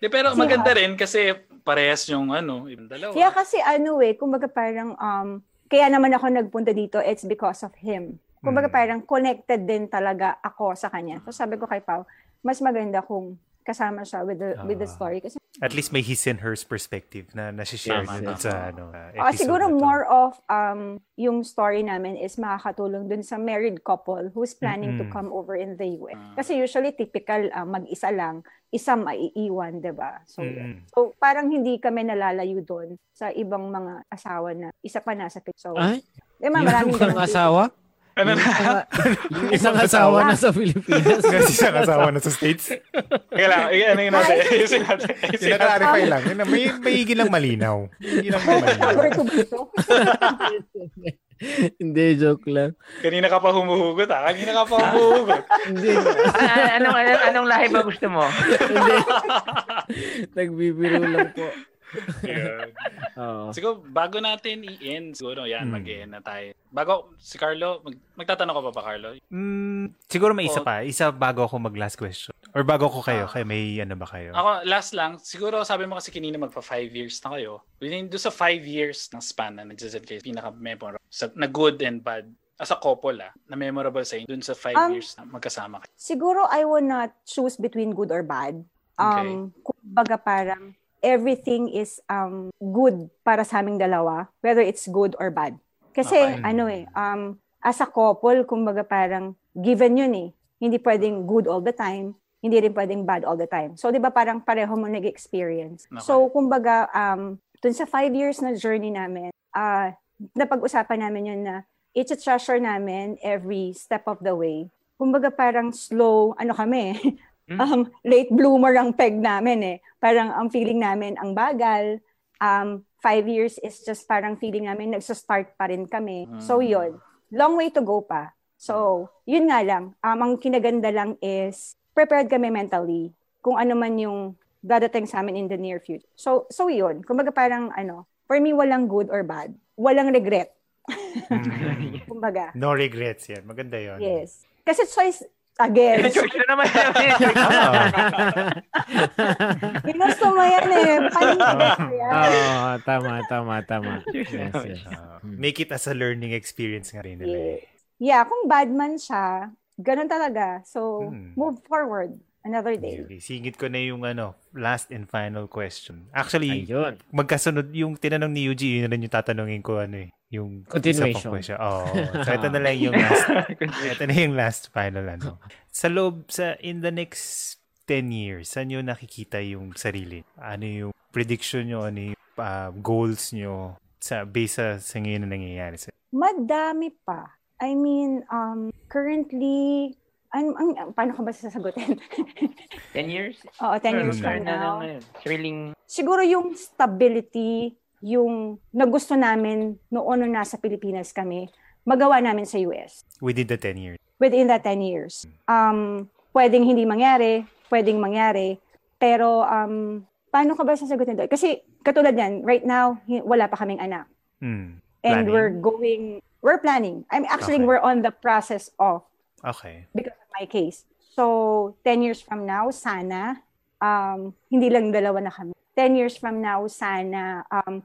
A: Di, pero
D: Siya.
A: maganda rin kasi parehas yung ano, yung dalawa.
C: ah.
D: Yeah, kasi ano eh, kumbaga parang, um, kaya naman ako nagpunta dito, it's because of him. Kumbaga
C: Mm.
D: parang connected din talaga ako sa kanya. So sabi ko kay Pao, mas maganda kung kasama siya with the with
C: Ah.
D: the story kasi
C: At least may his and hers perspective na nasi-share
A: Tama,
C: dun
A: tama.
C: sa ano, uh,
D: Ah,
C: episode na
D: siguro
C: to.
D: more of um yung story namin is makakatulong dun sa married couple who's planning to
C: Mm-mm.
D: come over in the US.
A: Ah.
D: Kasi usually typical ah, mag-isa lang, isa maiiwan, 'di ba? So
C: Mm-mm.
D: So, parang hindi kami nalalayo doon sa ibang mga asawa na isa pa nasa pit. So,
C: Ah,
B: Ay,
D: eh,
B: yung isang asawa?
A: Ano na?
B: Yung isang- yung isang asawa na sa Pilipinas.
C: Kasi siyang asawa na sa States.
A: Kailangan, eh, ano yun natin? Ayusin natin. Ayusin natin.
C: Sinaklarify lang. Yun na, May, may higil lang malinaw. May higil lang malinaw.
D: Cover to dito.
B: Hindi, joke lang.
A: Kanina ka pa humuhugot ah. Kanina ka pa humuhugot.
B: Hindi,
F: An- an- Ano, anong, anong, anong lahi ba gusto mo?
B: hindi. Nagbibiro lang po.
A: Yun.
B: Oo.
A: Siguro, bago natin i-end, siguro yan,
C: Hmm.
A: mag-end na tayo. Bago, si Carlo, mag- magtatanong ka pa ba, Carlo?
C: Mm, siguro may
A: Oh.
C: isa pa. Isa bago ako mag-last question. Or bago ko kayo.
A: Ah.
C: Kaya may ano ba kayo?
A: Ako, last lang, siguro sabi mo kasi kanina magpa five years na kayo. Within do sa five years ng span na nagsasad kayo, pinaka-memorable, sa, na good and bad, as a couple ah, na memorable sa inyo, dun sa five
D: Ang-
A: years na magkasama kayo.
D: Siguro, I will not choose between good or bad.
A: Okay.
D: Um, Kumbaga parang everything is um good para sa aming dalawa, whether it's good or bad. Kasi,
A: Okay. Mm.
D: ano eh, um, as a couple, kumbaga parang given yun eh. Hindi pwedeng good all the time, hindi rin pwedeng bad all the time. So, di ba parang pareho mo nag-experience.
A: Okay.
D: So, kumbaga, um, dun sa five years na journey namin, ah napag-usapan namin yun na it's a treasure namin every step of the way. Kumbaga parang slow, ano kami,
F: Hmm.
D: um, late bloomer ang peg namin eh. Parang ang feeling namin ang bagal. Um, five years is just parang feeling namin nagsastart pa rin kami. So
A: Hmm.
D: yun, long way to go pa. So, yun nga lang. Um, ang kinaganda lang is prepared kami mentally kung ano man yung dadating sa amin in the near future. So, so yun. Kumbaga parang ano, for me, walang good or bad. Walang regret.
C: Mm.
D: Kumbaga.
C: No regrets yan. Maganda yun.
D: Yes. Kasi choice, again,
F: Choice na naman. yun.
C: Ah,
D: pinusto mo yan eh. Paninigay mo yan.
B: Oo, tama, tama, tama. Yes, yes.
C: ah. make it as a learning experience nga rin nila. eh.
D: Yes. Yeah, kung bad man siya, ganun talaga. So,
C: Hmm.
D: move forward another day.
C: Okay, Singit ko na yung ano, last and final question. Actually,
B: Ayun.
C: magkasunod yung tinanong ni Yuji, yun na rin yung tatanungin ko ano eh. Yung
B: Continuation.
C: Isa pang question. Oo. so ito na lang yung last, ito na yung last final ano. Sa loob, sa in the next 10 years, saan nyo nakikita yung sarili? Ano yung prediction nyo? Ano yung ah, goals nyo? Sa, based sa, sa ngayon na nangyayari sa
D: Madami pa. I mean, um, currently, an, ang, ang- paano ko ba sasagutin?
F: 10 years?
D: Oo, 10 years
C: Hmm.
D: from
F: Ano na
D: now.
F: ngayon? Thrilling.
D: Siguro yung stability, yung nagusto namin noon nung nasa Pilipinas kami, magawa namin sa US.
C: within the 10 years.
D: within that 10 years.
C: Hmm.
D: Um, pwedeng hindi mangyari, pwedeng mangyari, pero um, paano ka ba sasagutin doon? Kasi katulad yan, right now, hi- wala pa kaming anak.
C: Hmm.
D: And
C: Planning.
D: we're going, we're planning. I'm actually,
C: Okay.
D: we're on the process of
C: Okay.
D: my case. So, 10 years from now, sana, um, hindi lang dalawa na kami. 10 years from now, sana, um,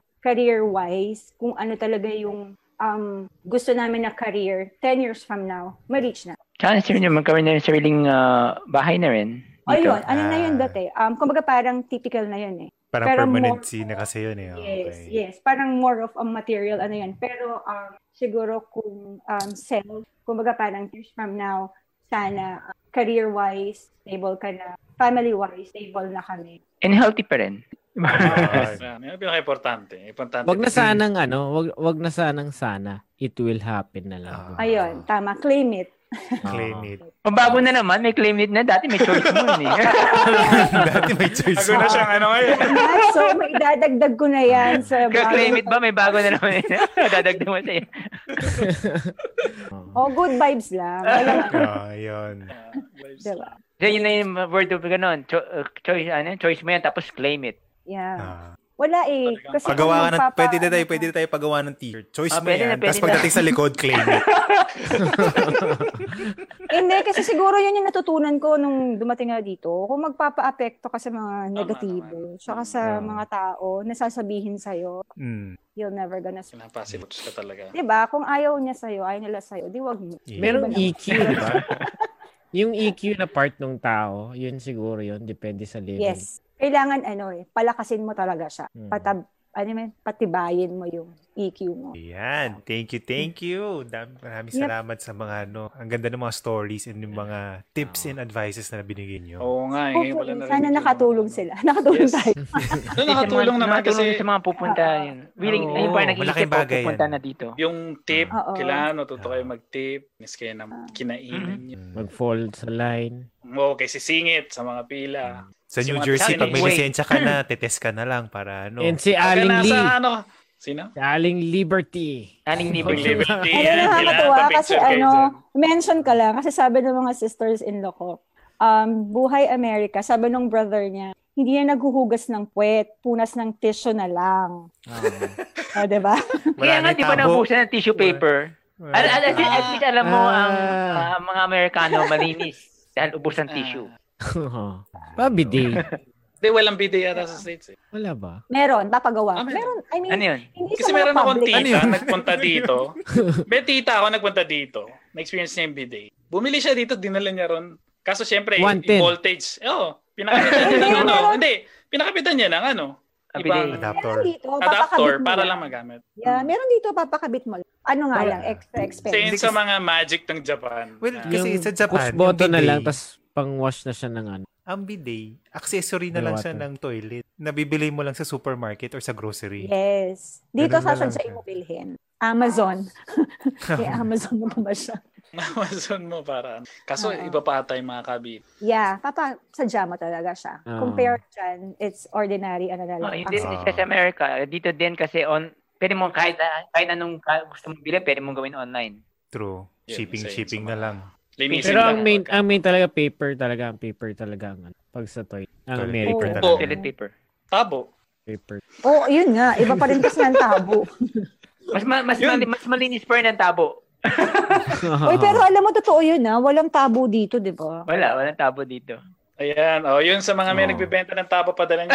D: career-wise, kung ano talaga yung um, gusto namin na career, 10 years from now, ma-reach na.
F: Chance rin yung magkaroon na yung sariling ah, bahay na rin. dito.
D: Ayun, ano na yun
C: Ah.
D: dati. Um, kumbaga parang typical na yun eh.
C: Parang
D: Pero
C: permanent
D: more-
C: scene na kasi yun eh.
D: Yes,
C: Okay.
D: yes. Parang more of a material ano yun. Pero um, siguro kung um, self, kumbaga parang years from now, sana um, career-wise, stable ka na. Family-wise, stable na kami.
F: And healthy pa rin.
A: Yes. Yan yung pinaka-importante. Importante.
B: Wag na sanang ano, wag, wag na sanang sana. It will happen na lang.
C: Ah.
D: Ayun, tama. Claim it.
C: Claim it.
F: Mabago na naman, may claim it na. Dati may choice mo yun eh.
C: Dati may choice.
A: Ako na siyang ano ngayon.
D: Ayan, so, may idadagdag ko na yan sa...
F: Claim it ba? May bago na naman yun. Dadagdag mo sa'yo.
D: Oh, good vibes lang. Walang,
C: Ah, yun.
A: Ah, vibes
D: diba?
F: So, yun na yung word of ganun. Cho- uh, choice, ano, choice mo yan, tapos claim it.
D: Yeah.
C: Ah.
D: Wala eh.
A: Talagang
D: Kasi
C: Pagawa ka na,
D: kung magpapa-
C: pwede na tayo, pwede na tayo pagawa ng t-shirt. Choice
F: Ah,
C: mo
F: pwede
C: yan.
F: na, pwede
C: Tapos pagdating sa likod, claim it.
D: Hindi, kasi siguro yun yung natutunan ko nung dumating na dito. Kung magpapa-apekto ka sa mga negatibo, tsaka sa
B: Tama.
D: mga tao, nasasabihin sa'yo,
C: Mm.
D: you're never gonna... s-
A: Pinapasive ka talaga.
D: Diba? Kung ayaw niya sa'yo, ayaw nila sa'yo, di wag mo.
C: Yeah.
B: Merong EQ, di E ba? Yung EQ na part ng tao, yun siguro yun, depende sa living.
D: Yes. Kailangan ano eh, palakasin mo talaga siya.
B: Mm.
D: Patab, ano yun, patibayin mo yung EQ mo.
C: Ayan. Thank you, thank you. Dam- Maraming
D: Yep.
C: salamat sa mga ano. Ang ganda ng mga stories and yung mga tips and advices na binigay nyo.
A: Oo nga, eh. ngayon wala na
D: Hopefully,
A: rin
D: sana
A: yung-
D: nakatulong sila. Nakatulong
A: Yes.
D: tayo.
A: Ano, nakatulong naman kasi
E: sa mga pupunta yun. Willing,
C: Oo,
E: ayun parang
C: malaking
E: nakiisip ko
C: bagay
E: pupunta
C: yan.
E: na dito. Ano
A: yung tip,
D: Oo. Ah.
A: kailangan matuto kayo mag-tip. Miss kayo ng kinainan
C: Mm-hmm.
A: niyo.
C: Hmm.
B: Mag-fold sa line.
A: Oo, okay, sisingit sa mga pila.
C: Sa New
A: Sa mga
C: Jersey,
A: tao,
C: pag may
E: wait.
C: lisensya ka na, tetest ka na lang para ano.
B: And si
A: Pagka
B: Aling
A: nasa
B: Lee.
A: ano, sino?
B: Si Aling Liberty.
E: Aling ni
A: Pag liberty,
D: Ano
A: yan,
D: nakakatuwa
A: kailangan
D: kasi
A: pa-picture kayo
D: ano,
A: dyan.
D: mention ka lang kasi sabi ng mga sisters-in-law ko, um, buhay Amerika, sabi ng brother niya, hindi na naghuhugas ng puwet, punas ng tissue na lang.
A: Ah.
D: O, diba? di ba?
E: Kaya
C: nang
E: nga, di ba
C: tabo.
E: naubusan ng tissue paper?
C: Wala.
E: Al- al- at, at least alam mo ang
B: Ah.
E: ah, mga Amerikano malinis dahil ubos ng tissue.
B: Bobby Day.
A: Hindi, walang bidet yata sa States eh.
B: Wala ba?
D: Meron,
A: Ah,
D: papagawa. meron.
A: meron.
D: I mean,
E: Ano yun?
D: hindi
A: Kasi
D: sa mga
A: meron akong
D: public.
A: tita
C: Ano yun?
A: nagpunta dito. May tita ako nagpunta dito. Na-experience niya yung bidet. Bumili siya dito, dinala niya ron. Kaso syempre,
B: 110.
A: voltage. Eh, Oo, pinakapitan niya ng ano.
D: Meron.
A: Hindi, pinakapitan niya ng ano.
E: Ang
A: Ibang
E: bidet.
C: Adapter.
D: Meron dito,
A: adapter
D: papakabit mo
A: para lang magamit.
D: Yeah, meron dito, papakabit mo lang. Ano nga
C: Tama.
D: lang, extra
A: Kasi
D: expense.
A: yun sa mga magic ng Japan.
C: Well,
A: Ah.
C: Kasi
B: Yung
C: sa Japan,
B: push button
C: yung
B: na lang,
C: bidet.
B: tapos pang-wash na siya ng ano.
C: Ang bidet, accessory na
B: May
C: lang siya
B: water.
C: ng toilet. Nabibili mo lang sa supermarket or sa grocery.
D: Yes. Dito
C: Ganun na
D: sa
C: lang
D: sa
C: siya.
D: imo bilhin. Amazon.
A: Ah.
D: May Amazon mo ba siya?
A: Amazon mo para. ano. Kaso
D: Oo.
A: iba pa ata yung mga kabit.
D: Yeah, papa, sadya mo talaga siya.
B: Ah.
D: Compare dyan, it's ordinary, ano na
E: Oh,
D: lang.
E: yun din
C: Ah.
E: siya sa Amerika. Dito din kasi on, pwede mo kahit, kahit anong ka- gusto mong bili, pwede mong gawin online.
C: True.
A: Yun, isa
C: Shipping,
A: yun sa
C: shipping
A: mga-
C: na lang.
A: Linisin
B: Pero
A: lang.
B: ang main, ang main talaga paper talaga, ang paper talaga ang ano, pag sa toilet. Ang
C: Toilet
B: American
C: paper
B: paper
C: talaga.
E: Toilet paper.
A: Tabo.
B: paper.
D: Oh, yun nga. Iba pa rin kasi ng tabo.
E: Mas, ma- mas,
C: Yun.
E: mali- mas malinis pa rin ang tabo.
D: Uy, pero alam mo, totoo yun ha. Walang tabo dito, di ba?
E: Wala, walang tabo dito.
A: Ayan. O, yun sa mga may
B: Oo.
A: nagbibenta ng tabo, padala nyo.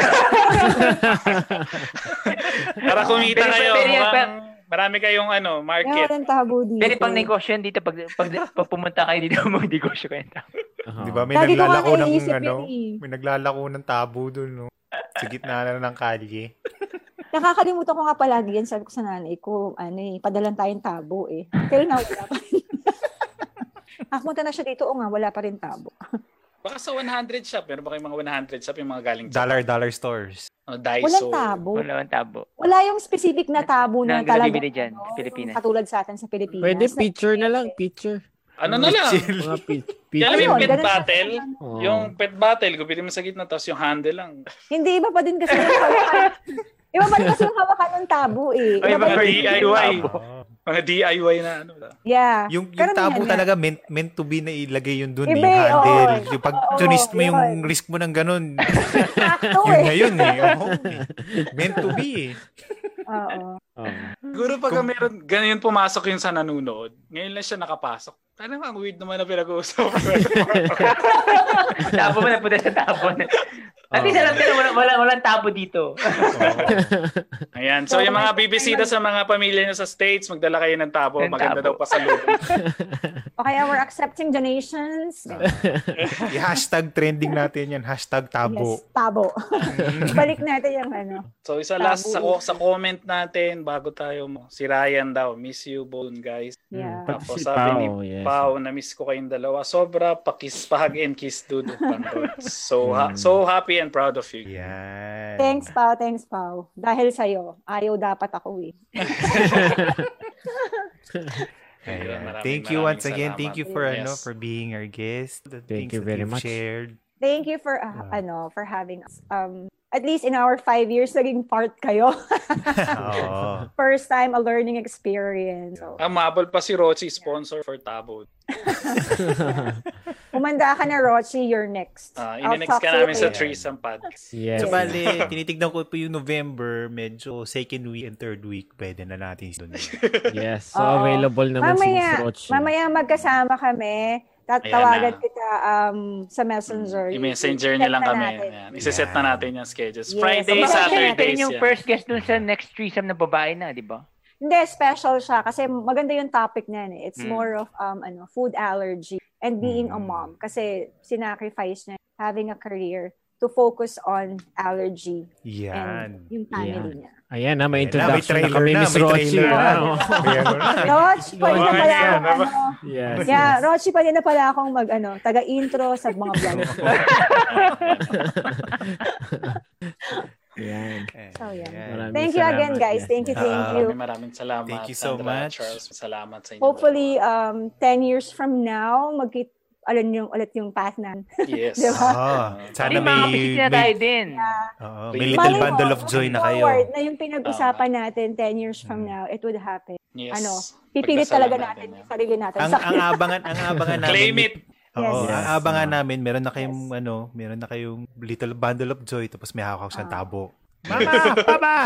A: para kumita
E: Pero-
A: kayo.
E: pero yan pa-
A: Mukhang marami kayong ano, market.
D: Walang tabo dito.
E: Pwede pang negosyo yan dito. Pag, pag, pag pumunta kayo dito, mag-negosyo kayo. ng tabo.
B: Aha.
C: Di ba? May
D: Lagi ko nga
C: naglalako ng
D: naiisip
C: ano?
D: yun eh.
C: May naglalako ng tabo dun, no? Sa gitna na ng kalye.
D: Nakakalimutan ko nga palagi yan. Sabi ko sa nanay ko, ano eh, padalan tayong tabo eh. Pero na, wala pa rin. Nakapunta na siya dito, o nga, wala pa rin tabo.
A: Baka sa 100 shop. Meron ba kayong mga 100 shop yung mga galing dyan?
C: Dollar, dollar stores.
A: O, Daiso.
D: Walang tabo.
E: Wala walang tabo.
D: Wala yung specific na tabo na,
E: Na- na
D: talaga.
E: nabibili dyan,
D: ano,
E: sa Pilipinas.
D: yung Katulad sa atin sa Pilipinas.
B: Pwede
D: Na-
B: picture na lang, picture.
A: Ano na lang?
C: Chill.
B: Mga pi-
A: Alam mo
B: picture.
A: yung
D: Ayun,
A: pet
D: ganun-
A: battle?
B: Oo.
A: Yung pet battle, gupili mo sa gitna, tapos yung handle lang.
D: Hindi, iba pa din kasi yung hawakan. iba pa din kasi yung hawakan ng tabo eh. Iba
E: Ay,
D: pa
A: mga
D: din-
A: DIY.
C: Oo.
A: Mga DIY na ano.
D: Yeah.
C: Yung, yung
D: Karamihan
C: tabo
D: na.
C: talaga meant, meant to be na ilagay yun dun. eh,
D: Iba,
C: Yung handle.
D: ano. oo.
C: Yung pag
D: Oo,
C: tunist mo
D: yun.
C: yung risk mo ng ganun.
D: Sakto
C: yun
D: eh.
C: na yun eh. Oo, eh. Meant to be eh.
D: Oo.
B: Oo.
A: Siguro pag meron, ganyan pumasok yung sa nanunood, ngayon lang siya nakapasok. Parang ang weird naman na pinag-uusapan.
E: tabo mo na punta sa tabo. At least alam ko na walang, walang, walang tabo dito.
A: Ayan. So, yung mga bibisita sa mga pamilya nyo sa States, magdala kayo ng tabo.
E: Ng
A: Maganda daw
E: tabo.
A: pa sa loob.
D: O kaya we're accepting donations.
C: I-hashtag trending natin yan. Hashtag tabo.
D: Yes, tabo. Balik natin yung ano.
A: So, isa
D: Tabo.
A: last sa, sa comment natin bago tayo mo. Si Ryan daw. Miss you, Bone, guys.
D: Yeah.
C: Hmm.
B: Pati
A: Tapos
B: si
A: sabi ni
B: Pao, yes.
A: Pao, na-miss ko kayong dalawa. Sobra, pakis, pahag and kiss, dude. so, ha- so happy and proud of you.
C: Yan.
D: Thanks pa, thanks pa. Dahil sa'yo, ayaw dapat ako eh.
C: Ayan.
A: Maraming,
C: Thank you
A: maraming
C: once again.
A: salamat.
C: Thank you for ano
A: Yes.
C: for being our guest. The
B: Thank
C: things
B: you
C: that
B: very
C: you've
B: much.
C: Shared.
D: Thank you for, uh, ano, for having us. Um, at least in our five years, naging part kayo.
C: Oo.
D: First time, a learning experience. So,
A: Amable Ah, pa si Rochi, sponsor for Tabo.
D: Umanda ka na, Rochi, you're next.
A: Ah,
D: I'll
A: Ininext ka
D: talk to you
A: namin sa
D: later.
A: threesome podcast.
B: Yes.
C: So, bale, tinitignan ko po yung November, medyo second week and third week, pwede na natin doon.
B: Yes. So,
D: Oo.
B: available naman si
D: mamaya,
B: Miss Roche.
D: mamaya magkasama kami.
A: Ayan na.
D: Tatawagan
A: Mm,
D: kita um, sa messenger.
A: I-messenger niya
D: Check
A: lang
D: na
A: kami.
D: natin.
A: Ayan. Iseset na
C: Yan.
A: natin yung schedules.
D: Yes.
A: Friday,
D: Yes.
A: Saturdays.
E: yung
A: Yan.
E: first guest dun sa next threesome na babae na, di ba?
D: Hindi, special siya kasi maganda yung topic niyan eh. It's
A: Mm.
D: more of um ano food allergy. and being
B: Mm.
D: a mom kasi sinacrifice niya having a career to focus on allergy
C: Yan.
D: and yung family niya.
B: Ayan na, may
C: Ayan na, may
B: introduction na,
C: trailer
B: kami,
C: na,
B: Miss
C: may
B: Rochi.
C: trailer na.
B: Wow.
C: Ayan mo na.
D: Roch, pwede na pala
A: Roch,
D: akong ano.
B: yes,
D: Yeah, Rochi, pwede na pala akong mag ano, taga-intro sa mga vlog ko.
B: Ayan.
D: So, yan.
B: Maraming
D: Thank you again,
B: salamat.
D: guys.
B: Yes,
D: Thank you,
B: yes.
D: thank
C: Ah,
D: you.
A: Maraming maraming salamat.
C: Thank you so
A: Andrea,
C: much.
A: Charles, salamat sa inyo.
D: Hopefully, um, 10 years from now, magkit alam yung ulit yung path na.
A: Yes.
D: Diba?
C: Ah, sana
F: May mga
C: may,
F: physics na
C: may,
F: tayo din.
C: oo, may
A: Malay
C: little
D: Malay mo,
C: bundle of
D: look
C: joy na kayo. Mm.
D: forward na yung pinag-usapan natin 10 years from now, it would happen.
A: Yes.
D: Ano, Pipilit talaga
A: Pagdasalan
D: natin
A: natin
D: yung sarili natin.
C: Ang,
D: Sa-
C: ang abangan, ang abangan namin.
A: Claim it.
C: Oo,
D: Yes.
C: ang
B: Yes.
C: abangan
B: Ah.
C: namin, meron na kayong, ano, meron na kayong little bundle of joy, tapos may hawak siyang
D: Ah.
C: tabo. Mama! Papa!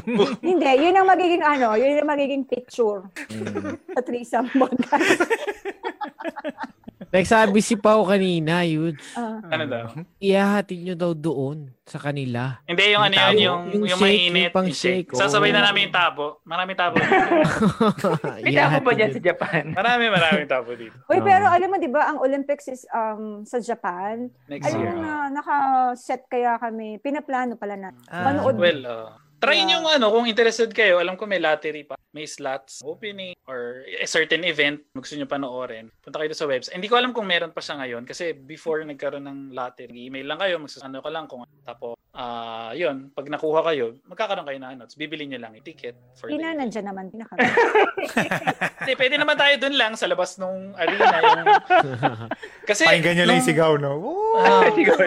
D: Hindi, yun ang magiging ano, yun ang magiging picture
B: Mm.
D: sa threesome podcast.
B: Nagsabi si Pau kanina, yun,
D: Ah,
A: Ano daw?
B: ihahatid nyo daw doon sa kanila.
A: Hindi, yung ano yun,
C: tabo.
A: yung,
B: Yung
A: yung,
B: shake,
A: mainit.
B: yung pang
A: yung shake.
B: shake, oo.
A: Sasabay na namin yung tabo. Maraming tabo.
F: May tao ba
B: Ihahatid
F: dyan
B: nyo-
F: sa Japan?
A: Marami, maraming tabo dito.
D: Uy,
B: Ah.
D: pero alam mo, di ba, ang Olympics is um, sa Japan.
A: Next
D: Alam
A: year.
D: mo na, naka-set kaya kami. Pinaplano pala na.
C: Ah,
D: Manood.
A: Well, uh, try
D: Yeah.
A: yung ano, kung interested kayo, alam ko may lottery pa, may slots, opening, or a certain event, gusto nyo panoorin, punta kayo sa website. Hindi ko alam kung meron pa siya ngayon kasi before nagkaroon ng lottery, email lang kayo, magsasano ka lang kung tapo. Ah, yun, pag nakuha kayo, magkakaroon kayo na ano, tapos bibili nyo lang yung ticket for the
D: Ina,
A: event.
D: nandyan naman. Pinaka.
A: Hindi, pwede naman tayo dun lang sa labas nung arena. Yung... Kasi,
C: Pakinggan niya lang yung
A: nung-
C: sigaw, no? Woo!
A: Ah,
F: Siguro.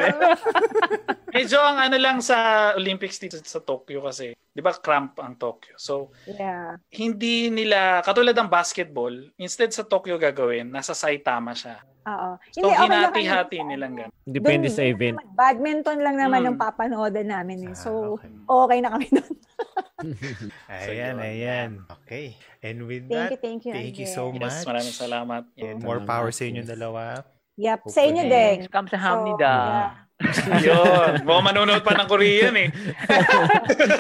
A: medyo ang ano lang sa Olympics dito sa Tokyo kasi, di ba cramp ang Tokyo. So,
D: Yeah.
A: hindi nila, katulad ng basketball, instead sa Tokyo gagawin, nasa Saitama siya.
D: Oo.
A: So,
D: okay lang kami.
A: hinati-hati nilang gano'n.
B: Depende
D: Dun-
B: sa event.
D: Badminton lang naman
A: Mm.
D: ang papanoodan namin. Eh.
C: Ah,
D: So,
C: okay.
D: okay na kami doon.
C: Ayan,
A: So, yun.
C: ayan. Okay. And with
D: Thank you,
C: that,
D: thank you.
C: thank you
D: Andrea.
C: so much.
A: Yes, maraming salamat.
C: And
A: Yun.
C: more
B: Salamat,
C: power sa inyo
B: yes.
C: dalawa.
D: Yep. Sa inyo din.
F: Yes, Come sa
D: So,
F: Hamnida.
D: yeah.
A: Yun. Mukhang manonood pa ng Korean eh.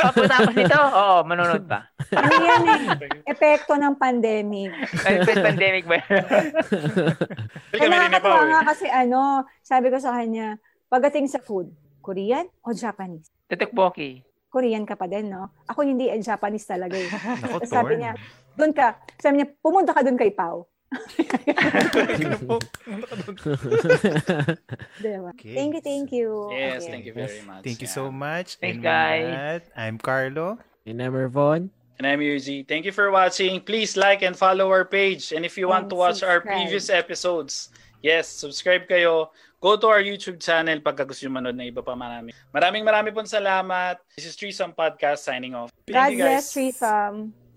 F: Pagkatapos nito, oo, manonood pa.
D: Ano yan eh? Epekto ng pandemic.
F: Ay, pandemic ba?
A: Hindi
D: Kaya
A: kami rin pa
D: nakakatawa
A: eh.
D: nga kasi ano, sabi ko sa kanya, pagdating sa food, Korean o Japanese?
F: Tutukboki.
D: Korean ka pa din, no? Ako hindi eh, Japanese talaga eh.
C: Nako,
D: Tapos
C: Torn.
D: sabi niya, doon ka. Sabi niya, pumunta ka doon kay Pau.
C: Ano po?
D: Diba?
C: Okay.
D: Thank you, thank you.
A: Yes,
D: Okay.
A: thank you very much.
C: Thank you
A: Yeah.
C: so
F: Thanks,
C: much. And with
F: guys.
C: that, I'm Carlo.
B: And I'm Ervon.
A: And I'm Yuji. Thank you for watching. Please like and follow our page. And if you want to
D: And
A: watch our
D: subscribe.
A: previous episodes, yes, subscribe kayo. Go to our YouTube channel pagka gusto nyo manood na iba pa marami. Maraming maraming pong salamat. This is Threesome Podcast signing off.
D: God
A: Thank you, guys.
D: bless, Threesome.